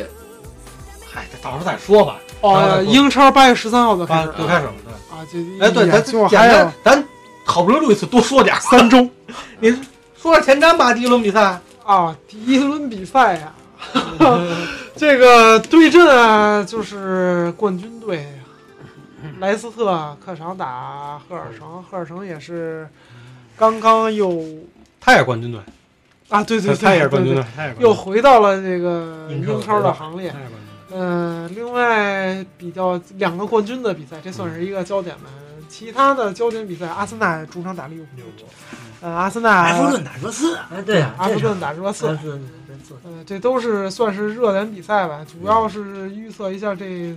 Speaker 9: 嗨，到时候再说吧。
Speaker 2: 呃，英超八月十三号就开
Speaker 9: 啊
Speaker 2: 始，了
Speaker 9: 就开始了。
Speaker 2: 啊！就
Speaker 9: 对哎，对，咱
Speaker 2: 就
Speaker 9: 简
Speaker 2: 还有
Speaker 9: 单，咱好不容易录一次，多说点儿。
Speaker 2: 三周
Speaker 9: 说点前瞻吧，第一轮比赛。
Speaker 2: 啊，第一轮比赛呀、这个对阵啊，就是冠军队莱斯特啊客场打赫尔城，赫尔城也是刚刚又
Speaker 9: 他也是冠军队，
Speaker 2: 啊，对对对，
Speaker 9: 他也是冠军队
Speaker 2: 对对，
Speaker 9: 他也是冠军队
Speaker 2: 又回到了这个
Speaker 9: 英
Speaker 2: 英
Speaker 9: 超
Speaker 2: 超的行列
Speaker 9: 他。也是冠军队。
Speaker 2: 嗯，另外比较两个冠军的比赛，这算是一个焦点吧。其他的焦点比赛，阿森纳主场打利物浦，呃，阿森纳、嗯
Speaker 6: 埃弗顿打热刺，
Speaker 5: 哎，对呀，
Speaker 2: 阿弗
Speaker 5: 这
Speaker 2: 顿打热
Speaker 5: 是
Speaker 2: 刺
Speaker 5: 阿，弗顿真做
Speaker 2: 呃，这都是算是热点比赛吧。主要是预测一下这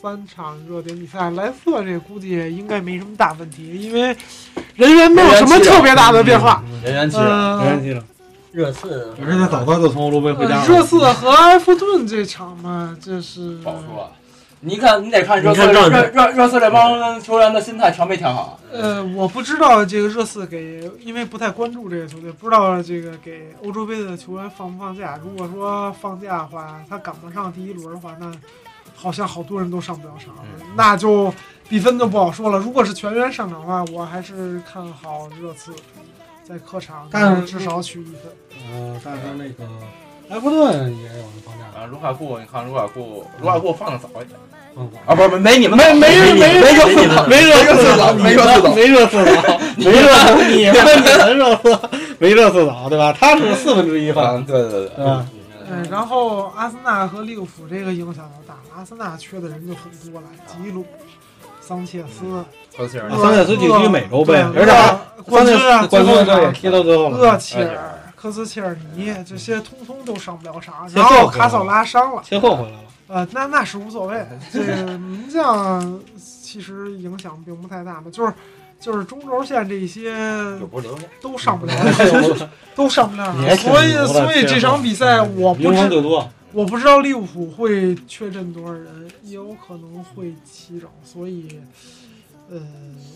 Speaker 2: 三场热点比赛，莱斯特这估计应该没什么大问题，因为人员没有什么特别大的变化。
Speaker 6: 人员齐
Speaker 2: 嗯
Speaker 6: 整，人员齐整。
Speaker 5: 热刺
Speaker 6: 而且他早早就从欧洲杯回家
Speaker 2: 呃
Speaker 6: 了。
Speaker 2: 热刺和埃弗顿这场嘛，这是
Speaker 4: 不好说。你看，你得看热刺
Speaker 5: 你看
Speaker 4: 热
Speaker 5: 状态
Speaker 4: 热热刺这帮球员的心态调没调好。
Speaker 2: 呃，我不知道这个热刺给，因为不太关注这个球队，不知道这个给欧洲杯的球员放不放假。如果说放假的话，他赶不上第一轮的话，那好像好多人都上不了场，那就比分就不好说了。如果是全员上场的话，我还是看好热刺在客场，
Speaker 9: 但是
Speaker 2: 至少取一分。
Speaker 6: 嗯
Speaker 9: 呃，但是那个埃弗顿也有人放假了，
Speaker 4: 啊，卢卡库，你看卢卡库，卢卡库放的早一点
Speaker 9: 嗯，
Speaker 4: 啊，不是没没你们没没
Speaker 5: 没你
Speaker 4: 没
Speaker 5: 们
Speaker 4: 热
Speaker 5: 没
Speaker 4: 刺
Speaker 5: 你
Speaker 4: 早，
Speaker 5: 们
Speaker 4: 没热刺早，没热刺早。
Speaker 6: 没热刺早，没热刺，你们热刺，没热刺早，对吧？他是四分之一
Speaker 4: 啊，对对对，
Speaker 6: 对吧？
Speaker 2: 嗯，然后阿森纳和利物浦这个影响就大了，阿森纳缺的人就很多了，吉鲁、桑切斯、
Speaker 4: 科切尔
Speaker 6: 啊桑切斯地区美洲杯
Speaker 2: 对
Speaker 6: 而且还
Speaker 2: 冠军啊，
Speaker 6: 冠军
Speaker 2: 最后一
Speaker 6: 队也
Speaker 2: 场啊
Speaker 6: 踢到最后
Speaker 2: 厄
Speaker 6: 了，哎
Speaker 2: 齐尔、科斯切尔尼这些通通都上不了场，
Speaker 6: 切
Speaker 2: 然
Speaker 6: 赫
Speaker 2: 后卡索拉伤了，
Speaker 6: 切后回来了。
Speaker 2: 呃，那那是无所谓，这个名将其实影响并不太大嘛，就是就是中轴线这一些
Speaker 4: 不留下，
Speaker 2: 都上
Speaker 6: [LAUGHS]
Speaker 2: 不了，
Speaker 6: 哎
Speaker 2: 都上不了
Speaker 6: 你还，挺
Speaker 2: 所以
Speaker 6: 牛的
Speaker 2: 所以
Speaker 6: 切赫
Speaker 2: 这场比赛
Speaker 6: 呦，
Speaker 2: 我不
Speaker 6: 英雄
Speaker 2: 知
Speaker 6: 最多，
Speaker 2: 我不知道利物浦会缺阵多少人，也有可能会齐整，所以，呃，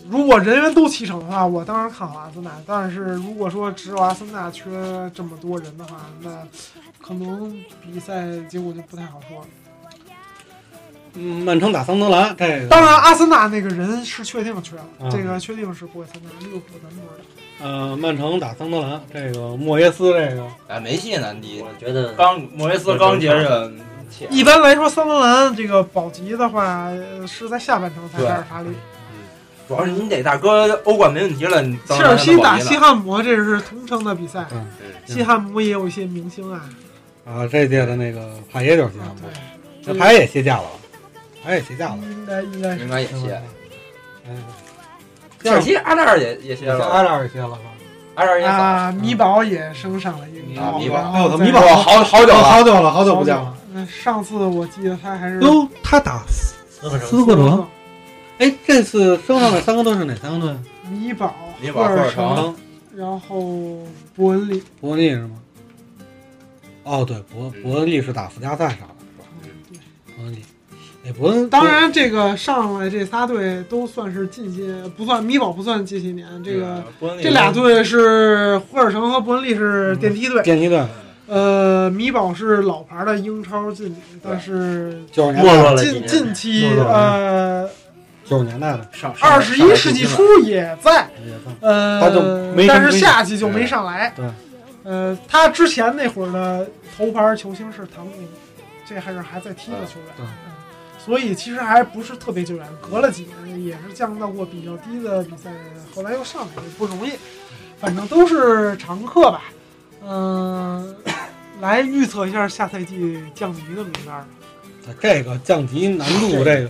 Speaker 2: 如果人员都齐整的话，我当然看好阿森纳。但是如果说只有阿森纳缺这么多人的话，那可能比赛结果就不太好说了。
Speaker 6: 嗯，曼城打桑德兰，这个
Speaker 2: 当然，，阿森纳那个人是确定缺了，
Speaker 6: 嗯
Speaker 2: 这个确定是不会参加。利物浦咱们不知道。
Speaker 6: 呃，曼城打桑德兰，这个莫耶斯这个
Speaker 4: 哎，没戏呢，你
Speaker 5: 我觉得
Speaker 4: 刚莫耶斯刚接任，切
Speaker 2: 一般来说，桑德兰这个保级的话，呃是在下半场才开始发力。
Speaker 4: 主要是你得大哥欧冠没问题了，你
Speaker 2: 切尔西打西
Speaker 4: 西
Speaker 2: 汉姆，这是同城的比赛。
Speaker 6: 嗯
Speaker 2: 西汉姆也有一些明星啊，
Speaker 6: 啊，这届的那个帕耶就是这
Speaker 2: 啊
Speaker 6: 样的，那
Speaker 2: 对，
Speaker 6: 帕耶也歇假了，帕耶也歇假了，
Speaker 2: 应该应该是
Speaker 4: 应该也歇，
Speaker 6: 嗯，
Speaker 4: 切尔西阿扎尔也也歇了，
Speaker 9: 阿扎尔歇了吧？
Speaker 4: 阿扎尔也嗯
Speaker 2: 啊，米堡也升上了一个
Speaker 4: 啊米堡
Speaker 2: 然
Speaker 6: 哎
Speaker 2: 后
Speaker 6: 呦
Speaker 2: 再
Speaker 6: 米
Speaker 4: 早，
Speaker 6: 堡
Speaker 4: 好好久
Speaker 6: 哦
Speaker 4: 了，
Speaker 6: 好久了，好久不见了。。
Speaker 2: 那上次我记得他还是
Speaker 6: 哟，他打
Speaker 5: 斯科城
Speaker 6: 斯科城，哎，这次升上的三个队是哪三个队？
Speaker 2: 米堡、
Speaker 4: 米堡
Speaker 2: 赫
Speaker 4: 赫尔
Speaker 2: 城，
Speaker 6: 城、
Speaker 2: 然后伯恩利，
Speaker 6: 伯恩利是吗？哦，对，伯
Speaker 4: 嗯
Speaker 6: 伯恩利是打附加赛上的，
Speaker 2: 对
Speaker 6: 伯恩利。哎，伯恩
Speaker 2: 当然这个上来这仨队都算是近些，不算米堡不算近些年，这个
Speaker 4: 伯恩利
Speaker 2: 这俩队是霍尔城和伯恩利是电梯队，
Speaker 6: 电梯队，
Speaker 4: 嗯
Speaker 2: 呃，米堡是老牌的英超劲旅，但是
Speaker 3: 九十年
Speaker 5: 没
Speaker 3: 代
Speaker 5: 落了几
Speaker 2: 近
Speaker 5: 年。
Speaker 2: 近期
Speaker 3: 没落了
Speaker 2: 呃，
Speaker 3: 九十年代的，
Speaker 4: 上
Speaker 2: 二十一世纪初也在，
Speaker 3: 也算
Speaker 2: 呃，
Speaker 3: 他就没什么
Speaker 2: 但是
Speaker 3: 规矩
Speaker 2: 下去就没上来。
Speaker 3: 对，
Speaker 2: 呃，他之前那会儿的头牌球星是唐宁，这还是还在踢的球员。
Speaker 3: 对
Speaker 2: 嗯所以其实还不是特别久远，隔了几年也是降到过比较低的比赛，后来又上来也不容易，反正都是常客吧。嗯、来预测一下下赛季降级的名单吧。
Speaker 3: 这个降级难度，这个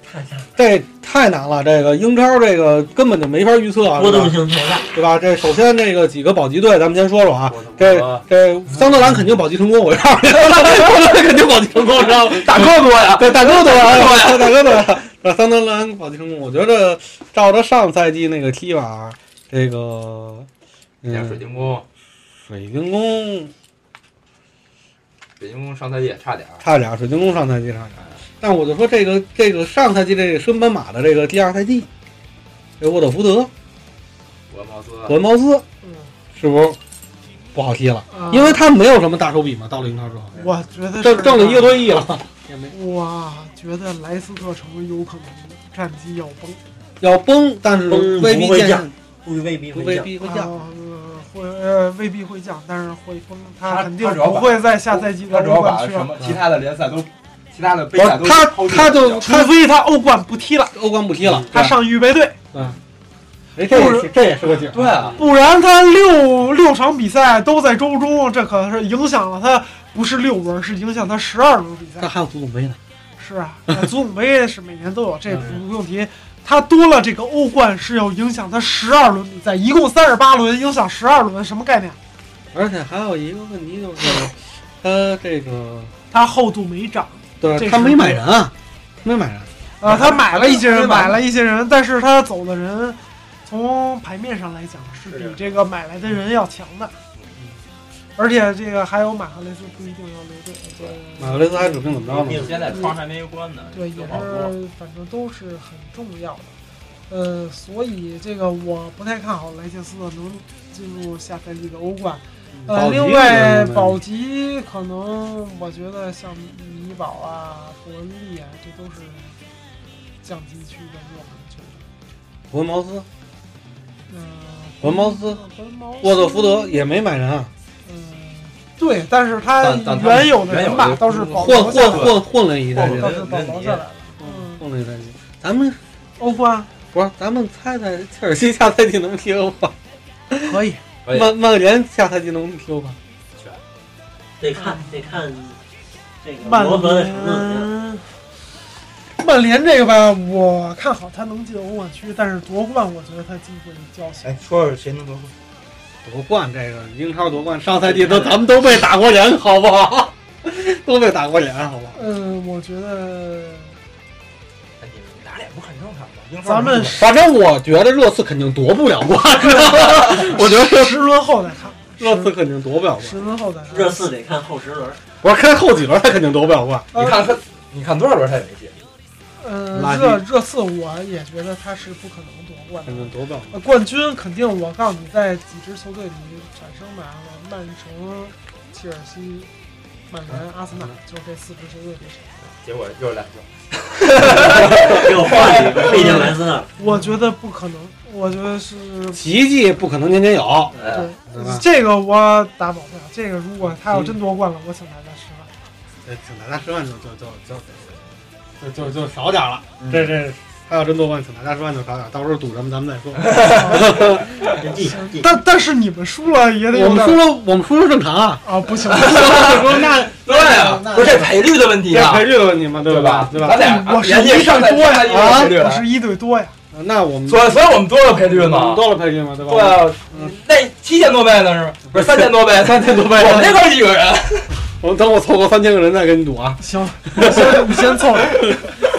Speaker 3: 这太难了。这个英超这个根本就没法预测啊，
Speaker 5: 波
Speaker 3: 对吧
Speaker 5: 动性太大，
Speaker 3: 对吧？这首先这个几个保级队，咱们先说说啊。这
Speaker 10: 我
Speaker 3: 这桑德兰肯定保级成功，我告诉你，桑德兰肯定保级成功，知道吗？
Speaker 4: 大哥多呀，
Speaker 3: 对，大哥多呀，大哥多呀。那桑德兰保级成功，我觉着照着上赛季那个踢法，这个
Speaker 4: 演水
Speaker 3: 嗯，
Speaker 4: 晶宫，
Speaker 3: 水晶宫
Speaker 4: 水晶宫上赛季也差点儿，
Speaker 3: 差点，水晶宫上赛季差点。但我就说这个这个上赛季这个升班马的这个第二赛季，这沃特福德、
Speaker 4: 我茅斯，
Speaker 3: 伯恩茅斯
Speaker 2: 嗯，
Speaker 3: 是不是不好踢了？
Speaker 2: 啊
Speaker 3: 因为他没有什么大手笔嘛，到了英超之后，
Speaker 2: 我觉得
Speaker 3: 挣
Speaker 2: 是
Speaker 3: 挣了一个多亿了，也没
Speaker 2: 哇，觉得莱斯特城有可能战绩要崩，
Speaker 3: 要崩，但是
Speaker 5: 崩
Speaker 3: 嗯未必
Speaker 5: 不会
Speaker 3: 见
Speaker 5: 降不未必
Speaker 3: 不
Speaker 5: 会
Speaker 3: 未
Speaker 5: 降。
Speaker 3: 必会降。
Speaker 2: 啊呃会呃未必会降，但是会崩，
Speaker 4: 他
Speaker 2: 肯定
Speaker 4: 他主要
Speaker 2: 不
Speaker 4: 把
Speaker 2: 会在下赛季的
Speaker 4: 他主
Speaker 2: 欧
Speaker 4: 要
Speaker 2: 冠
Speaker 4: 把
Speaker 2: 区
Speaker 4: 什
Speaker 2: 啊，
Speaker 4: 么其他的联赛都，其他的杯
Speaker 3: 不是
Speaker 4: 赛都
Speaker 3: 他
Speaker 4: 抛，弃
Speaker 3: 他
Speaker 4: 了啊
Speaker 3: 就
Speaker 2: 除
Speaker 3: 他
Speaker 2: 非他欧冠不踢了，
Speaker 3: 欧冠不踢了，
Speaker 2: 他上预备队，
Speaker 3: 哎，这也是这也是个景儿。
Speaker 4: 对啊，
Speaker 2: 不然他六六场比赛都在周中，这可是影响了他不是六轮，是影响他十二轮比
Speaker 3: 他
Speaker 2: 赛。
Speaker 3: 还有足总杯呢，
Speaker 2: 是啊， [LAUGHS] 呃足总杯是每年都有，这不用提。他多了这个欧冠是要影响他十二轮比赛，一共三十八轮，影响十二轮，什么概念？
Speaker 3: 而且还有一个问题就是，他这个
Speaker 2: 他厚度没涨。这
Speaker 3: 对
Speaker 2: 是
Speaker 3: 他没买人啊，没买人。
Speaker 2: 呃，他买了一些人，
Speaker 4: 没买
Speaker 2: 买了一些人，但是他走的人，从牌面上来讲是
Speaker 4: 是
Speaker 2: 比这个买来的人要强的，而且这个还有马赫雷斯不一定要留队，对
Speaker 3: 马格雷斯还指定怎么着呢？
Speaker 4: 现在窗还没关呢，
Speaker 2: 对，也
Speaker 4: 有好多。
Speaker 2: 是反正都是很重要的。呃，所以这个我不太看好莱切斯特能进入下赛季的欧冠。呃，
Speaker 3: 保级
Speaker 2: 另外
Speaker 3: 可能
Speaker 2: 保级可能我觉得像米堡啊、伯恩利啊，这都是降级区的热门球队。
Speaker 3: 伯恩茅斯、
Speaker 2: 嗯、
Speaker 3: 伯恩茅斯、
Speaker 2: 伯恩茅斯
Speaker 3: 沃特福德也没买人啊，
Speaker 2: 嗯、对，但是他
Speaker 4: 但但他们
Speaker 2: 原有的
Speaker 4: 原有
Speaker 2: 人吧
Speaker 4: 的
Speaker 2: 都是保
Speaker 3: 混
Speaker 2: 留下
Speaker 3: 混
Speaker 2: 来的，
Speaker 3: 混混了一代
Speaker 4: 混
Speaker 3: 人
Speaker 4: 了，
Speaker 2: 都是保留下来的。嗯，
Speaker 3: 混了一代人。咱们
Speaker 2: 欧冠
Speaker 3: 不是，咱们猜猜切尔西下赛季能踢欧冠，
Speaker 2: 可以，
Speaker 4: 嗯可以
Speaker 3: 曼曼联下赛季能踢欧冠？
Speaker 5: 得看得看这个
Speaker 2: 曼啊
Speaker 5: 罗伯的程度怎么啊样。
Speaker 2: 联，曼联这个吧，我看好他能进欧冠区，但是夺冠我觉得他机会较小。
Speaker 11: 哎，说说谁能夺冠？
Speaker 3: 夺冠这个英超夺冠，上赛 [LAUGHS] 季都咱们都被打过脸，好不好？ [LAUGHS] 都被打过脸，好不好？
Speaker 2: 嗯，我觉得
Speaker 4: 哎你们打脸不很正常吗？英超
Speaker 2: 咱们
Speaker 3: 反正我觉得热刺肯定夺不了 [LAUGHS] 冠，我觉得
Speaker 2: 十轮后再看，
Speaker 3: 热刺肯定夺不了冠。
Speaker 2: 十轮后再看。
Speaker 5: 热刺得看后十轮，
Speaker 3: 我说看后几轮他肯定夺不了冠，
Speaker 4: 你看他，你看多少轮他也没进，
Speaker 2: 呃，
Speaker 3: 垃圾
Speaker 2: 热热刺我也觉得他是不可能夺冠
Speaker 3: 肯定
Speaker 2: 的。
Speaker 3: 夺不了冠。
Speaker 2: 呃冠军肯定，我告诉你，在几支球队里产生吧，曼城、切尔西、曼联、阿森纳，就这四支球队里产生。
Speaker 4: 结果又是两球。
Speaker 5: 给我换一个，费进莱斯纳。
Speaker 2: 我觉得不可能，我觉得是
Speaker 3: 奇迹不可能年年有，
Speaker 4: 哎，
Speaker 3: 对吧
Speaker 2: 呃这个我打保票，这个如果他要真夺冠了，我请大家吃饭。
Speaker 3: 这哎请大家吃饭就就就就就就就少点了。这这他要真夺冠，请大家吃饭就少点，到时候赌什么咱们再 [LAUGHS] 说。
Speaker 5: 真地上地
Speaker 2: 但但是你们输了也得
Speaker 3: 嗯我
Speaker 2: 有
Speaker 3: 们
Speaker 2: 点
Speaker 3: 输了，我们输了正常 [LAUGHS] 啊。
Speaker 2: 啊，不行，
Speaker 3: 说那
Speaker 4: 对啊，
Speaker 3: 那
Speaker 4: 不是这赔率的问题
Speaker 3: 这
Speaker 4: 啊，
Speaker 3: 赔率的问题嘛，对
Speaker 4: 吧？
Speaker 3: 对
Speaker 4: 咱
Speaker 3: 吧？
Speaker 4: 俩
Speaker 2: 我是
Speaker 4: 人家
Speaker 2: 一
Speaker 4: 上
Speaker 2: 对
Speaker 4: 赛季
Speaker 2: 多呀，啊
Speaker 4: 上赛季就有赔率
Speaker 2: 我
Speaker 4: 了，
Speaker 2: 是一对多呀，
Speaker 3: 那我们
Speaker 4: 所以所以我们多了赔率
Speaker 3: 我们
Speaker 4: 嘛。
Speaker 3: 多了赔率嘛，对吧？
Speaker 4: 对啊
Speaker 3: 嗯，
Speaker 4: 那七千多倍呢是吧？不 [LAUGHS] 是三千多倍，
Speaker 3: 三千多倍，
Speaker 4: 我们这块儿几个人？
Speaker 3: 我等我凑够三千个人再跟你赌啊， [LAUGHS]
Speaker 2: 行，你先 [LAUGHS] 你先凑合。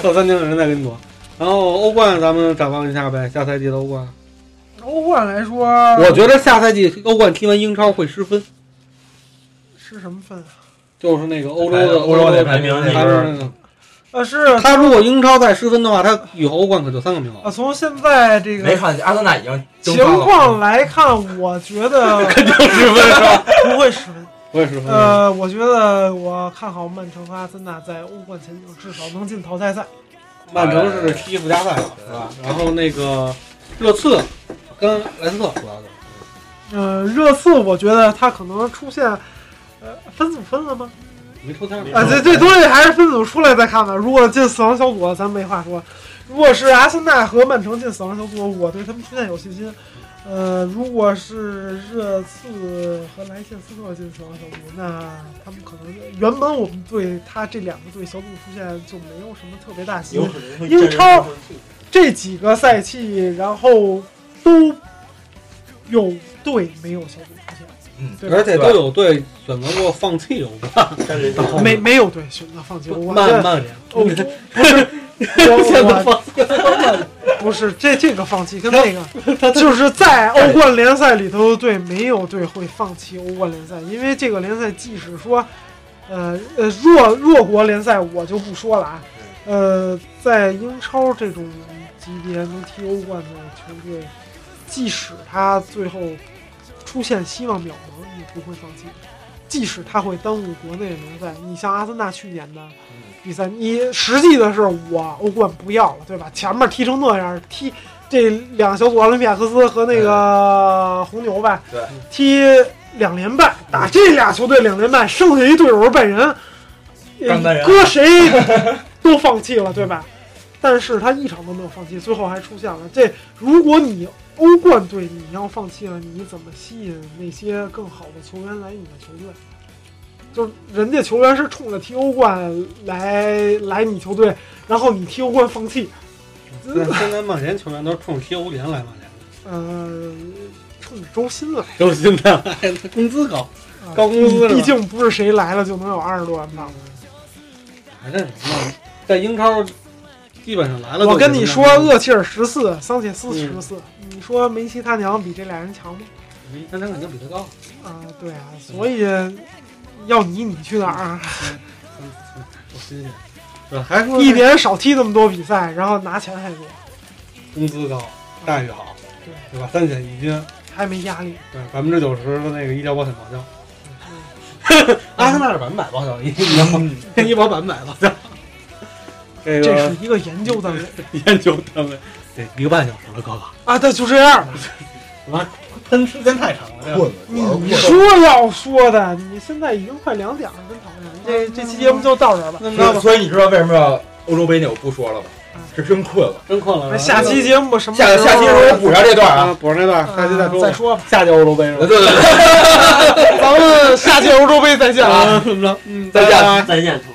Speaker 3: 凑三千个人再跟你赌。然后欧冠咱们展望一下呗，下赛季的欧冠，
Speaker 2: 欧冠来说，
Speaker 3: 我觉得下赛季欧冠踢完英超会失分，
Speaker 2: 是什么分啊？
Speaker 3: 就是那个欧洲
Speaker 4: 哎
Speaker 3: 的
Speaker 4: 欧洲
Speaker 3: 的
Speaker 4: 那排名那
Speaker 3: 排
Speaker 4: 边
Speaker 3: 名
Speaker 4: 儿
Speaker 3: 那个嗯
Speaker 2: 呃，是
Speaker 3: 他如果英超再失分的话，他以后欧冠可就三个名
Speaker 2: 啊，
Speaker 3: 额，
Speaker 2: 从现在这
Speaker 4: [LAUGHS] 没
Speaker 2: 个
Speaker 4: 看见阿森纳已经
Speaker 2: 情
Speaker 4: 蒸发了
Speaker 2: 况来看，我觉得
Speaker 3: [LAUGHS] [LAUGHS] 就失分是吧？
Speaker 2: 不会失分。
Speaker 3: 我也是。
Speaker 2: 呃，我觉得我看好曼城和阿森纳在欧冠前景，至少能进淘汰赛。
Speaker 3: 曼城是踢附加赛了，是吧？然后那个热刺跟莱斯特主要的，
Speaker 2: 呃，热刺我觉得他可能出现，呃，分组分了吗？
Speaker 3: 没抽签
Speaker 2: 啊，这这东西还是分组出来再看吧。如果进死亡小组，啊咱没话说；如果是阿森纳和曼城进死亡小组，我对他们出线有信心。呃，如果是热刺和莱切斯特进死亡小组，那他们可能原本我们对他这两个队小组出现就没有什么特别大希望
Speaker 5: 有。可能会
Speaker 2: 英超
Speaker 5: 战胜
Speaker 2: 这几个赛季，然后都有队没有小组出现，
Speaker 4: 嗯
Speaker 2: 对吧
Speaker 3: 而且都有队选择过放
Speaker 2: [LAUGHS]
Speaker 3: 弃欧冠，
Speaker 5: 战略性
Speaker 2: 没没有队选择放弃。我觉
Speaker 3: 曼
Speaker 2: 得
Speaker 3: 曼联。
Speaker 2: 哦，不
Speaker 3: [LAUGHS]
Speaker 2: 是，我我不是这这个放弃跟那个，就是在欧冠联赛里头，对没有队会放弃欧冠联赛，因为这个联赛即使说，呃呃弱弱国联赛我就不说了啊，呃，在英超这种级别能踢欧冠的球队，即使他最后出现希望渺茫，也不会放弃。即使他会耽误国内联赛，你像阿森纳去年的比赛，你实际的是我欧冠不要了，对吧？前面踢成那样，踢这两个小组奥林匹亚克斯和那个红牛呗，
Speaker 4: 对，
Speaker 2: 踢两连败，打这俩球队两连败，剩下一队友是拜仁，呃
Speaker 5: 干拜仁
Speaker 2: 搁
Speaker 5: [LAUGHS]
Speaker 2: 谁都放弃了，对吧？但是他一场都没有放弃，最后还出现了。这如果你欧冠队你要放弃了，你怎么吸引那些更好的球员来你的球队？就是人家球员是冲着踢欧冠来来你球队，然后你踢欧冠放弃，
Speaker 3: 但现在曼联球员都是冲着踢欧联来曼联的，
Speaker 2: 呃，冲着周薪来。
Speaker 3: 周薪的， [LAUGHS] 工资高，
Speaker 2: 啊
Speaker 3: 高工资是吧
Speaker 2: 毕竟不是谁来了就能有二十多万镑。
Speaker 3: 反正什么，在英超基本上来了。
Speaker 2: 我跟你说，厄齐尔十四，桑切斯
Speaker 4: 嗯
Speaker 2: 十四，你说梅西他娘比这俩人强吗？
Speaker 3: 那他肯定比他高。
Speaker 2: 啊，对啊，所以要你你去哪儿啊？
Speaker 3: 我新鲜，对，还
Speaker 4: 嗯
Speaker 3: 说
Speaker 2: 一年少踢那么多比赛，然后拿钱还多，
Speaker 3: 工资高，待遇好，
Speaker 2: 对
Speaker 3: 对吧？三险一金，
Speaker 2: 还没压力。
Speaker 3: 对，百分之九十的那个医疗保险报销。嗯阿森纳是百分百报销，医疗 [LAUGHS] 医保百分百报销。嗯这
Speaker 2: 这
Speaker 3: 个
Speaker 2: 是一个研究单位
Speaker 3: 研究单 [LAUGHS] 位得一个半小时了，哥哥，
Speaker 2: 啊，对，就这样吧。
Speaker 3: 喷时间太长了。这个
Speaker 4: 困了，
Speaker 2: 你说要说的，你现在已经快两点了，真讨厌。这
Speaker 4: 嗯
Speaker 2: 这期节目就到这儿吧。
Speaker 3: 那么着
Speaker 4: 所以
Speaker 3: 吧，
Speaker 4: 所以你知道为什嗯么要欧洲杯那我不说了吧？是真困了。
Speaker 3: 真困了。
Speaker 2: 那哎下期节目什么时
Speaker 4: 下
Speaker 2: 候？
Speaker 4: 下期时候我补上这段
Speaker 3: 啊，
Speaker 4: 啊。
Speaker 3: 补上那段，下期再说吧。啊
Speaker 2: 再说吧。
Speaker 3: 下届欧洲杯是
Speaker 4: 对
Speaker 3: 吧？
Speaker 4: 对对，
Speaker 2: 咱们下届欧洲杯再见啊！
Speaker 3: 怎么着？嗯，
Speaker 4: 再见。
Speaker 5: 再见，同志